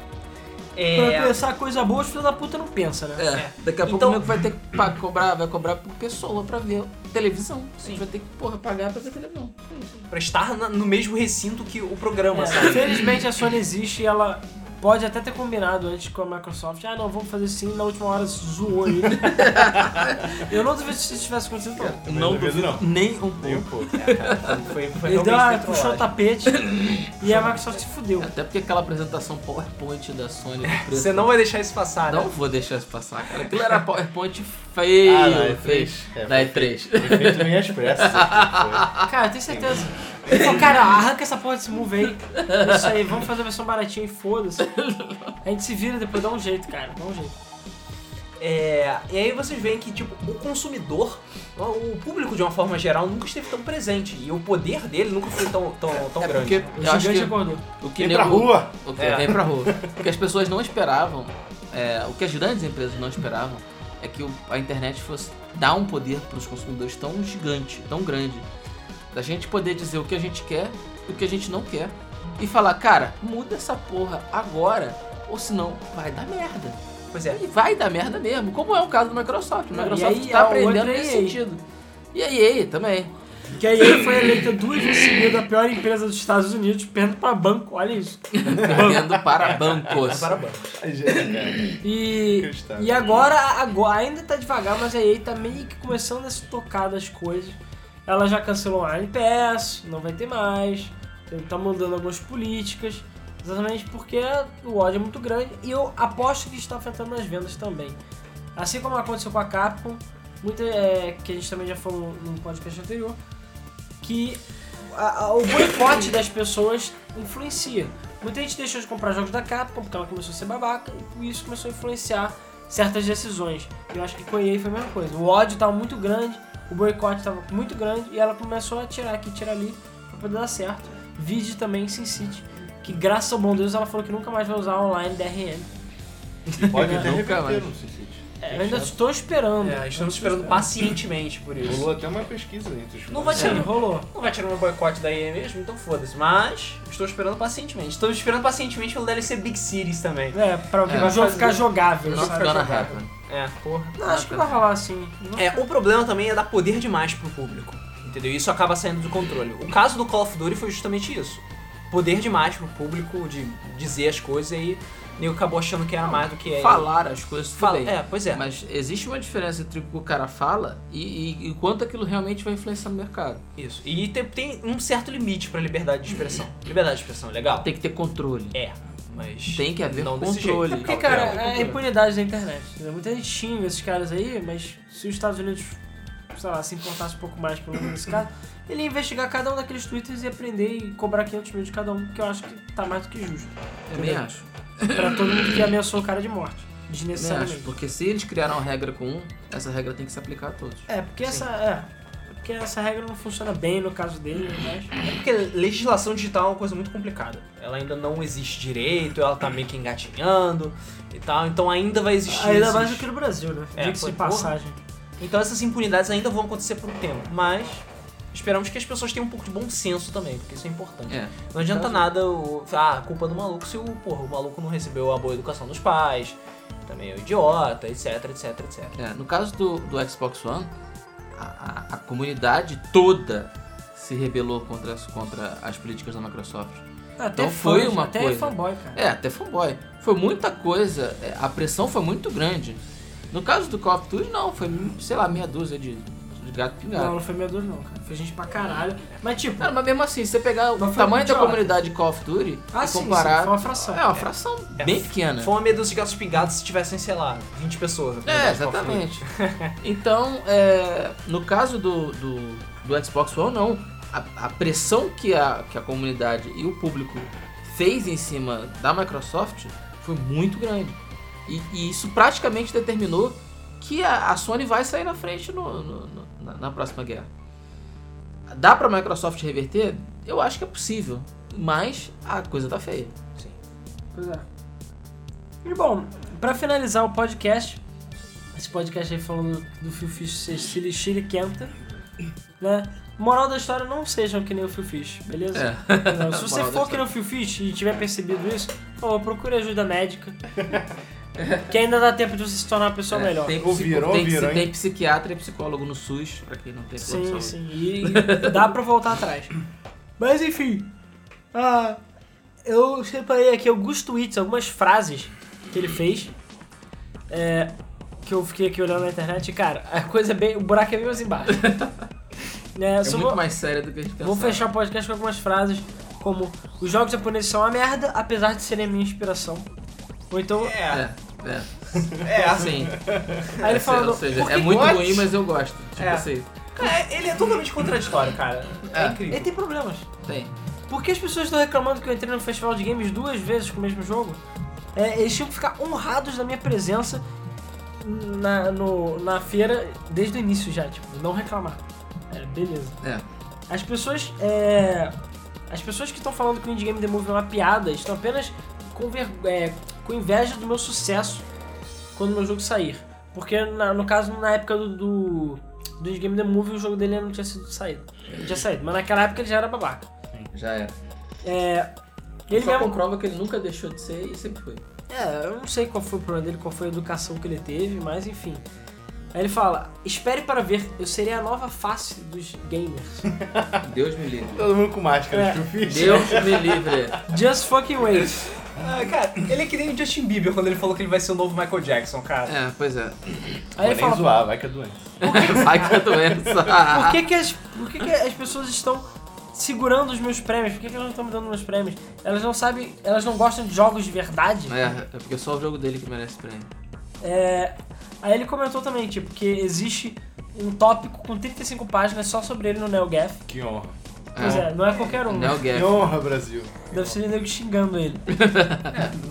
Speaker 3: Pra
Speaker 1: É,
Speaker 3: pensar coisa boa, os filhos da puta não pensa, né?
Speaker 4: É, daqui a pouco
Speaker 1: Então-
Speaker 4: o nego vai ter que pa- cobrar, vai cobrar por pessoa pra ver televisão. Sim. A gente vai ter que, porra, pagar pra ver televisão.
Speaker 1: pra estar na- no mesmo recinto que o programa,
Speaker 3: É,
Speaker 1: sabe?
Speaker 3: Felizmente a Sony existe e ela pode até ter combinado antes com a Microsoft. Ah, não, vamos fazer sim, na última hora zoou ele. Eu não duvido se isso tivesse acontecido, não.
Speaker 2: Também não duvido, não.
Speaker 4: nem um pouco.
Speaker 2: Nem um pouco.
Speaker 1: É, cara, foi, foi
Speaker 4: Então,
Speaker 3: Ele deu uma,
Speaker 4: ah,
Speaker 1: realmente
Speaker 3: puxou
Speaker 1: controlado.
Speaker 3: o tapete e a Microsoft se fudeu.
Speaker 4: Até porque aquela apresentação PowerPoint da Sony
Speaker 2: É,
Speaker 4: do preto.
Speaker 1: Você não vai deixar isso passar, né?
Speaker 4: Não vou deixar isso passar, cara. Aquilo era PowerPoint feio,
Speaker 2: Ah, não, é
Speaker 4: feio.
Speaker 2: três. É,
Speaker 4: da
Speaker 2: foi
Speaker 4: E3.
Speaker 2: Feito nem expresso. né?
Speaker 3: Cara, eu tenho certeza. Ele falou, cara, arranca essa porra desse move aí. É Isso aí, vamos fazer a versão baratinha e foda-se. A gente se vira depois, dá um jeito, cara, dá um jeito.
Speaker 1: É, e aí vocês veem que, tipo, o consumidor, o público de uma forma geral, nunca esteve tão presente. E o poder dele nunca foi tão, tão, tão
Speaker 4: É
Speaker 1: grande.
Speaker 4: porque
Speaker 3: O
Speaker 4: eu acho
Speaker 3: gigante
Speaker 4: que
Speaker 3: acordou.
Speaker 4: o que
Speaker 2: Vem pra
Speaker 4: nego-
Speaker 2: rua.
Speaker 4: O que
Speaker 1: É.
Speaker 4: vem pra rua. O que as pessoas não esperavam, é, o que as grandes empresas não esperavam, é que o- a internet fosse dar um poder pros consumidores tão gigante, tão grande, da gente poder dizer o que a gente quer e o que a gente não quer. E falar, cara, muda essa porra agora, ou senão vai dar merda.
Speaker 1: Pois é.
Speaker 4: E vai dar merda mesmo, como é o caso do Microsoft. O
Speaker 3: Não,
Speaker 4: Microsoft
Speaker 3: e aí
Speaker 4: tá
Speaker 3: a
Speaker 4: aprendendo
Speaker 3: outra é
Speaker 4: nesse
Speaker 3: EA.
Speaker 4: sentido. E a EA também.
Speaker 3: Que a EA foi eleita duas vezes seguida a pior empresa dos Estados Unidos, perdendo pra banco, olha isso.
Speaker 4: Perdendo para bancos.
Speaker 1: Parabéns.
Speaker 2: Ai, gente, cara.
Speaker 3: E,
Speaker 2: Inacreditável.
Speaker 3: e agora, agora, ainda tá devagar, mas a EA tá meio que começando a se tocar das coisas. Ela já cancelou a NPS, não vai ter mais, tá mudando algumas políticas, exatamente porque o ódio é muito grande e eu aposto que está afetando as vendas também. Assim como aconteceu com a Capcom, muita, é, que a gente também já falou no podcast anterior, que a- a- o boicote das pessoas influencia. Muita gente deixou de comprar jogos da Capcom porque ela começou a ser babaca e isso começou a influenciar certas decisões. Eu acho que com a EA foi a mesma coisa. O ódio tava muito grande, o boicote estava muito grande e ela começou a tirar aqui, tirar ali, pra poder dar certo. Vide também SimCity, que graças ao bom Deus ela falou que nunca mais vai usar online DRM.
Speaker 2: Pode até
Speaker 4: Nunca
Speaker 2: reverter
Speaker 4: mais.
Speaker 2: no SimCity.
Speaker 3: É, eu ainda estou esperando.
Speaker 1: É, estamos esperando pacientemente por isso.
Speaker 2: Rolou até uma pesquisa entre os
Speaker 1: Não vai
Speaker 3: Sim,
Speaker 1: tirar.
Speaker 3: rolou.
Speaker 1: Não vai tirar meu boicote da EA mesmo, então foda-se. Mas estou esperando pacientemente. Estou esperando pacientemente pelo DLC Big Cities também.
Speaker 3: É, pra
Speaker 4: É.
Speaker 3: o jogo ficar jogável.
Speaker 4: Not
Speaker 3: sabe?
Speaker 4: gonna happen.
Speaker 1: É, porra.
Speaker 3: Não, acho que vai rolar assim.
Speaker 1: É, o problema também é dar poder demais pro público. Entendeu? Isso acaba saindo do controle. O caso do Call of Duty foi justamente isso. Poder demais pro público de dizer as coisas e aí o nego acabou achando que era mais do que
Speaker 3: um
Speaker 1: é.
Speaker 4: Falar as coisas tudo
Speaker 1: Fala-
Speaker 4: bem.
Speaker 1: É, pois é.
Speaker 4: Mas existe uma diferença entre o que o cara fala e, e, e quanto aquilo realmente vai influenciar no mercado.
Speaker 1: Isso. E tem, tem um certo limite pra liberdade de expressão. Liberdade de expressão, legal?
Speaker 4: Tem que ter controle.
Speaker 1: É, mas.
Speaker 4: Tem que haver
Speaker 1: não desse
Speaker 4: controle.
Speaker 1: jeito.
Speaker 3: É porque,
Speaker 1: Cautela.
Speaker 3: cara, é a impunidade da internet. entendeu? Muita gente xinga esses caras aí, mas se os Estados Unidos, sei lá, se importasse um pouco mais pelo menos nesse caso, ele ia investigar cada um daqueles twitters e ia prender e cobrar 500 mil de cada um, que eu acho que tá mais do que justo.
Speaker 4: Eu também acho.
Speaker 3: Pra todo mundo que ameaçou o cara de morte.
Speaker 4: Também acho.
Speaker 3: Desnecessariamente.
Speaker 4: Porque se eles criaram uma regra com um, essa regra tem que se aplicar a todos.
Speaker 3: É, porque essa. É, porque essa regra não funciona bem no caso dele, mas.
Speaker 1: É porque legislação digital é uma coisa muito complicada. Ela ainda não existe direito, ela tá meio que engatinhando e tal, então ainda vai existir.
Speaker 3: Ainda
Speaker 1: esses-
Speaker 3: mais do que no Brasil, né?
Speaker 1: É,
Speaker 3: Diga-se
Speaker 1: foi
Speaker 3: de
Speaker 1: porra.
Speaker 3: passagem.
Speaker 1: Então essas impunidades ainda vão acontecer por um tempo, mas esperamos que as pessoas tenham um pouco de bom senso também, porque isso é importante.
Speaker 4: É.
Speaker 1: Não adianta nada o. Ah, culpa do maluco se o, porra, o maluco não recebeu a boa educação dos pais, também é um idiota, etc, etc, etc.
Speaker 4: É, no caso do, do Xbox One, a, a- a comunidade toda se rebelou contra as, contra as políticas da Microsoft.
Speaker 3: Até
Speaker 4: Então foi
Speaker 3: fãs,
Speaker 4: uma
Speaker 3: até
Speaker 4: coisa.
Speaker 3: fanboy, cara.
Speaker 4: É, até fanboy. Foi muita coisa, é, a pressão foi muito grande. No caso do Call of Duty, não, foi, sei lá, meia dúzia de, de gato
Speaker 3: Não,
Speaker 4: pingado.
Speaker 3: não foi meia dúzia, não, cara. Foi gente pra caralho. Mas, tipo,
Speaker 4: Cara, mas mesmo assim, se você pegar
Speaker 3: Mas
Speaker 4: o
Speaker 3: Então foi
Speaker 4: tamanho
Speaker 3: muito
Speaker 4: da
Speaker 3: idiota.
Speaker 4: comunidade Call of Duty
Speaker 3: Ah,
Speaker 4: e
Speaker 3: sim,
Speaker 4: comparar.
Speaker 3: sim, foi uma fração.
Speaker 4: é, uma fração
Speaker 1: É.
Speaker 4: bem pequena.
Speaker 1: Foi uma medusa de gatos pingados se tivessem, sei lá, 20 pessoas. né, na
Speaker 4: É,
Speaker 1: comunidade de Call of Duty.
Speaker 4: exatamente. Então, é, no caso do, do, do Xbox One, não. A, a pressão que a, que a comunidade e o público fez em cima da Microsoft foi muito grande. E, e isso praticamente determinou que a, a Sony vai sair na frente no- no- no- na, na próxima guerra. Dá pra Microsoft reverter? Eu acho que é possível. Mas a coisa tá feia.
Speaker 3: Pois é. E bom, pra finalizar o podcast, esse podcast aí falando do Phil Fish ser Chile Chile Quenta, né? Moral da história, não sejam que nem o Phil Fish, beleza? Não, se você
Speaker 4: É. Moral da
Speaker 3: for
Speaker 4: história.
Speaker 3: que nem o Phil Fish e tiver percebido isso, por favor, procure ajuda médica. que ainda dá tempo de você se tornar uma pessoa
Speaker 4: É,
Speaker 3: melhor.
Speaker 4: Tem,
Speaker 2: Ouviram,
Speaker 4: psico- tem-
Speaker 2: ouviram,
Speaker 4: tem
Speaker 2: hein?
Speaker 4: psiquiatra e psicólogo no SUS, pra quem não tem plano
Speaker 3: Sim,
Speaker 4: de saúde.
Speaker 3: sim. E e dá pra voltar atrás. Mas enfim. ah, eu separei aqui alguns tweets, algumas frases que ele fez. é, que eu fiquei aqui olhando na internet. E, cara, a coisa é bem. O buraco é bem mais embaixo. Né,
Speaker 4: É
Speaker 3: só
Speaker 4: muito
Speaker 3: vou-
Speaker 4: mais séria do que a gente pensava.
Speaker 3: Vou fechar o podcast com algumas frases, como os jogos japoneses são uma merda, apesar de serem a minha inspiração. Ou então,
Speaker 1: É,
Speaker 4: É, é.
Speaker 1: é,
Speaker 4: Sim.
Speaker 3: aí ele
Speaker 4: Ou
Speaker 3: falando,
Speaker 4: seja,
Speaker 1: Porque
Speaker 4: é muito
Speaker 1: what?
Speaker 4: ruim, mas eu gosto. Tipo
Speaker 1: É.
Speaker 4: assim,
Speaker 1: É, ele é totalmente contraditório, cara. É,
Speaker 4: É.
Speaker 1: incrível.
Speaker 3: ele tem problemas.
Speaker 4: tem.
Speaker 3: Por que as pessoas estão reclamando que eu entrei no festival de games duas vezes com o mesmo jogo? É, eles tinham que ficar honrados da minha presença na, no- na feira desde o início já, tipo, não reclamar. É, beleza.
Speaker 4: É.
Speaker 3: As pessoas. é, as pessoas que estão falando que o Indie Game The Movie é uma piada estão apenas com, ver- é, com inveja do meu sucesso quando meu jogo sair. Porque na- no caso, na época do, do, do Indie Game The Movie, o jogo dele ainda não tinha sido saído. Não tinha saído. Mas naquela época ele já era babaca.
Speaker 4: Já é.
Speaker 3: Ele
Speaker 4: Só
Speaker 3: mesmo
Speaker 4: comprova que ele nunca deixou de ser e sempre foi.
Speaker 3: É, eu não sei qual foi o problema dele, qual foi a educação que ele teve, mas enfim. Aí ele fala: espere para ver, eu serei a nova face dos gamers.
Speaker 4: Deus me livre.
Speaker 2: Todo mundo com máscara
Speaker 3: É.
Speaker 2: de Phil Fish.
Speaker 4: Deus me livre.
Speaker 3: Just fucking wait.
Speaker 1: Ah, cara, ele é que nem o Justin Bieber quando ele falou que ele vai ser o novo Michael Jackson, cara.
Speaker 4: É, pois é.
Speaker 3: Aí
Speaker 2: Vou
Speaker 3: ele
Speaker 2: nem
Speaker 3: fala:
Speaker 2: zoar, vai que é doente.
Speaker 4: Vai que a doença.
Speaker 3: por que, que, as, por que, que as pessoas estão segurando os meus prêmios? Por que, que elas não estão me dando meus prêmios? Elas não sabem, elas não gostam de jogos de verdade.
Speaker 4: É, é porque só o jogo dele que merece prêmio.
Speaker 3: É, aí ele comentou também, tipo, que existe um tópico com 35 páginas só sobre ele no NeoGaf.
Speaker 2: Que honra.
Speaker 3: Pois é, não é qualquer um.
Speaker 4: Neo
Speaker 2: Que
Speaker 4: Gap.
Speaker 2: honra, Brasil.
Speaker 3: Deve ser nego xingando ele.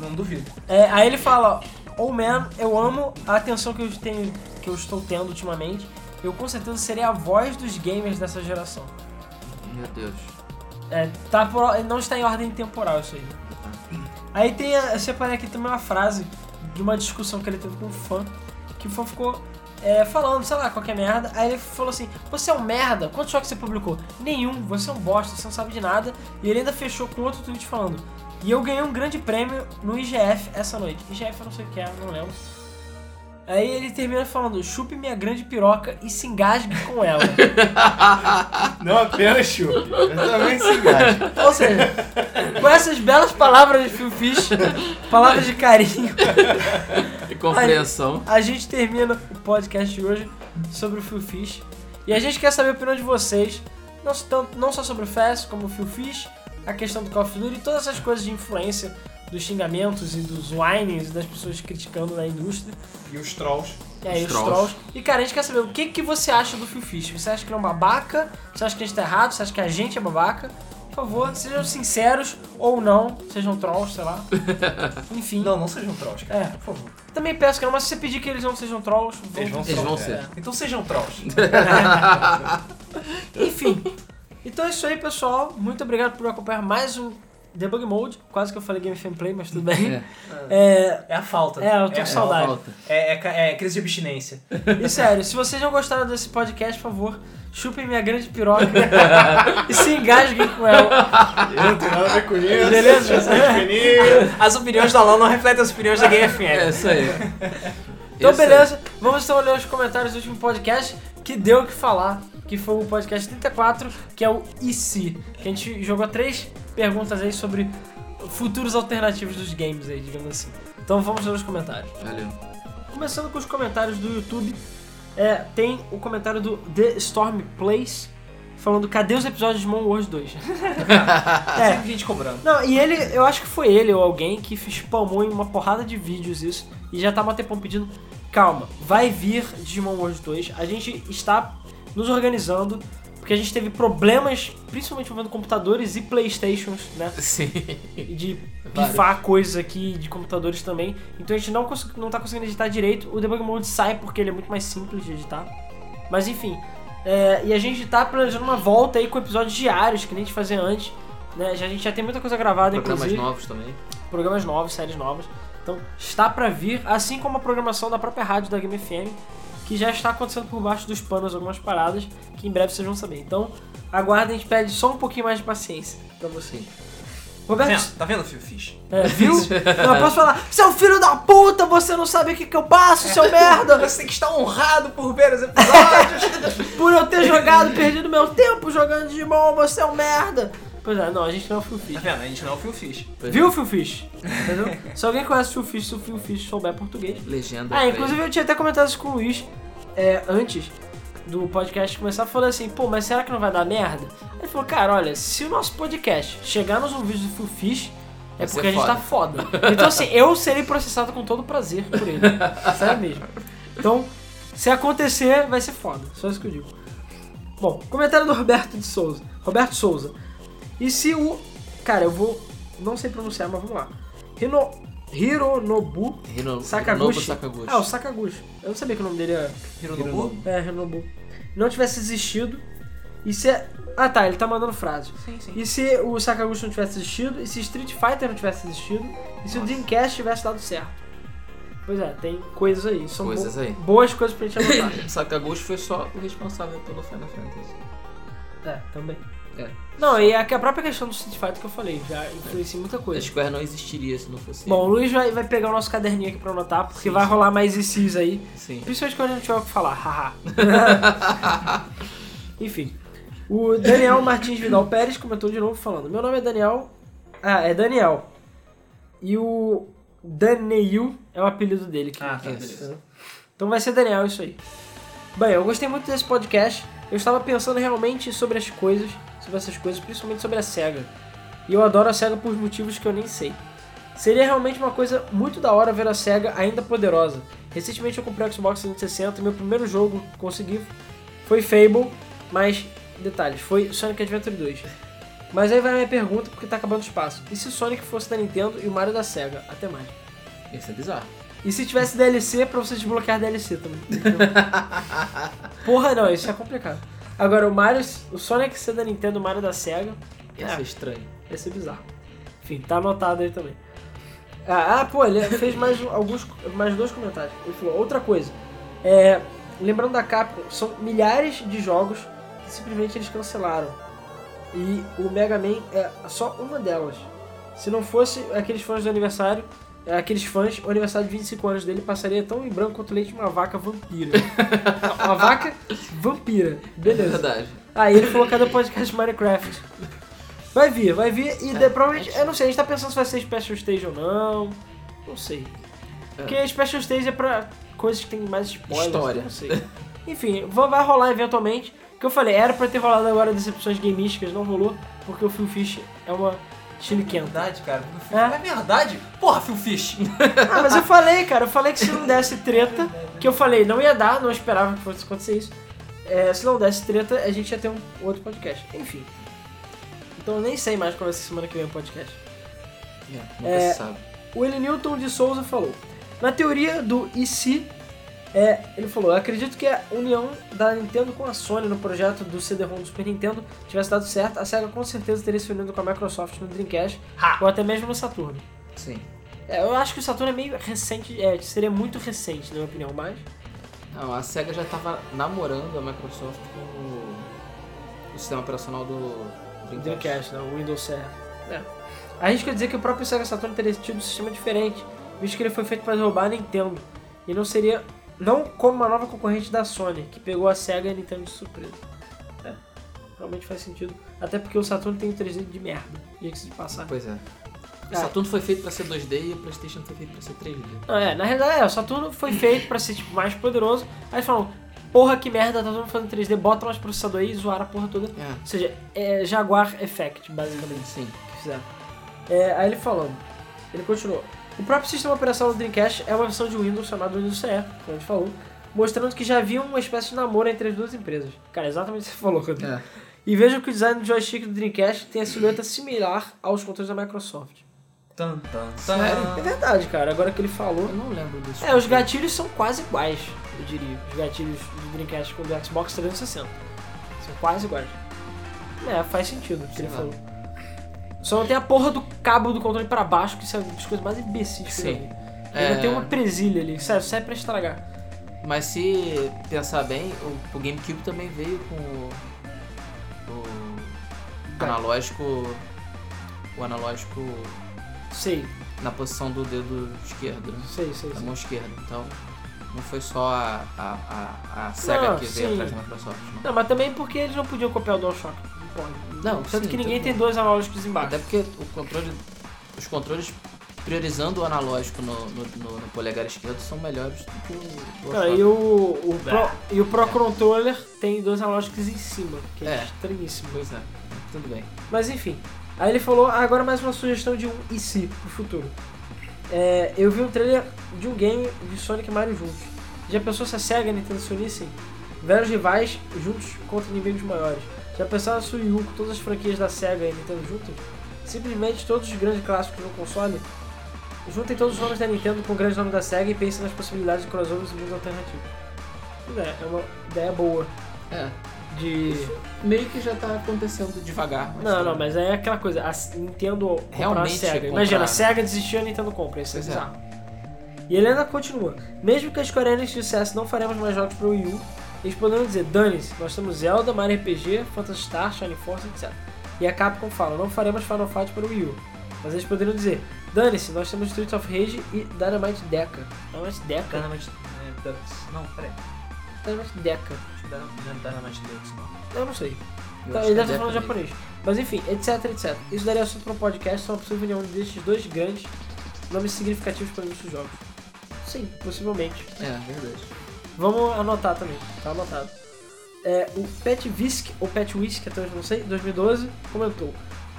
Speaker 1: Não duvido.
Speaker 3: É, aí ele fala, ó, oh man, eu amo a atenção que eu tenho, que eu estou tendo ultimamente. eu com certeza serei a voz dos gamers dessa geração.
Speaker 4: Meu Deus.
Speaker 3: É, tá por- não está em ordem temporal isso aí. Aí tem, a- eu separei aqui também uma frase de uma discussão que ele teve com um fã, que o fã ficou é, falando, sei lá, qualquer merda. Aí ele falou assim, você é um merda, quantos jogos você publicou? Nenhum, você é um bosta, você não sabe de nada. E ele ainda fechou com outro tweet falando, e eu ganhei um grande prêmio no IGF essa noite. IGF eu não sei o que é, não lembro. Aí ele termina falando, chupe minha grande piroca e se engasgue com ela.
Speaker 2: Não apenas chuve, mas também se engaja.
Speaker 3: Ou seja, com essas belas palavras de Phil Fish, palavras de carinho,
Speaker 4: E compreensão.
Speaker 3: a gente termina o podcast de hoje sobre o Phil Fish. E a gente quer saber a opinião de vocês, não, s- tanto- não só sobre o FES, como o Phil Fish, a questão do Call of Duty e todas essas coisas de influência, dos xingamentos e dos whinings, das pessoas criticando na indústria.
Speaker 1: E os trolls.
Speaker 3: E aí,
Speaker 4: Os
Speaker 3: os
Speaker 4: trolls.
Speaker 3: trolls. é E cara, a gente quer saber o que, que você acha do Phil Fish. Você acha que ele é um babaca? Você acha que a gente tá errado? Você acha que a gente é babaca? Por favor, sejam sinceros ou não, sejam trolls, sei lá. Enfim.
Speaker 1: Não, não sejam trolls, cara.
Speaker 3: É, por favor. Também peço, cara, mas se você pedir que eles não sejam trolls, vão
Speaker 2: Eles vão
Speaker 4: Eles vão
Speaker 2: É.
Speaker 4: ser. um
Speaker 1: Então sejam trolls.
Speaker 3: Enfim. Então é isso aí, pessoal. Muito obrigado por acompanhar mais um Debug Mode. Quase que eu falei Game Fan Play, mas tudo bem.
Speaker 4: É,
Speaker 3: É,
Speaker 1: É a falta.
Speaker 3: É, eu tô
Speaker 1: a falta.
Speaker 3: com saudade.
Speaker 4: falta.
Speaker 1: É, é ca- é crise de abstinência.
Speaker 3: É, E sério, se vocês não gostaram desse podcast, por favor, chupem minha grande piroca e se engasguem com ela.
Speaker 2: Eu não tenho nada a ver com isso.
Speaker 3: Beleza?
Speaker 2: eu sou pequenininho.
Speaker 1: As opiniões da LOL não refletem as opiniões da GameFM.
Speaker 4: É isso aí.
Speaker 3: Então,
Speaker 4: Isso aí.
Speaker 3: beleza. Vamos então ler os comentários do último podcast que deu o que falar, que foi o podcast 34, que é o E se? Que a gente jogou três perguntas aí sobre futuros alternativos dos games aí, digamos assim. Então vamos ler os comentários.
Speaker 4: Valeu.
Speaker 3: Começando com os comentários do YouTube, é, tem o comentário do The Storm Plays falando cadê os episódios de Monworld 2? é,
Speaker 1: Sempre gente cobrando.
Speaker 3: não, e ele, eu acho que foi ele ou alguém que spamou em uma porrada de vídeos isso e já tá há um tempão pedindo. Calma, vai vir Digimon World 2. A gente está nos organizando porque a gente teve problemas, principalmente envolvendo computadores e Playstations, né?
Speaker 4: Sim.
Speaker 3: E de
Speaker 4: Vários.
Speaker 3: pifar coisas aqui de computadores também. Então a gente não, cons- não tá conseguindo editar direito. O debug mode sai porque ele é muito mais simples de editar. Mas enfim. é, e a gente tá planejando uma volta aí com episódios diários que nem a gente fazia antes. Né? Já, a gente já tem muita coisa gravada,
Speaker 4: Programas
Speaker 3: inclusive.
Speaker 4: novos também.
Speaker 3: Programas novos, séries novas. Então está pra vir, assim como a programação da própria rádio da Game FM, que já está acontecendo por baixo dos panos algumas paradas, que em breve vocês vão saber. Então aguardem, a gente pede só um pouquinho mais de paciência pra vocês.
Speaker 1: Tá
Speaker 3: Roberto,
Speaker 1: vendo? Tá vendo, Phil Fish?
Speaker 3: é, viu? Não, eu posso falar, seu filho da puta, você não sabe o que, que eu passo, seu merda!
Speaker 1: Você tem que estar honrado por ver os episódios.
Speaker 3: Por eu ter jogado, perdido meu tempo jogando Digimon, você é um merda! Pois é, não, a gente não é o Phil
Speaker 1: tá
Speaker 3: Fish.
Speaker 1: vendo? A gente não é o Phil Fish.
Speaker 4: Pois
Speaker 3: Viu, Phil Fish? Entendeu? Se alguém conhece o Phil Fish, se o Phil Fish souber português.
Speaker 4: Legenda.
Speaker 3: Ah,
Speaker 4: pra
Speaker 3: inclusive
Speaker 4: ele.
Speaker 3: eu tinha até comentado isso com o Luiz é, antes do podcast começar, falei assim, pô, mas será que não vai dar merda? Ele falou, cara, olha, se o nosso podcast chegar nos ouvidos do Phil Fish, é
Speaker 4: Vai ser
Speaker 3: porque a gente tá foda. Então assim, eu serei processado com todo prazer por ele. Sério mesmo. Então, se acontecer, vai ser foda. Só isso que eu digo. Bom, comentário do Roberto de Souza. Roberto Souza. E se o. Cara, eu vou. Não sei pronunciar, mas vamos lá. Hino... Hironobu
Speaker 4: Hino-
Speaker 3: Sakaguchi.
Speaker 4: Novo Sakaguchi.
Speaker 3: Ah, o Sakaguchi. Eu não sabia que o nome dele era
Speaker 1: Hironobu?
Speaker 3: é, Renobu. Não tivesse existido. E se. Ah tá, ele tá mandando frase.
Speaker 1: Sim, sim.
Speaker 3: E se o Sakaguchi não tivesse existido, e se Street Fighter não tivesse existido, e se o Dreamcast tivesse dado certo. Pois é, tem coisas aí. São bo-
Speaker 4: Coisas aí.
Speaker 3: boas coisas pra gente anotar.
Speaker 4: Sakaguchi foi só o responsável pelo Final Fantasy.
Speaker 3: é, também.
Speaker 4: É.
Speaker 3: Não, e a, a própria questão do Street Fighter que eu falei, já influencia em muita
Speaker 4: A
Speaker 3: coisa.
Speaker 4: Square não existiria se não fosse ele.
Speaker 3: Bom, o Luiz vai, vai pegar o nosso caderninho aqui pra anotar, porque vai rolar mais ICs aí.
Speaker 4: Sim.
Speaker 3: Principalmente quando a gente tiver o que falar, haha. Enfim. O Daniel Martins Vidal Pérez comentou de novo falando: Meu nome é Daniel. Ah, é Daniel. E o Daneil é o apelido dele. Que
Speaker 1: Ah, tá,
Speaker 3: Isso.
Speaker 1: beleza.
Speaker 3: Então vai ser Daniel isso aí. Bem, eu gostei muito desse podcast. Eu estava pensando realmente sobre as coisas, sobre essas coisas, principalmente sobre a SEGA. E eu adoro a SEGA por motivos que eu nem sei. Seria realmente uma coisa muito da hora ver a SEGA ainda poderosa. Recentemente eu comprei o Xbox 360 e meu primeiro jogo que consegui foi Fable, mas detalhes, foi Sonic Adventure 2. Mas aí vai a minha pergunta porque tá acabando o espaço. E se o Sonic fosse da Nintendo e o Mario da SEGA? Até mais.
Speaker 4: Isso é bizarro.
Speaker 3: E se tivesse DLC pra você desbloquear DLC também. Porra, não, isso é complicado. Agora, o Mario, o Sonic ser da Nintendo, o Mario da SEGA, É.
Speaker 4: Ia ser estranho.
Speaker 3: ia ser bizarro. Enfim, tá anotado aí também. Ah, ah, pô, ele fez mais, um- alguns, mais dois comentários. Ele falou, outra coisa. É, lembrando da Capcom, são milhares de jogos que simplesmente eles cancelaram. E o Mega Man é só uma delas. Se não fosse aqueles fãs do aniversário, é, aqueles fãs, o aniversário de 25 anos dele passaria tão em branco quanto o leite de uma vaca vampira. uma vaca vampira.
Speaker 4: É
Speaker 3: Beleza.
Speaker 4: verdade.
Speaker 3: Aí ele falou cada podcast Minecraft. Vai vir, vai vir. E de- provavelmente, eu não sei, a gente tá pensando se vai ser Special Stage ou não. Não sei. Porque Special Stage é pra coisas que tem mais spoilers.
Speaker 4: História.
Speaker 3: Não sei. Enfim, va- vai rolar eventualmente. Que eu falei, era pra ter rolado agora decepções gamísticas, não rolou, porque o Phil Fish é uma chiliquenta.
Speaker 1: Verdade, cara. Phil Fish-
Speaker 3: É?
Speaker 1: É verdade? Porra, Phil Fish.
Speaker 3: Ah, mas eu falei, cara, eu falei que se não desse treta, que eu falei, não ia dar, não esperava que fosse acontecer isso. É, se não desse treta, a gente ia ter um outro podcast. Enfim. Então eu nem sei mais qual vai ser semana que vem o podcast.
Speaker 4: É, nunca
Speaker 3: É.
Speaker 4: se sabe.
Speaker 3: O Willie Newton de Souza falou. Na teoria do IC, é, ele falou, acredito que a união da Nintendo com a Sony no projeto do CD-ROM do Super Nintendo tivesse dado certo, a SEGA com certeza teria se unido com a Microsoft no Dreamcast
Speaker 1: Ha!
Speaker 3: ou até mesmo no Saturno.
Speaker 4: Sim.
Speaker 3: É, eu acho que o Saturno é meio recente, é, seria muito recente, na minha opinião, mas...
Speaker 4: Não, a SEGA já tava namorando a Microsoft com o, o sistema operacional do
Speaker 3: O Dreamcast, né? O Windows Server. É. A gente quer dizer que o próprio Sega Saturn teria tido um sistema diferente, visto que ele foi feito para derrubar a Nintendo. E não seria. Não como uma nova concorrente da Sony, que pegou a Sega e a Nintendo de surpresa. É. Realmente faz sentido. Até porque o Saturn tem um 3D de merda. Diga-se de passagem.
Speaker 4: Pois é.
Speaker 3: É.
Speaker 4: O Saturno foi feito pra ser 2D e o PlayStation foi feito pra ser 3D.
Speaker 3: Não, é, na realidade é, o Saturno foi feito para ser tipo, mais poderoso. Aí eles falam, porra que merda, tá todo mundo fazendo 3D, bota mais processador aí e zoaram a porra toda. Ou
Speaker 4: É.
Speaker 3: seja, é Jaguar Effect, basicamente.
Speaker 4: Sim.
Speaker 3: que fizeram. É, aí ele falando, ele continuou. O próprio sistema operacional do Dreamcast é uma versão de Windows chamada Windows CE, como a gente falou, mostrando que já havia uma espécie de namoro entre as duas empresas. Cara, exatamente o que você falou, Rodrigo.
Speaker 4: É.
Speaker 3: E vejam que o design do joystick do Dreamcast tem a silhueta similar aos controles da Microsoft.
Speaker 1: Tan, tan,
Speaker 3: É
Speaker 1: tan.
Speaker 3: verdade, cara, agora que ele falou.
Speaker 4: Eu não lembro disso.
Speaker 3: É, os gatilhos são quase iguais, eu diria. Os gatilhos do Dreamcast com o do Xbox 360. São quase iguais. É, faz sentido o que
Speaker 4: Sei
Speaker 3: ele
Speaker 4: lá.
Speaker 3: falou. Só não tem a porra do cabo do controle pra baixo, que isso é uma das coisas mais imbecis que eu já
Speaker 4: Sim.
Speaker 3: vi.
Speaker 4: É,
Speaker 3: Ainda tem uma presilha ali, sério, serve pra estragar.
Speaker 4: Mas se pensar bem, o, o GameCube também veio com o,
Speaker 3: É.
Speaker 4: o analógico. O analógico
Speaker 3: Sei,
Speaker 4: na posição do dedo esquerdo, né?
Speaker 3: sei, sei.
Speaker 4: da
Speaker 3: sei.
Speaker 4: mão esquerda. Então, não foi só a, a, a, a SEGA
Speaker 3: Não,
Speaker 4: que veio
Speaker 3: sim. Tá.
Speaker 4: atrás da Microsoft. Não.
Speaker 3: Não, mas também porque eles não podiam copiar o DualShock. Não pode.
Speaker 4: Não,
Speaker 3: Tanto
Speaker 4: sim,
Speaker 3: que ninguém
Speaker 4: tudo
Speaker 3: tem
Speaker 4: bem.
Speaker 3: dois analógicos embaixo.
Speaker 4: Até porque o controle, os controles priorizando o analógico no, no, no- no polegar esquerdo são melhores do que o. É. o
Speaker 3: Cara, e o, o Pro, e o Pro Controller tem dois analógicos em cima, que é,
Speaker 4: É.
Speaker 3: estranhíssimo.
Speaker 4: Pois é, tudo bem.
Speaker 3: Mas enfim. Aí ele falou, ah, agora mais uma sugestão de um e se pro futuro. É, eu vi um trailer de um game de Sonic e Mario juntos. Já pensou se a SEGA e a Nintendo se unissem? Velhos rivais juntos contra inimigos maiores. Já pensaram se o Yu Oh com todas as franquias da SEGA e Nintendo juntas? Simplesmente todos os grandes clássicos no console? Juntem todos os nomes da Nintendo com o grande nome da SEGA e pensem nas possibilidades de crossovers e mundos alternativos. Pois É, é uma ideia boa
Speaker 4: É.
Speaker 3: de...
Speaker 4: Meio que já tá acontecendo devagar. mas
Speaker 3: Não,
Speaker 4: tá-
Speaker 3: não, mas aí é aquela coisa, a Nintendo comprar a
Speaker 4: Realmente
Speaker 3: SEGA.
Speaker 4: comprar,
Speaker 3: Imagina, a
Speaker 4: né?
Speaker 3: SEGA desistiu, a Nintendo compra, isso é
Speaker 4: Pois é.
Speaker 3: bizarro. E ele ainda continua. Mesmo que a Square Enix dissesse não faremos mais jogos pro Wii U, eles poderiam dizer, dane-se, nós temos Zelda, Mario RPG, Phantasy Star, Shining Force, etc. E a Capcom fala, não faremos Final Fight para o Wii U. Mas eles poderiam dizer, dane-se, nós temos Street of Rage e Dynamite Deca. Dynamite Deca?
Speaker 1: Dynamite- é, Deluxe. Não, peraí.
Speaker 3: Dynamite Deca.
Speaker 1: Acho que Dynamite Dynamite Deluxe, não.
Speaker 3: Eu não sei.
Speaker 4: Eu
Speaker 3: Então,
Speaker 4: acho
Speaker 3: ele deve
Speaker 4: que
Speaker 3: estar
Speaker 4: é
Speaker 3: falando
Speaker 4: japonês.
Speaker 3: japonês. Mas enfim, etc, etc. Isso daria assunto para um podcast, só uma possível união destes dois grandes nomes significativos para muitos jogos. Sim, possivelmente.
Speaker 4: É, verdade.
Speaker 3: Vamos anotar também, tá anotado. É, o Pet Visk, ou Pet Whisk, até hoje não sei, 2012, comentou: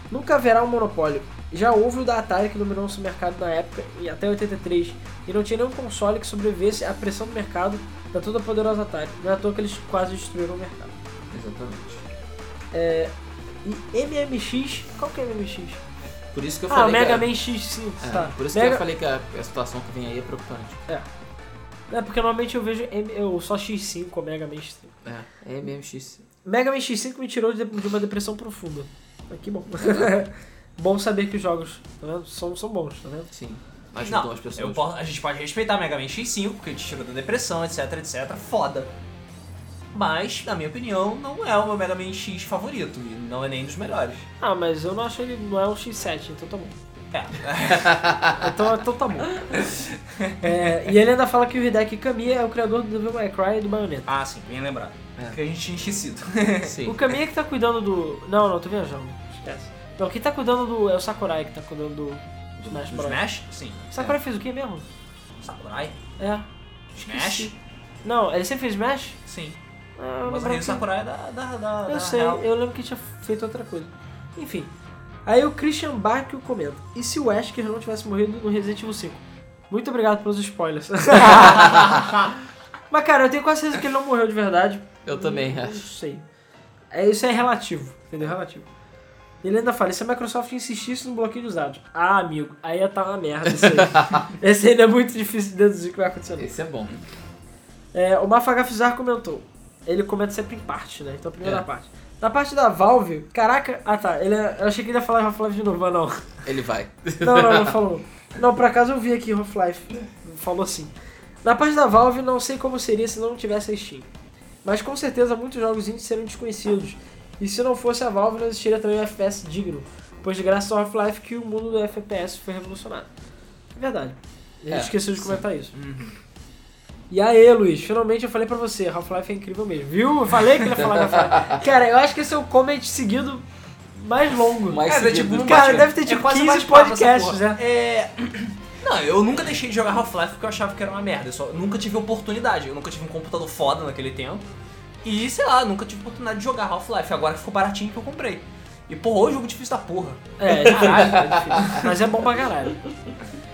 Speaker 3: Nunca haverá um monopólio. Já houve o da Atari que dominou nosso mercado na época, e até 83, e não tinha nenhum console que sobrevivesse à pressão do mercado da toda poderosa Atari. Não é à toa que eles quase destruíram o mercado.
Speaker 4: Exatamente.
Speaker 3: É, E MMX, qual que é MMX?
Speaker 4: Por isso que eu
Speaker 3: Ah, o
Speaker 4: falei.
Speaker 3: Mega
Speaker 4: que a-
Speaker 3: Man X5,
Speaker 4: é,
Speaker 3: tá.
Speaker 4: Por isso
Speaker 3: Mega...
Speaker 4: que eu falei que a, a situação que vem aí é preocupante.
Speaker 3: É porque normalmente eu vejo M- eu só X5 ou Mega Man X5.
Speaker 4: É, é MMX.
Speaker 3: Mega Man X5 me tirou de, de uma depressão profunda. Ah, Que bom. bom saber que os jogos tá vendo? são, são bons, tá vendo?
Speaker 4: Sim. Ajudam
Speaker 1: Não,
Speaker 4: as pessoas.
Speaker 1: eu posso- a gente pode respeitar Mega Man X5, porque te tirou da depressão, etc, etc. Foda. Mas, na minha opinião, não é o meu Mega Man X favorito. E não é nem dos melhores.
Speaker 3: Ah, mas eu não acho ele. Não é um X7, então tá bom.
Speaker 1: É.
Speaker 3: Então, então tá bom. É, e ele ainda fala que o Hideki Kamiya é o criador do Devil May Cry e do Bayonetta.
Speaker 1: Ah, sim, bem lembrado.
Speaker 4: É.
Speaker 1: Que a gente tinha esquecido.
Speaker 4: Sim.
Speaker 3: O Kamiya que tá cuidando do. Não, não, tô viajando. Esquece. Não, quem tá cuidando do. É o Sakurai que tá cuidando do. do Smash
Speaker 1: Do
Speaker 3: Bros.
Speaker 1: Smash? Sim.
Speaker 3: Sakurai fez o quê mesmo?
Speaker 1: Sakurai?
Speaker 3: É.
Speaker 1: Smash?
Speaker 3: Não, ele sempre fez Smash?
Speaker 1: Sim.
Speaker 3: Ah, eu
Speaker 1: Mas
Speaker 3: lembrava
Speaker 1: o
Speaker 3: que-
Speaker 1: Sakurai é da, da, da, da
Speaker 3: Eu sei,
Speaker 1: Real.
Speaker 3: eu lembro que tinha feito outra coisa. Enfim. Aí o Christian Bacchio comenta. E se o Wesker não tivesse morrido no Resident Evil 5? Muito obrigado pelos spoilers. Mas cara, eu tenho quase certeza que ele não morreu de verdade.
Speaker 4: Eu também
Speaker 3: Não
Speaker 4: acho.
Speaker 3: sei. É, isso é relativo, entendeu? Relativo. Ele ainda fala, e se a Microsoft insistisse no bloqueio de usados? Ah, amigo, aí ia tá uma merda isso aí. Esse ainda é muito difícil de deduzir o que vai acontecer. não.
Speaker 4: Esse é bom.
Speaker 3: É, o Mafagafizar comentou. Ele comenta sempre em parte, né? Então, a primeira
Speaker 4: É.
Speaker 3: parte. Na parte da Valve, caraca. Ah, tá. Ele, eu achei que ele ia falar em Half-Life de novo, mas não.
Speaker 4: Ele vai.
Speaker 3: Não, não, não falou. Não, por acaso eu vi aqui Half-Life. né? Falou sim. Na parte da Valve, não sei como seria se não tivesse a Steam. Mas com certeza muitos jogos indies seriam desconhecidos. E se não fosse a Valve, não existiria também um FPS digno. Pois graças ao Half-Life que o mundo do FPS foi revolucionado. É verdade. Ele
Speaker 4: É,
Speaker 3: esqueceu de
Speaker 4: sim. Uhum.
Speaker 3: comentar isso. E aí, Luiz, finalmente eu falei pra você, Half-Life é incrível mesmo, viu? Eu falei que ele ia falar de Half-Life. Cara, eu acho que esse é o comment seguido mais longo.
Speaker 4: Mais
Speaker 1: Cara,
Speaker 4: seguido.
Speaker 1: tipo, um
Speaker 3: Cara,
Speaker 1: bate-
Speaker 3: deve ter tipo
Speaker 1: quase um
Speaker 3: 15
Speaker 1: bate-papo essa
Speaker 3: podcasts,
Speaker 1: porra.
Speaker 3: né?
Speaker 1: É. Não, eu nunca deixei de jogar Half-Life porque eu achava que era uma merda. Eu só nunca tive oportunidade. Eu nunca tive um computador foda naquele tempo. E sei lá, nunca tive oportunidade de jogar Half-Life. Agora ficou baratinho que eu comprei. E porra, o jogo difícil da porra.
Speaker 3: É, é difícil, é difícil. Mas é bom pra caralho.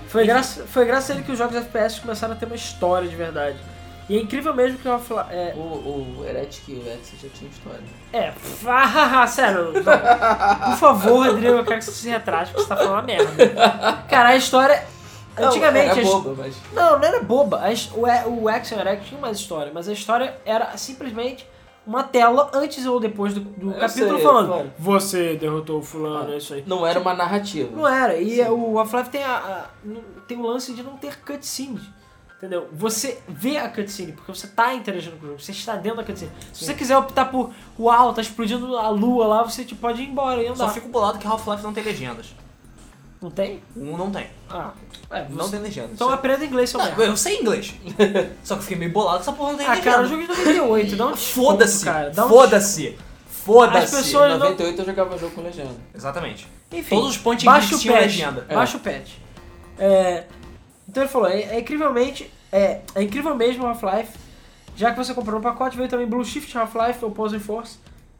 Speaker 3: Foi graças, foi graças a ele que os jogos FPS começaram a ter uma história de verdade. E é incrível mesmo que o Half-Life. É,
Speaker 4: O, o Heretic e o Exit já tinha história.
Speaker 3: é pff, ah, ah, ah, sério. não. Por favor, Rodrigo, eu quero que você se retrate, porque você tá falando uma merda. Cara, a história. Antigamente, a
Speaker 4: Não, era
Speaker 3: his-
Speaker 4: bobo, mas...
Speaker 3: Não, não era boba. A his- O, E- o Action Erect tinha mais história, mas a história era simplesmente uma tela antes ou depois do, do
Speaker 4: Eu
Speaker 3: capítulo
Speaker 4: sei,
Speaker 3: falando.
Speaker 4: claro.
Speaker 3: Você derrotou o fulano,
Speaker 4: Ah.
Speaker 3: é isso aí.
Speaker 4: Não era uma narrativa.
Speaker 3: Não era. E o Half-Life tem, a, a- n- tem o lance de não ter cutscenes. Entendeu? Você vê a cutscene, porque você tá interagindo com o jogo, você está dentro da cutscene. Se você quiser optar por uau, tá explodindo a lua lá, você tipo, pode ir embora e
Speaker 1: Só
Speaker 3: andar.
Speaker 1: fico bolado que Half-Life não tem legendas.
Speaker 3: Não tem?
Speaker 1: Um não tem.
Speaker 3: Ah, é,
Speaker 1: Não
Speaker 3: você-
Speaker 1: tem legendas.
Speaker 3: Então aprenda inglês, seu merda.
Speaker 1: Não, eu sei inglês. Só que eu fiquei meio bolado que essa porra não tem
Speaker 3: Ah,
Speaker 1: legenda.
Speaker 3: cara, o jogo é de 98, dá um desconto,
Speaker 1: Foda-se.
Speaker 3: cara. Dá um
Speaker 1: Foda-se.
Speaker 3: As
Speaker 1: Foda-se.
Speaker 3: pessoas-
Speaker 4: Em
Speaker 3: não-
Speaker 4: 98 eu jogava jogo com legenda.
Speaker 1: Exatamente.
Speaker 3: Enfim,
Speaker 1: Todos os point and
Speaker 3: baixa
Speaker 1: clicks
Speaker 3: o
Speaker 1: tinham
Speaker 3: patch,
Speaker 1: legenda.
Speaker 4: É.
Speaker 3: Baixa o patch. É, então ele falou, é, é incrivelmente, é, é incrível mesmo o Half-Life. Já que você comprou um pacote, veio também Blue Shift Half-Life, Opposing Force,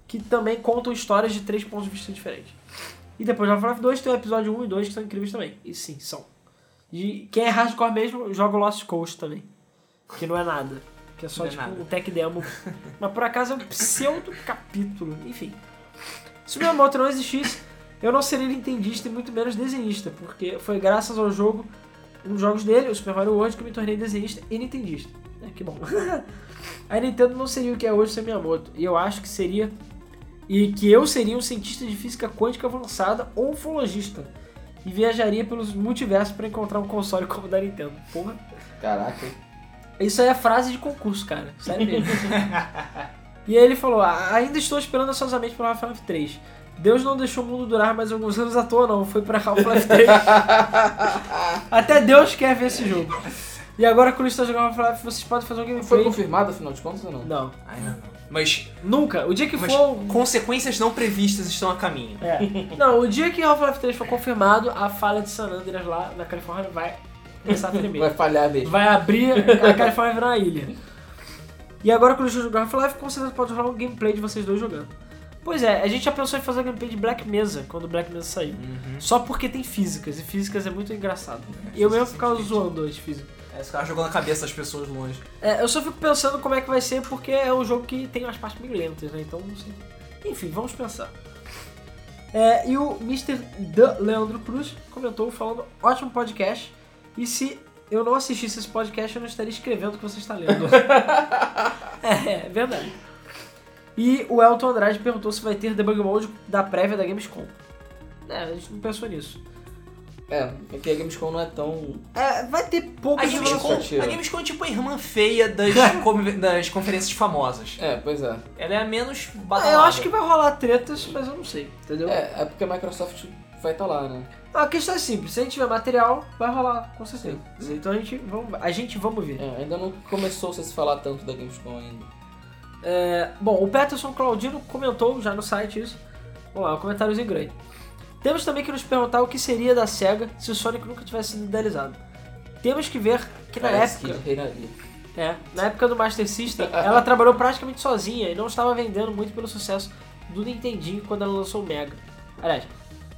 Speaker 3: que também contam histórias de três pontos de vista diferentes. E depois do Half-Life 2 tem o episódio 1 e 2 que são incríveis também. E sim, são. E quem é hardcore mesmo, joga o Lost Coast também. Que não é nada. Que é só
Speaker 1: Não é
Speaker 3: tipo
Speaker 1: nada.
Speaker 3: um tech demo. Mas por acaso é um pseudo capítulo. Enfim. Se o Miyamoto não existisse, eu não seria nintendista e muito menos desenhista, porque foi graças ao jogo, nos jogos dele, o Super Mario World, que eu me tornei desenhista e nintendista. É, que bom. A Nintendo não seria o que é hoje sem Miyamoto, e eu acho que seria... E que eu seria um cientista de física quântica avançada ou um fologista. E viajaria pelos multiversos para encontrar um console como o da Nintendo. Porra.
Speaker 4: Caraca.
Speaker 3: Isso aí é frase de concurso, cara. Sério mesmo. e aí ele falou: "Ah, ainda estou esperando ansiosamente pelo Half-Life 3. Deus não deixou o mundo durar mais alguns anos à toa, não. Foi pra Half-Life 3. Até Deus quer ver esse jogo. E agora que o Luiz está tá jogando Half-Life, vocês podem fazer um
Speaker 4: Foi
Speaker 3: gameplay.
Speaker 4: confirmado, afinal de contas, ou não?
Speaker 3: Não.
Speaker 1: Ai, não, não. Mas,
Speaker 3: Nunca. O dia que
Speaker 1: mas
Speaker 3: for.
Speaker 1: consequências não previstas estão a caminho.
Speaker 3: É. Não, o dia que Half-Life 3 for confirmado, a falha de San Andreas lá na Califórnia vai começar a tremer.
Speaker 4: Vai falhar mesmo.
Speaker 3: Vai abrir, a Califórnia vai virar uma ilha. E agora que o Luiz jogar Half-Life, com certeza pode rolar um gameplay de vocês dois jogando. Pois é, a gente já pensou em fazer gameplay de Black Mesa, quando Black Mesa saiu. Só porque tem físicas, e físicas é muito engraçado. E eu mesmo ficava zoando as físicas.
Speaker 1: É, Esse cara jogou na cabeça das pessoas longe.
Speaker 3: É, eu só fico pensando como é que vai ser, porque é um jogo que tem umas partes meio lentas, né? Então, não sei. Enfim, vamos pensar. É, e o Mr. The Leandro Cruz comentou falando, ótimo podcast. E se eu não assistisse esse podcast, eu não estaria escrevendo o que você está lendo. é, é verdade. E o Elton Andrade perguntou se vai ter debug mode da prévia da Gamescom. É, a gente não pensou nisso.
Speaker 4: É, porque a Gamescom não é tão.
Speaker 3: É, vai ter
Speaker 1: A
Speaker 3: poucas
Speaker 1: Gamescom,
Speaker 4: Iniciativa.
Speaker 1: a Gamescom é tipo a irmã feia das, com- das conferências famosas.
Speaker 4: É, pois é.
Speaker 1: Ela é a menos
Speaker 3: Ah,
Speaker 1: badalada.
Speaker 3: eu acho que vai rolar tretas, mas eu não sei, entendeu?
Speaker 4: É, é porque a Microsoft vai estar lá, né?
Speaker 3: A questão é simples, se a gente tiver material, vai rolar, com certeza.
Speaker 4: Sim, sim.
Speaker 3: Então a gente, vamos, a gente vamos ver.
Speaker 4: É, ainda não começou a se falar tanto da Gamescom ainda.
Speaker 3: É, bom, o Peterson Claudino comentou já no site isso. Vamos lá, um comentáriozinho grande. Temos também que nos perguntar o que seria da SEGA se o Sonic nunca tivesse sido idealizado. Temos que ver que na
Speaker 4: Parece
Speaker 3: época,
Speaker 4: que reinaria.
Speaker 3: é, na época do Master System, ela trabalhou praticamente sozinha e não estava vendendo muito pelo sucesso do Nintendinho quando ela lançou o Mega. Aliás,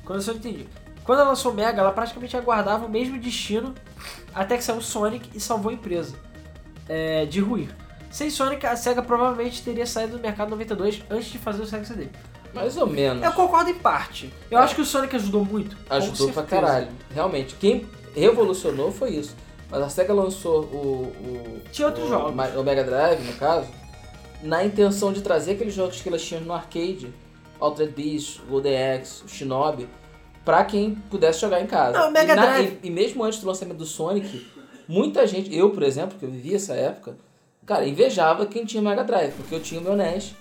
Speaker 3: quando lançou o Nintendinho. Quando ela lançou o Mega, ela praticamente aguardava o mesmo destino até que saiu o Sonic e salvou a empresa é, de ruir. Sem Sonic, a SEGA provavelmente teria saído do mercado em 92 antes de fazer o Sega CD.
Speaker 4: Mais ou menos.
Speaker 3: Eu concordo em parte. Eu
Speaker 4: É.
Speaker 3: acho que o Sonic ajudou muito. com
Speaker 4: Ajudou pra
Speaker 3: certeza.
Speaker 4: caralho. Realmente, quem revolucionou foi isso. Mas a SEGA lançou o. o
Speaker 3: Tinha outros
Speaker 4: o,
Speaker 3: jogos.
Speaker 4: Ma- O Mega Drive, no caso, na intenção de trazer aqueles jogos que elas tinham no arcade, Altered Beast, Golden Axe, o Shinobi, pra quem pudesse jogar em casa.
Speaker 3: Não, o Mega
Speaker 4: e,
Speaker 3: Drive.
Speaker 4: e, e mesmo antes do lançamento do Sonic, muita gente, eu por exemplo, que eu vivi essa época, cara, invejava quem tinha Mega Drive, porque eu tinha o meu NES.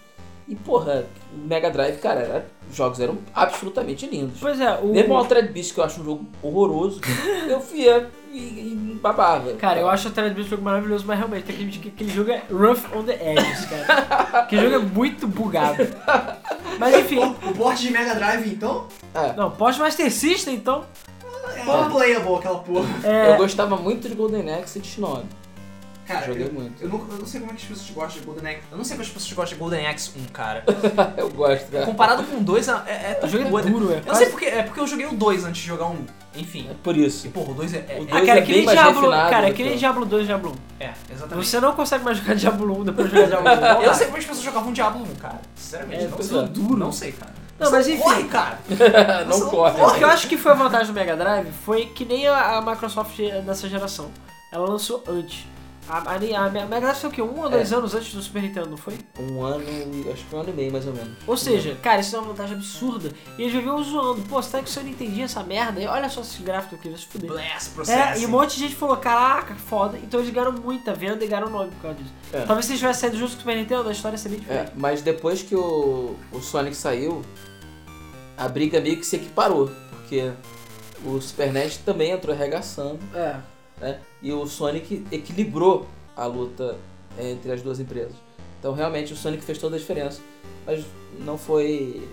Speaker 4: E porra, o Mega Drive, cara, era- os jogos eram absolutamente lindos.
Speaker 3: Pois é, o.
Speaker 4: Mesmo o Altered Beast, que eu acho um jogo horroroso, eu via e, e babava.
Speaker 3: Cara, eu acho o Altered Beast um jogo maravilhoso, mas realmente tem que admitir que aquele jogo é rough on the edges, cara. aquele jogo é muito bugado. Mas enfim,
Speaker 5: O board de Mega Drive, então?
Speaker 4: É,
Speaker 3: não, pós-Master System, então.
Speaker 5: É uma playable aquela porra.
Speaker 4: eu
Speaker 3: É,
Speaker 4: gostava muito de Golden Axe e de Shinobi.
Speaker 5: Cara,
Speaker 4: Joguei
Speaker 5: eu,
Speaker 4: muito.
Speaker 5: eu nunca- eu não sei como é que as pessoas gostam de Golden Axe.
Speaker 1: Eu não sei quantas pessoas gostam de Golden Axe 1, cara.
Speaker 4: Eu gosto, cara.
Speaker 1: Comparado com o 2, é, é, é
Speaker 3: o
Speaker 1: tão
Speaker 3: jogo é
Speaker 1: boa.
Speaker 3: duro, é.
Speaker 1: Eu sei porque, é porque eu joguei o 2 antes de jogar o 1.
Speaker 4: É
Speaker 1: Enfim.
Speaker 4: por isso.
Speaker 1: E, porra, o 2 é, é,
Speaker 4: O dois
Speaker 3: Ah, cara, é
Speaker 4: é
Speaker 3: que nem
Speaker 4: bem mais
Speaker 3: Diablo,
Speaker 4: refinado
Speaker 3: cara, é
Speaker 4: do
Speaker 3: que
Speaker 4: que
Speaker 3: nem
Speaker 4: o-
Speaker 3: Diablo 2 e Diablo 1.
Speaker 1: É, exatamente.
Speaker 3: Você não consegue mais jogar Diablo 1 depois de jogar Diablo um. 2.
Speaker 1: Eu sei como as pessoas jogavam Diablo 1, cara. Sinceramente,
Speaker 4: É,
Speaker 1: não
Speaker 4: pois
Speaker 1: sei.
Speaker 4: é.
Speaker 1: Duro. Não sei, cara.
Speaker 3: Não, mas enfim.
Speaker 1: Corre, cara.
Speaker 4: não
Speaker 1: Nossa,
Speaker 4: corre.
Speaker 3: O que eu acho que foi a vantagem do Mega Drive foi que nem a, a Microsoft dessa geração. Ela lançou antes. A, a, a Mega Drive foi o quê? Um ou dois anos antes do Super Nintendo, não foi?
Speaker 4: Um ano, acho que foi um ano e meio mais ou menos.
Speaker 3: Ou seja, cara, isso é uma vantagem absurda. E eles viviam zoando. Pô, será que o Sony entendia essa merda? E olha só esse gráfico aqui, vai se fuder.
Speaker 1: Blast,
Speaker 3: É,
Speaker 1: processo.
Speaker 3: e
Speaker 4: assim.
Speaker 3: um monte de gente falou, caraca, foda. Então eles ganharam muita venda e ganharam nome por causa disso.
Speaker 4: É.
Speaker 3: Talvez se eles tivessem saído junto com o Super Nintendo, a história seria diferente.
Speaker 4: É, mas depois que o, o Sonic saiu, a briga meio que se equiparou, porque o Super NES também entrou arregaçando,
Speaker 3: É.
Speaker 4: né? E o Sonic equilibrou a luta entre as duas empresas. Então realmente o Sonic fez toda a diferença. Mas não foi.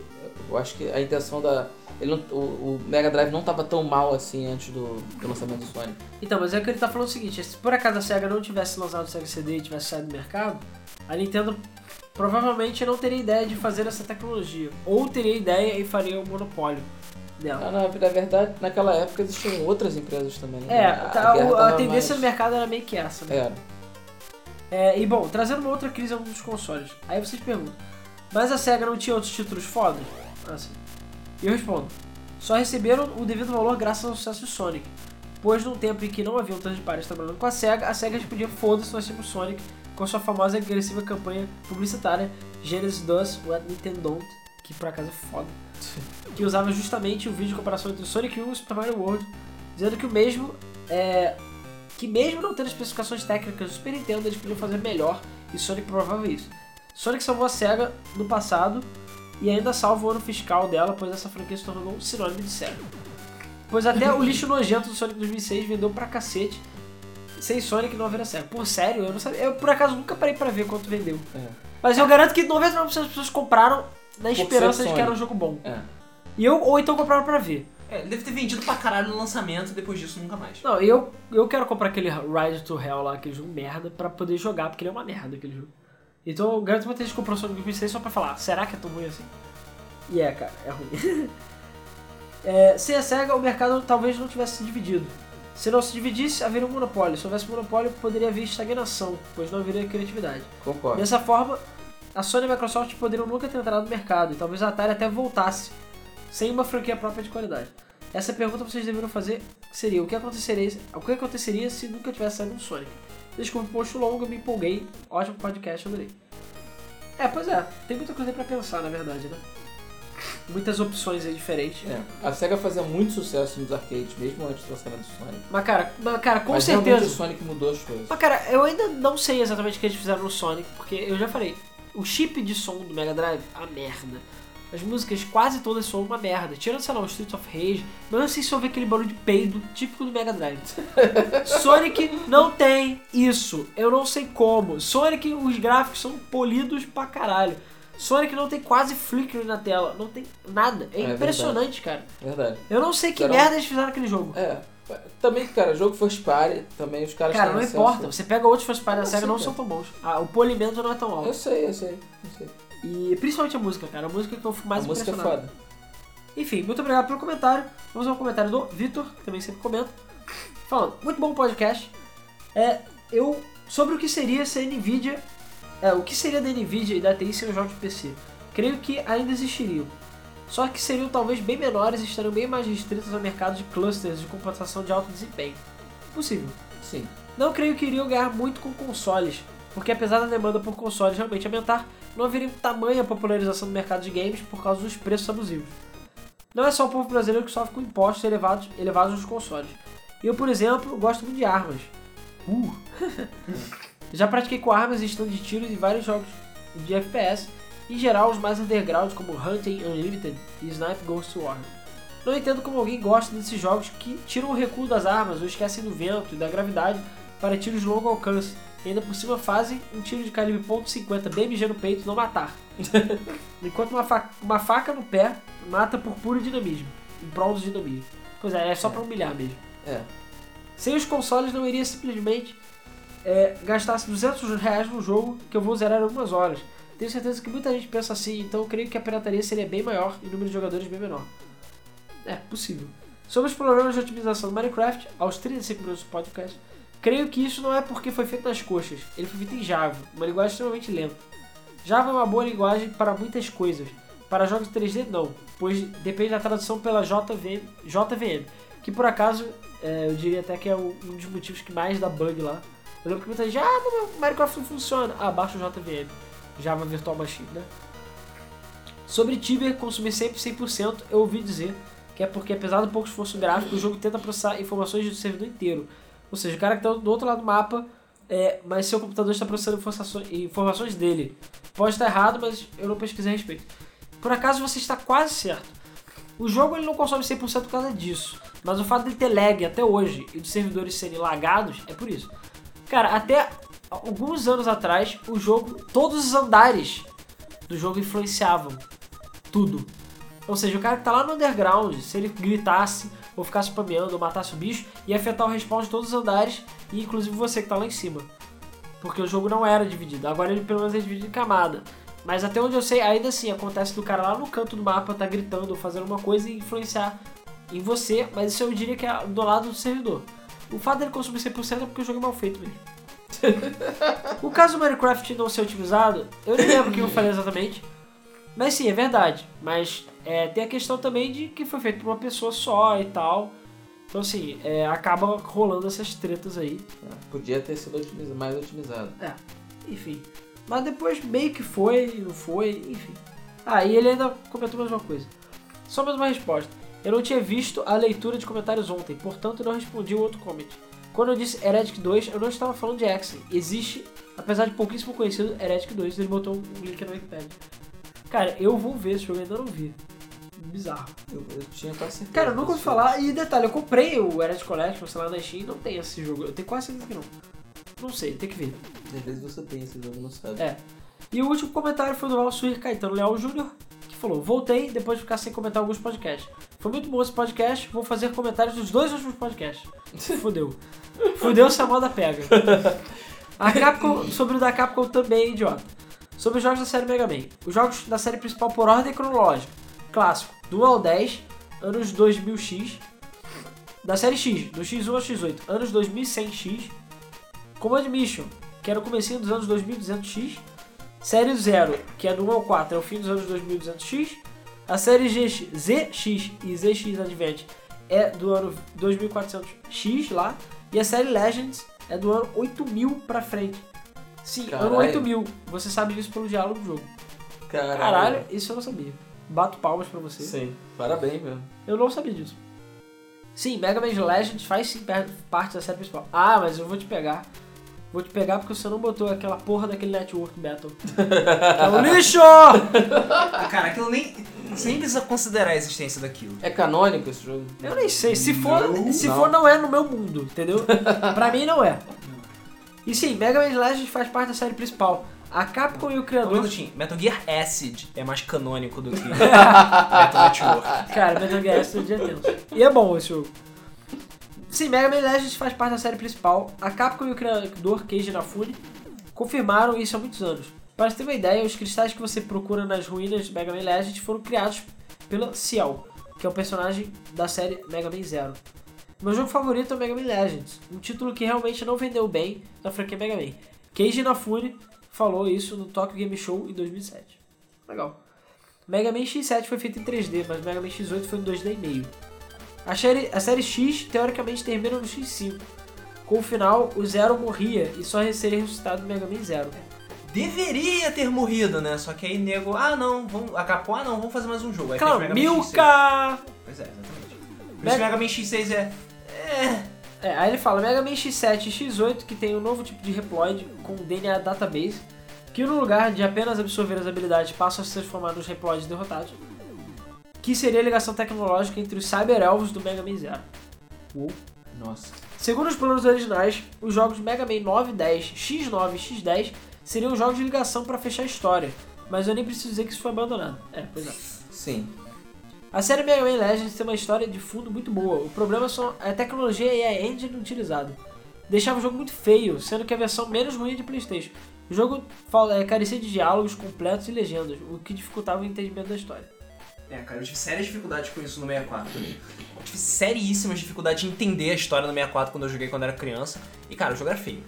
Speaker 4: Eu acho que a intenção da. ele não- o, o Mega Drive não estava tão mal assim antes do, do lançamento do Sonic.
Speaker 3: Então, mas é que ele tá falando o seguinte: se por acaso a SEGA não tivesse lançado o Sega CD e tivesse saído do mercado, a Nintendo provavelmente não teria ideia de fazer essa tecnologia. Ou teria ideia e faria o monopólio dela.
Speaker 4: Ah, na, na verdade, naquela época existiam outras empresas também. né?
Speaker 3: É, tá,
Speaker 4: guerra
Speaker 3: o- a,
Speaker 4: tava
Speaker 3: tendência do
Speaker 4: mais-
Speaker 3: mercado era meio que essa, né?
Speaker 4: Era.
Speaker 3: É, e bom, trazendo uma outra crise a um dos consoles. Aí vocês perguntam, mas a SEGA não tinha outros títulos fodas? Assim. E eu respondo, só receberam o devido valor graças ao sucesso de Sonic. Pois num tempo em que não haviam tantos pares trabalhando com a SEGA, a SEGA podia foda-se nós temos Sonic com sua famosa e agressiva campanha publicitária Genesis Does What Nintendo Don't, que por acaso é foda, que usava justamente o vídeo de comparação entre Sonic 1 e Super Mario World, dizendo que o mesmo é, que mesmo não tendo especificações técnicas do Super Nintendo, eles podiam fazer melhor e Sonic provava isso. Sonic salvou a SEGA no passado e ainda salva o ano fiscal dela, pois essa franquia se tornou um sinônimo de SEGA. Pois até o lixo nojento do Sonic 2006 vendeu pra cacete. Sem Sonic não haveria SEGA. Por sério, eu não sabia. Eu por acaso nunca parei pra ver quanto vendeu.
Speaker 4: É.
Speaker 3: Mas eu garanto que 99% das pessoas compraram na
Speaker 4: ser
Speaker 3: esperança de que
Speaker 4: Sonic.
Speaker 3: era um jogo bom.
Speaker 4: É.
Speaker 3: E eu, ou então compraram pra ver.
Speaker 1: É, ele deve ter vendido pra caralho no lançamento e depois disso nunca mais.
Speaker 3: Não, eu, eu quero comprar aquele Ride to Hell lá, aquele jogo merda, pra poder jogar, porque ele é uma merda aquele jogo. Então eu garanto que muita gente comprou o Sonic 2006 só pra falar, será que é tão ruim assim? E é, cara, é ruim. é, sem a SEGA, o mercado talvez não tivesse se dividido. Se não se dividisse, haveria um monopólio. Se houvesse monopólio, poderia haver estagnação, pois não haveria criatividade.
Speaker 4: Concordo.
Speaker 3: Dessa forma, a Sony e a Microsoft poderiam nunca ter entrado no mercado, e talvez é a Atari até voltasse, sem uma franquia própria de qualidade. Essa pergunta vocês deveriam fazer que seria o que aconteceria, o que aconteceria se nunca tivesse saído um Sonic. Desculpe o post longo, me empolguei. Ótimo podcast, adorei. É, pois é. Tem muita coisa aí pra pensar, na verdade, né? Muitas opções aí diferentes.
Speaker 4: É, a SEGA fazia muito sucesso nos arcades, mesmo antes do lançamento do Sonic.
Speaker 3: Mas, cara, mas, cara com
Speaker 4: Mas realmente
Speaker 3: certeza...
Speaker 4: o Sonic mudou as coisas.
Speaker 3: Mas cara, eu ainda não sei exatamente o que eles fizeram no Sonic, porque eu já falei, o chip de som do Mega Drive, a merda. As músicas quase todas são uma merda. Tirando, sei lá, o Streets of Rage, mas eu não sei se houve aquele barulho de peido típico do Mega Drive. Sonic não tem isso. Eu não sei como. Sonic, os gráficos são polidos pra caralho. Sonic não tem quase flicker na tela. Não tem nada. É,
Speaker 4: É
Speaker 3: impressionante, cara.
Speaker 4: Verdade.
Speaker 3: Eu não sei que
Speaker 4: Será?
Speaker 3: merda eles fizeram naquele jogo.
Speaker 4: É. Também, cara, jogo first party, também os caras
Speaker 3: Cara,
Speaker 4: têm
Speaker 3: não
Speaker 4: acesso-
Speaker 3: importa. Você pega outros first party da
Speaker 4: Eu
Speaker 3: SEGA,
Speaker 4: sei,
Speaker 3: não
Speaker 4: assim, cara.
Speaker 3: são tão bons. Ah, o polimento não é tão alto.
Speaker 4: Eu sei, eu sei, eu sei.
Speaker 3: E principalmente a música, cara. A música que eu fico mais
Speaker 4: a música é
Speaker 3: impressionado.
Speaker 4: foda.
Speaker 3: Enfim, muito obrigado pelo comentário. Vamos ao comentário do Vitor, que também sempre comenta. Falando, muito bom o podcast. É, eu. Sobre o que seria se a Nvidia. É, o que seria da Nvidia e da TI sem os jogos um de PC? Creio que ainda existiriam. Só que seriam talvez bem menores e estariam bem mais restritos ao mercado de clusters de computação de alto desempenho. Possível.
Speaker 4: Sim.
Speaker 3: Não creio que iriam ganhar muito com consoles, porque apesar da demanda por consoles realmente aumentar, não haveria tamanha popularização do mercado de games por causa dos preços abusivos. Não é só o povo brasileiro que sofre com impostos elevados, elevados nos consoles. Eu, por exemplo, gosto muito de armas. Uh. Já pratiquei com armas e stand de tiros em vários jogos de FPS, em geral os mais undergrounds como Hunting Unlimited e Snipe Ghost War. Não entendo como alguém gosta desses jogos que tiram o recuo das armas ou esquecem do vento e da gravidade para tiros de longo alcance. E ainda por cima fazem um tiro de calibre .50 BMG no peito não matar. Enquanto uma, fa- uma faca no pé mata por puro dinamismo. Em prol do dinamismo. Pois é, é só pra humilhar mesmo.
Speaker 4: É.
Speaker 3: Sem os consoles não iria simplesmente é, gastasse 200 reais num jogo que eu vou zerar em algumas horas. Tenho certeza que muita gente pensa assim, então eu creio que a pirataria seria bem maior e o número de jogadores bem menor. É, possível. Sobre os problemas de otimização do Minecraft, aos 35 minutos do podcast, creio que isso não é porque foi feito nas coxas, ele foi feito em Java, uma linguagem extremamente lenta. Java é uma boa linguagem para muitas coisas, para jogos 3D não, pois depende da tradução pela JVM, JVM que por acaso é, eu diria até que é um um dos motivos que mais dá bug lá. Eu lembro que muita gente, ah, não, meu Minecraft não funciona. Ah, baixa o JVM. Java Virtual Machine, né? Sobre Tibia consumir sempre 100%, eu ouvi dizer que é porque, apesar do pouco esforço gráfico, o jogo tenta processar informações do servidor inteiro. Ou seja, o cara que está do outro lado do mapa, é, mas seu computador está processando informações- informações dele. Pode estar errado, mas eu não pesquisei a respeito. Por acaso, você está quase certo. O jogo ele não consome 100% por causa disso, mas o fato dele ter lag até hoje e dos servidores serem lagados é por isso. Cara, até alguns anos atrás, o jogo, todos os andares do jogo influenciavam tudo. Ou seja, o cara que tá lá no underground, se ele gritasse, ou ficasse spameando, ou matasse o bicho, ia afetar o respawn de todos os andares, e inclusive você que tá lá em cima. Porque o jogo não era dividido, agora ele pelo menos é dividido em camada. Mas até onde eu sei, ainda assim, acontece do cara lá no canto do mapa tá gritando ou fazendo uma coisa e influenciar em você, mas isso eu diria que é do lado do servidor. O fato dele consumir 100% é porque o jogo é mal feito mesmo. o caso do Minecraft não ser otimizado, eu não lembro o que eu falei exatamente, mas sim, é verdade. Mas é, tem a questão também de que foi feito por uma pessoa só e tal. Então, assim, é, acaba rolando essas tretas aí.
Speaker 4: É, Podia ter sido otimiza- mais otimizado.
Speaker 3: Enfim. Mas depois meio que foi, não foi, enfim. Ah, e ele ainda comentou mais uma coisa. Só mais uma resposta. Eu não tinha visto a leitura de comentários ontem, portanto não respondi o outro comment. Quando eu disse Heretic 2, eu não estava falando de Axie. Existe, apesar de pouquíssimo conhecido, Heretic 2. Ele botou um link na Wikipedia. Cara, eu vou ver esse jogo, eu ainda não vi. Bizarro.
Speaker 4: Eu, eu tinha quase certeza.
Speaker 3: Cara, eu nunca ouvi
Speaker 4: disso.
Speaker 3: falar. E detalhe, eu comprei o Heretic Collection, sei lá, na Steam, não tem esse jogo. Eu tenho quase certeza que não. Não sei, tem que ver.
Speaker 4: Às vezes você tem esse jogo e não sabe.
Speaker 3: É. E o último comentário foi do nosso Ir Caetano Leal Júnior, que falou: Voltei depois de ficar sem comentar alguns podcasts. Foi muito bom esse podcast, vou fazer comentários dos dois últimos podcasts. Fudeu. Fudeu se a moda pega. A Capcom, sobre o da Capcom também é idiota. Sobre os jogos da série Mega Man. Os jogos da série principal por ordem cronológica. Clássico, do 1 ao 10, anos 2000X. Da série X, do X1 ao X8, anos 2100X. Command Mission, que era o comecinho dos anos 2200X. Série 0, que é do 1 ao 4, é o fim dos anos 2200X. A série GX, ZX e ZX Advent é do ano 2400X lá, e a série Legends é do ano 8000 pra frente. Sim, ano
Speaker 4: Caralho.
Speaker 3: 8000. Você sabe disso pelo diálogo do jogo.
Speaker 4: Caralho.
Speaker 3: Caralho, isso eu não sabia. Bato palmas pra você.
Speaker 4: Sim. Parabéns, meu.
Speaker 3: Eu não sabia disso. Sim, Mega Man Legends faz sim per- parte da série principal. Ah, mas eu vou te pegar. Vou te pegar porque você não botou aquela porra daquele Network Battle. Que é um lixo! Ah.
Speaker 5: Cara, aquilo nem.
Speaker 1: Você nem precisa considerar a existência daquilo.
Speaker 4: É canônico esse jogo?
Speaker 3: Eu nem sei. Se for,
Speaker 5: Não.
Speaker 3: se
Speaker 4: Não.
Speaker 3: for não é no meu mundo, entendeu? pra mim não é. E sim, Mega Man Legends faz parte da série principal. A Capcom e o
Speaker 1: Um
Speaker 3: criador.
Speaker 1: minutinho, Metal Gear Acid é mais canônico do que Metal Network.
Speaker 3: Cara, Metal Gear Solid é Deus. E é bom esse jogo. Sim, Mega Man Legends faz parte da série principal. A Capcom e o criador Keiji Inafune confirmaram isso há muitos anos. Para você ter uma ideia, os cristais que você procura nas ruínas de Mega Man Legends foram criados pela Ciel, que é o personagem da série Mega Man Zero. Meu jogo favorito é o Mega Man Legends, um título que realmente não vendeu bem na franquia Mega Man. Keiji Inafune falou isso no Tokyo Game Show em 2007. Legal. Mega Man X7 foi feito em 3D, mas Mega Man X8 foi em 2D e meio. A série, a série X teoricamente termina no X5. Com o final, o Zero morria e só seria ressuscitado no Mega Man Zero.
Speaker 1: Deveria ter morrido, né? Só que aí nego, ah não, vamos, acabou, ah não, vamos fazer mais um jogo. Aí fez
Speaker 3: Claro,
Speaker 1: Mega Man X6.
Speaker 3: Milka!
Speaker 1: Pois é, exatamente. Por isso
Speaker 3: Mega-
Speaker 1: Mega Man X6 é.
Speaker 3: É, aí ele fala Mega Man X7 e X8 que tem um novo tipo de Reploid com DNA Database, que no lugar de apenas absorver as habilidades passa a se transformar nos Reploids derrotados, que seria a ligação tecnológica entre os Cyber Elves do Mega Man Zero.
Speaker 4: Nossa.
Speaker 3: Segundo os planos originais, os jogos Mega Man 9, 10, X9 e X10 seriam jogos de ligação para fechar a história, mas eu nem preciso dizer que isso foi abandonado. É, pois é.
Speaker 4: Sim.
Speaker 3: A série Mega Man Legends tem uma história de fundo muito boa, o problema são a tecnologia e a engine utilizada. Deixava o jogo muito feio, sendo que a versão menos ruim é de Playstation. O jogo fala- é, carecia de diálogos completos e legendas, o que dificultava o entendimento da história.
Speaker 1: É, cara, eu tive sérias dificuldades com isso no 64. Eu tive seríssimas dificuldades de entender a história do 64 quando eu joguei quando era criança. E, cara, o jogo era feio.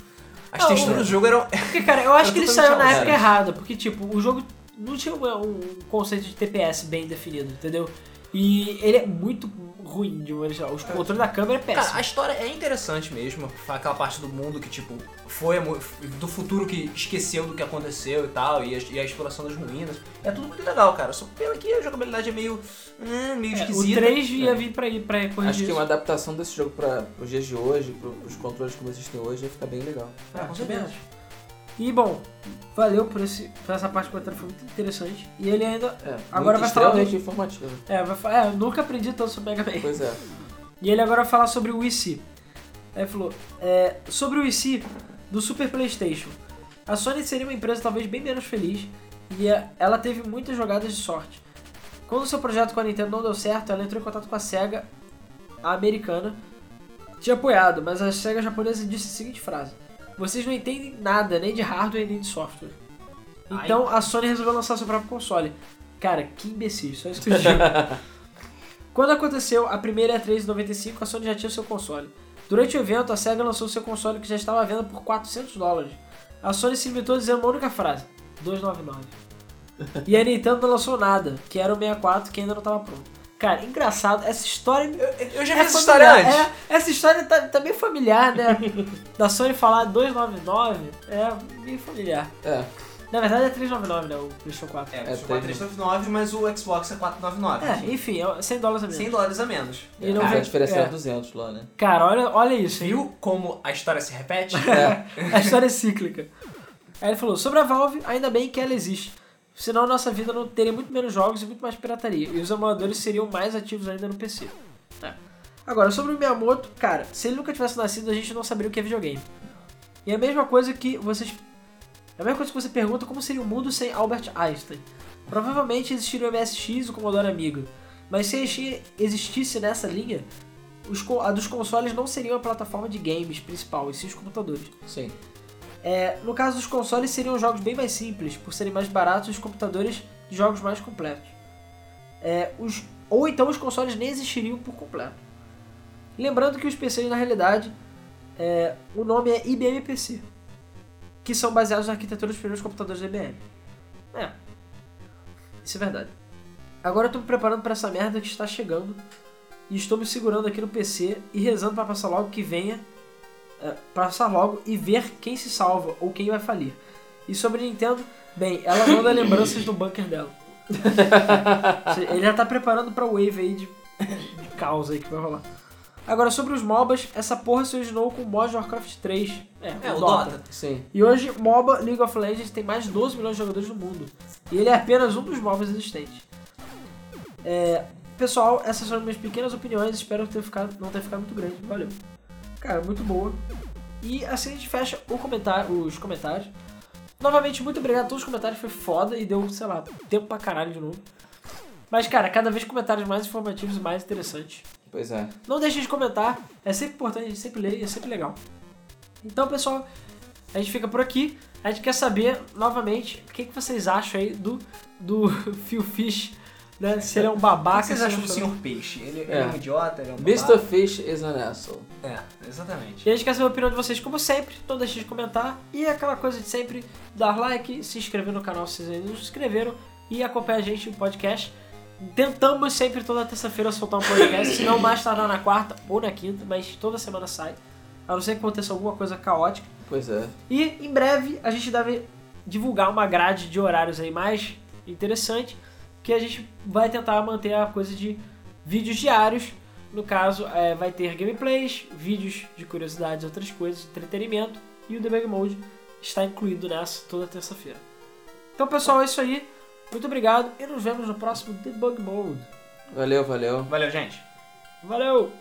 Speaker 1: As
Speaker 3: Não,
Speaker 1: texturas
Speaker 3: é.
Speaker 1: do jogo eram.
Speaker 3: Porque, cara, eu acho
Speaker 1: Eu
Speaker 3: que ele
Speaker 1: tô
Speaker 3: saiu na
Speaker 1: totalmente
Speaker 3: época
Speaker 1: ausente.
Speaker 3: errada, porque, tipo, o jogo não tinha um, um conceito de TPS bem definido, entendeu? E ele é muito ruim de uma Os controles da câmera é
Speaker 1: Cara,
Speaker 3: péssimo.
Speaker 1: a história é interessante mesmo. Aquela parte do mundo que, tipo, foi mu- do futuro que esqueceu do que aconteceu e tal. E a, e a exploração das ruínas. É tudo muito legal, cara. Só pena que a jogabilidade é meio. hum, meio
Speaker 3: É, o
Speaker 1: esquisita.
Speaker 3: 3 ia vir pra ir pra corrigir
Speaker 4: Acho que
Speaker 3: isso.
Speaker 4: uma adaptação desse jogo para os dias de hoje, para os controles como existem hoje, ia ficar bem legal.
Speaker 3: Ah, com
Speaker 1: com
Speaker 3: certeza.
Speaker 1: certeza.
Speaker 3: E bom, valeu por, esse, por essa parte que foi muito interessante. E ele ainda.
Speaker 4: É,
Speaker 3: Agora vai
Speaker 4: muito
Speaker 3: falar
Speaker 4: extremamente informativo.
Speaker 3: É, vai falar. É, eu nunca aprendi tanto sobre Mega Man.
Speaker 4: Pois é.
Speaker 3: E ele agora vai falar sobre o IC. Aí ele falou: é, sobre o IC do Super PlayStation. A Sony seria uma empresa talvez bem menos feliz e é, ela teve muitas jogadas de sorte. Quando seu projeto com a Nintendo não deu certo, ela entrou em contato com a Sega a americana, tinha apoiado, mas a Sega japonesa disse a seguinte frase: Vocês não entendem nada, nem de hardware nem de software. Então a Sony resolveu lançar seu próprio console. Cara, que imbecil, só isso que eu digo. Quando aconteceu a primeira E3 de 95, a Sony já tinha seu console. Durante o evento, a SEGA lançou seu console que já estava à venda por 400 dólares. A Sony se limitou a dizer uma única frase, 299. E a Nintendo não lançou nada, que era o 64, que ainda não estava pronto. Cara, engraçado, essa história...
Speaker 1: Eu já vi
Speaker 3: é
Speaker 1: essa história
Speaker 3: familiar,
Speaker 1: antes.
Speaker 3: é, essa história tá, tá meio familiar, né? da Sony falar 299, é meio familiar.
Speaker 4: É,
Speaker 3: Na verdade é 399, né, o PlayStation 4.
Speaker 1: É,
Speaker 4: É,
Speaker 1: o jogo é
Speaker 4: teve.
Speaker 1: 399, mas o Xbox é 499.
Speaker 3: É, enfim, é 100 dólares a menos.
Speaker 1: 100 dólares a menos.
Speaker 3: E não
Speaker 4: mas
Speaker 3: vem-
Speaker 4: a diferença
Speaker 3: é.
Speaker 4: era 200 lá, né?
Speaker 3: Cara, olha, olha isso, hein?
Speaker 1: Viu como a história se repete?
Speaker 4: É,
Speaker 3: A história é cíclica. Aí ele falou, sobre a Valve, ainda bem que ela existe. Senão a nossa vida não teria muito menos jogos e muito mais pirataria. E os amadores seriam mais ativos ainda no PC. Agora, sobre o Miyamoto, cara, se ele nunca tivesse nascido, a gente não saberia o que é videogame. E é a mesma coisa que vocês. É a mesma coisa que você pergunta como seria o mundo sem Albert Einstein. Provavelmente existiria o MSX e o Commodore Amiga. Mas se exi- existisse nessa linha, os co- a dos consoles não seriam a plataforma de games principal, e sim os computadores.
Speaker 4: sim.
Speaker 3: É, no caso dos consoles, seriam jogos bem mais simples, por serem mais baratos e os computadores de jogos mais completos. É, os- ou então os consoles nem existiriam por completo. Lembrando que os PCs, na realidade, é, o nome é IBM PC, que são baseados na arquitetura dos primeiros computadores da IBM. É, isso é verdade. Agora eu tô me preparando pra essa merda que está chegando, e estou me segurando aqui no PC e rezando pra passar logo que venha. eh, passar logo e ver quem se salva ou quem vai falir. E sobre Nintendo, bem, ela manda lembranças do bunker dela. Ele já tá preparando pra wave aí de, de causa aí que vai rolar. Agora, sobre os MOBAs, essa porra se originou com o mod de Warcraft 3.
Speaker 6: É, o Dota.
Speaker 4: Sim.
Speaker 3: E hoje, MOBA League of Legends tem mais de 12 milhões de jogadores no mundo. E ele é apenas um dos MOBAs existentes. É, pessoal, essas são as minhas pequenas opiniões. Espero ter ficado, não ter ficado muito grande. Valeu. Cara, muito boa. E assim a gente fecha o comentário, os comentários. Novamente, muito obrigado a todos os comentários. Foi foda e deu, sei lá, tempo pra caralho de novo. Mas, cara, cada vez comentários mais informativos e mais interessantes.
Speaker 4: Pois é.
Speaker 3: Não deixem de comentar, é sempre importante, a gente sempre lê e é sempre legal. Então, pessoal, a gente fica por aqui. A gente quer saber, novamente, o que, que vocês acham aí do, do Phil Fish, né? Se ele é um
Speaker 1: O
Speaker 3: babaca.
Speaker 1: que vocês
Speaker 3: se ele
Speaker 1: acham do
Speaker 3: é um-
Speaker 1: senhor Peixe? Ele ele é,
Speaker 4: É.
Speaker 1: um idiota? Ele é um
Speaker 4: Mr.
Speaker 1: babaca?
Speaker 4: Fish is an asshole.
Speaker 1: É, exatamente.
Speaker 3: E a gente quer saber a opinião de vocês, como sempre. Não deixem de comentar. E é aquela coisa de sempre, dar like, se inscrever no canal se vocês ainda não se inscreveram. E acompanhar a gente no podcast. Tentamos sempre toda terça-feira soltar um podcast, se não mais tardar na quarta ou na quinta, mas toda semana sai. A não ser que aconteça alguma coisa caótica.
Speaker 4: Pois é.
Speaker 3: E em breve a gente deve divulgar uma grade de horários aí mais interessante, que a gente vai tentar manter a coisa de vídeos diários. No caso, é, vai ter gameplays, vídeos de curiosidades, outras coisas, entretenimento e o Debug Mode está incluído nessa toda terça-feira. Então, pessoal, é isso aí. Muito obrigado e nos vemos no próximo Debug Mode.
Speaker 4: Valeu, valeu.
Speaker 1: Valeu, gente.
Speaker 3: Valeu!